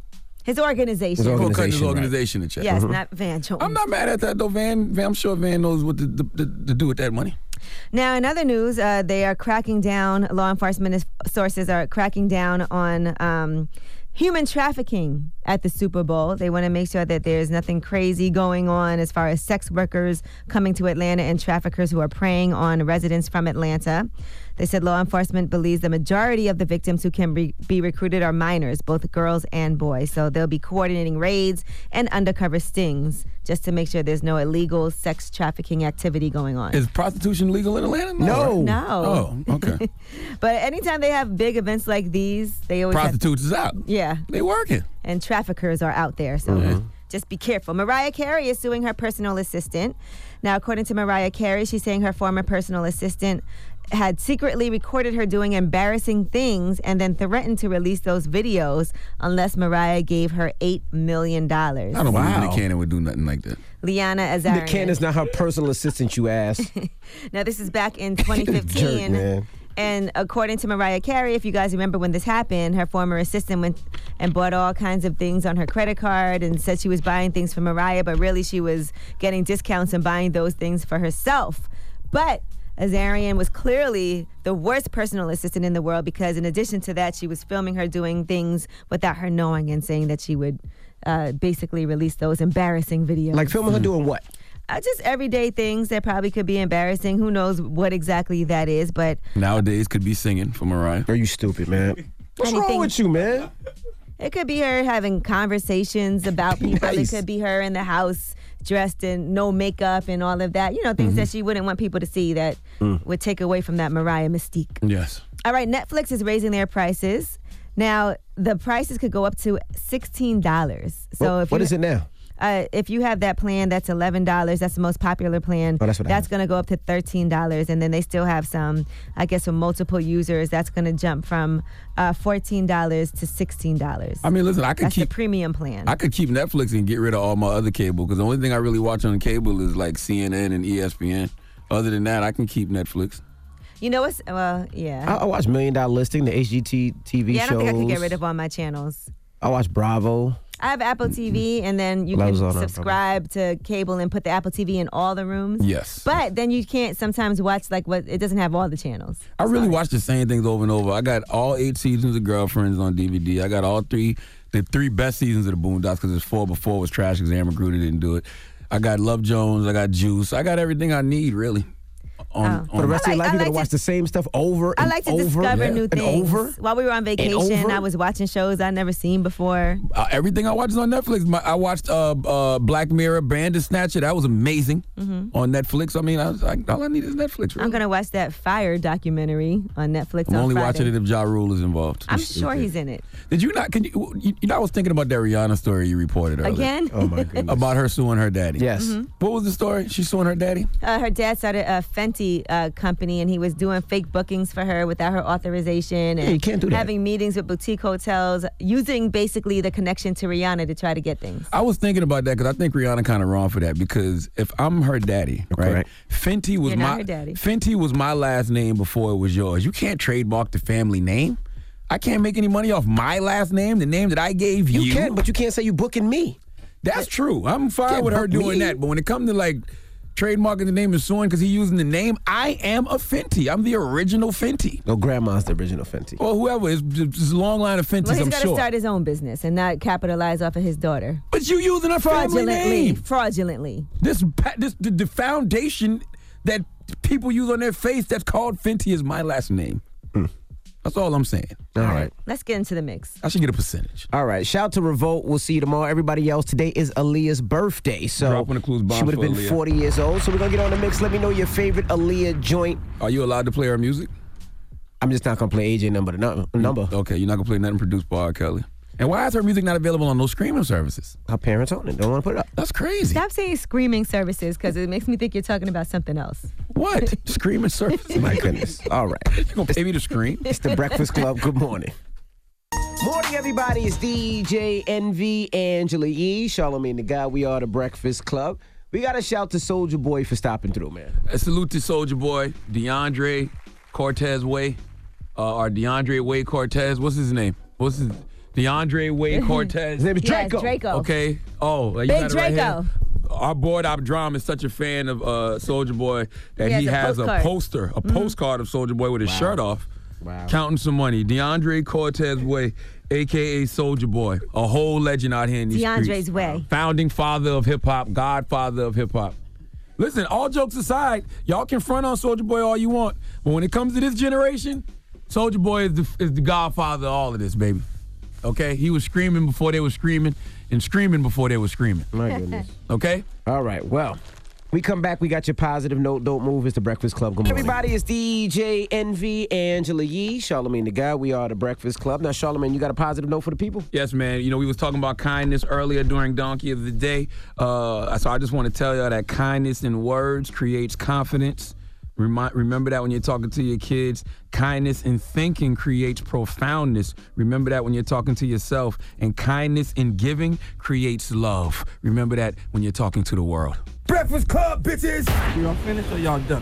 Speaker 11: his organization.
Speaker 9: Well, cutting his organization a check. Mm-hmm.
Speaker 11: Yes, not Van Jones.
Speaker 9: I'm not mad at that though. Van, Van, I'm sure Van knows what to, to, to, to do with that money.
Speaker 11: Now, in other news, uh, they are cracking down. Law enforcement is, sources are cracking down on um, human trafficking at the Super Bowl. They want to make sure that there's nothing crazy going on as far as sex workers coming to Atlanta and traffickers who are preying on residents from Atlanta. They said law enforcement believes the majority of the victims who can re- be recruited are minors, both girls and boys. So they'll be coordinating raids and undercover stings just to make sure there's no illegal sex trafficking activity going on.
Speaker 9: Is prostitution legal in Atlanta?
Speaker 11: No.
Speaker 9: right?
Speaker 11: No.
Speaker 9: Oh, okay.
Speaker 11: But anytime they have big events like these, they always have-
Speaker 9: Prostitutes is out.
Speaker 11: yeah,
Speaker 9: They Mm-hmm. working.
Speaker 11: and traffickers are out there. So Just be careful. Mariah Carey is suing her personal assistant. Now, according to Mariah Carey, she's saying her former personal assistant had secretly recorded her doing embarrassing things and then threatened to release those videos unless Mariah gave her $8 million.
Speaker 9: I don't believe Nick Cannon would do nothing like that.
Speaker 11: Liana Azarian.
Speaker 10: Nick Cannon's not her personal assistant, you ass.
Speaker 11: Now, this is back in
Speaker 10: Jerk,
Speaker 11: 2015.
Speaker 10: man.
Speaker 11: And according to Mariah Carey, if you guys remember when this happened, her former assistant went and bought all kinds of things on her credit card and said she was buying things for Mariah, but really she was getting discounts and buying those things for herself. But Azarian was clearly the worst personal assistant in the world because, in addition to that, she was filming her doing things without her knowing and saying that she would uh, basically release those embarrassing videos.
Speaker 10: Like filming her doing what?
Speaker 11: Uh, just everyday things that probably could be embarrassing. Who knows what exactly that is, but
Speaker 9: Nowadays, could be singing for Mariah.
Speaker 10: Are you stupid, man?
Speaker 11: What's wrong Anything- with
Speaker 10: you, man?
Speaker 11: It could be her having conversations about people.
Speaker 10: Nice.
Speaker 11: It could be her in the house dressed in no makeup and all of that. You know, things
Speaker 10: Mm-hmm.
Speaker 11: that she wouldn't want people to see that
Speaker 9: Mm.
Speaker 11: would take away from that Mariah mystique.
Speaker 9: Yes.
Speaker 11: All right, Netflix is raising their prices. Now, the prices could go up to $16. So
Speaker 10: What-
Speaker 11: if
Speaker 10: Oh, what
Speaker 11: you-
Speaker 10: is it now?
Speaker 11: Uh, if you have that plan, that's eleven dollars. That's the most popular plan.
Speaker 10: Oh, that's what I
Speaker 11: going to go up to thirteen dollars, and then they still have some. I guess for multiple users, that's going to jump from uh, fourteen dollars to sixteen dollars.
Speaker 9: I mean, listen, I could
Speaker 11: that's
Speaker 9: keep-
Speaker 11: the premium plan.
Speaker 9: I could keep Netflix and get rid of all my other cable because the only thing I really watch on cable is like CNN and E ESPN. Other than that, I can keep Netflix.
Speaker 11: you know what's? Well, yeah.
Speaker 10: I, I watch Million Dollar Listing, the HGT TV
Speaker 11: yeah, I don't
Speaker 10: shows.
Speaker 11: think I could get rid of all my channels.
Speaker 10: I watch Bravo.
Speaker 11: I have Apple TV, and then you
Speaker 10: That
Speaker 11: can
Speaker 10: was all that
Speaker 11: subscribe to cable and put the Apple TV in all the rooms.
Speaker 9: Yes.
Speaker 11: But then you can't sometimes watch like what it doesn't have all the channels.
Speaker 9: I really watch the same things over and over. I got all eight seasons of Girlfriends on DVD. I got all three, the three best seasons of the Boondocks because there's four before was trash because Amber Gruder didn't do it. I got Love Jones. I got Juice. I got everything I need really.
Speaker 11: Oh.
Speaker 9: On,
Speaker 10: For the rest of your life, you're gonna watch the same stuff over and
Speaker 11: I like to
Speaker 10: over
Speaker 11: discover new
Speaker 10: and
Speaker 11: things.
Speaker 10: over.
Speaker 11: While we were on vacation,
Speaker 10: over.
Speaker 11: I was watching shows I'd never seen before.
Speaker 9: Uh, everything I watch is on Netflix. My, I watched uh, uh, Black Mirror, Bandersnatcher. That was amazing
Speaker 11: Mhm.
Speaker 9: on Netflix. I mean, I was like, all I need is Netflix.
Speaker 11: I'm gonna watch that Fire documentary on Netflix.
Speaker 9: I'm
Speaker 11: on
Speaker 9: only
Speaker 11: Friday.
Speaker 9: watching it if Ja Rule is involved.
Speaker 11: I'm sure he's in it.
Speaker 9: Did you not? Can you, you? You know, I was thinking about that Rihanna story you reported earlier.
Speaker 11: Again? Oh, my goodness.
Speaker 9: About her suing her daddy.
Speaker 11: Yes. Mhm.
Speaker 9: What was the story? She suing her daddy.
Speaker 11: Uh, her dad started a Fenty uh, company, and he was doing fake bookings for her without her authorization, and
Speaker 9: you can't do that.
Speaker 11: having meetings with boutique hotels, using basically the connection to Rihanna to try to get things.
Speaker 9: I was thinking about that because I think Rihanna kind of wrong for that because if I'm her daddy, right? Fenty was
Speaker 11: You're not
Speaker 9: my
Speaker 11: her daddy.
Speaker 9: Fenty was my last name before it was yours. You can't trademark the family name. I can't make any money off my last name, the name that I gave you. You can,
Speaker 10: but you can't say you booking me.
Speaker 9: That's true. I'm fine
Speaker 10: can't
Speaker 9: with her
Speaker 10: book
Speaker 9: doing
Speaker 10: me.
Speaker 9: that, but when it comes to like trademarking the name and suing because he using the name, I am a Fenty. I'm the original Fenty.
Speaker 10: No, grandma's the original Fenty.
Speaker 9: Or whoever. It's, it's a long line of Fenties,
Speaker 11: Well, he's
Speaker 9: I'm
Speaker 11: got to
Speaker 9: sure.
Speaker 11: start his own business and not capitalize off of his daughter.
Speaker 9: But you using her family
Speaker 11: fraudulently,
Speaker 9: name.
Speaker 11: fraudulently.
Speaker 9: This pa- this the, the foundation that people use on their face that's called Fenty is my last name. That's all I'm saying.
Speaker 10: Hmm. All right.
Speaker 11: Let's get into the mix.
Speaker 9: I should get a percentage.
Speaker 10: All right. Shout out to Revolt. We'll see you tomorrow. Everybody else, today is Aaliyah's birthday. So
Speaker 9: Dropping the clues bomb
Speaker 10: she would have
Speaker 9: for
Speaker 10: been
Speaker 9: Aaliyah.
Speaker 10: 40 years old. So we're going to get on the mix. Let me know your favorite Aaliyah joint.
Speaker 9: Are you allowed to play her music? Mm,
Speaker 10: I'm just not going to play AJ number. to nu- number.
Speaker 9: Okay, you're not gonna play nothing produced by R. Kelly. And why is her music not available on those streaming services?
Speaker 10: Her parents own it. Don't want to put it up.
Speaker 9: That's crazy.
Speaker 11: Stop saying screaming services because it makes me think you're talking about something else.
Speaker 9: What? Screaming services?
Speaker 10: My goodness. All right.
Speaker 9: You gonna pay me to scream?
Speaker 10: It's the Breakfast Club. Good morning. Morning, everybody. It's DJ NV, Angela E, Charlamagne the Guy. We are the Breakfast Club. We got to shout to Soldier Boy for stopping through, man.
Speaker 9: A salute to Soldier Boy, DeAndre Cortez Way, uh, or DeAndre Way Cortez. What's his name? What's his DeAndre Way Cortez?
Speaker 10: His name is Yes, Draco. Draco.
Speaker 9: Okay. Oh, you
Speaker 10: Big
Speaker 9: got it right
Speaker 10: Draco.
Speaker 9: here. Our boy Drum is such a fan of uh, Soldier Boy that
Speaker 10: He
Speaker 9: he,
Speaker 10: has
Speaker 9: has,
Speaker 10: a
Speaker 9: a,
Speaker 10: postcard. Mm-hmm.
Speaker 9: poster, a postcard of Soldier Boy with his shirt off,
Speaker 10: Wow.
Speaker 9: counting some money. DeAndre Cortez Way, aka Soldier Boy, a whole legend out here in these streets
Speaker 11: DeAndre's way.
Speaker 9: founding father of hip hop, godfather of hip hop. Listen, all jokes aside, y'all can front on Soldier Boy all you want, but when it comes to this generation, Soldier Boy is the, is the godfather of all of this, baby. Okay, he was screaming before they were screaming, and screaming before they were screaming.
Speaker 10: My goodness.
Speaker 9: Okay.
Speaker 10: All right. Well, We come back. We got your positive note. Don't move. It's the Breakfast Club. Good morning. Everybody, it's DJ NV, Angela Yee, Charlemagne the Guy. We are the Breakfast Club. Now, Charlemagne, you got a positive note for the people?
Speaker 9: Yes, man. You know, we was talking about kindness earlier during Donkey of the Day. Uh, so I just want to tell y'all that kindness in words creates confidence. Remi- remember that when you're talking to your kids. Kindness in thinking creates profoundness. Remember that when you're talking to yourself. And kindness in giving creates love. Remember that when you're talking to the world.
Speaker 2: Breakfast Club, bitches! Y'all finished or y'all done?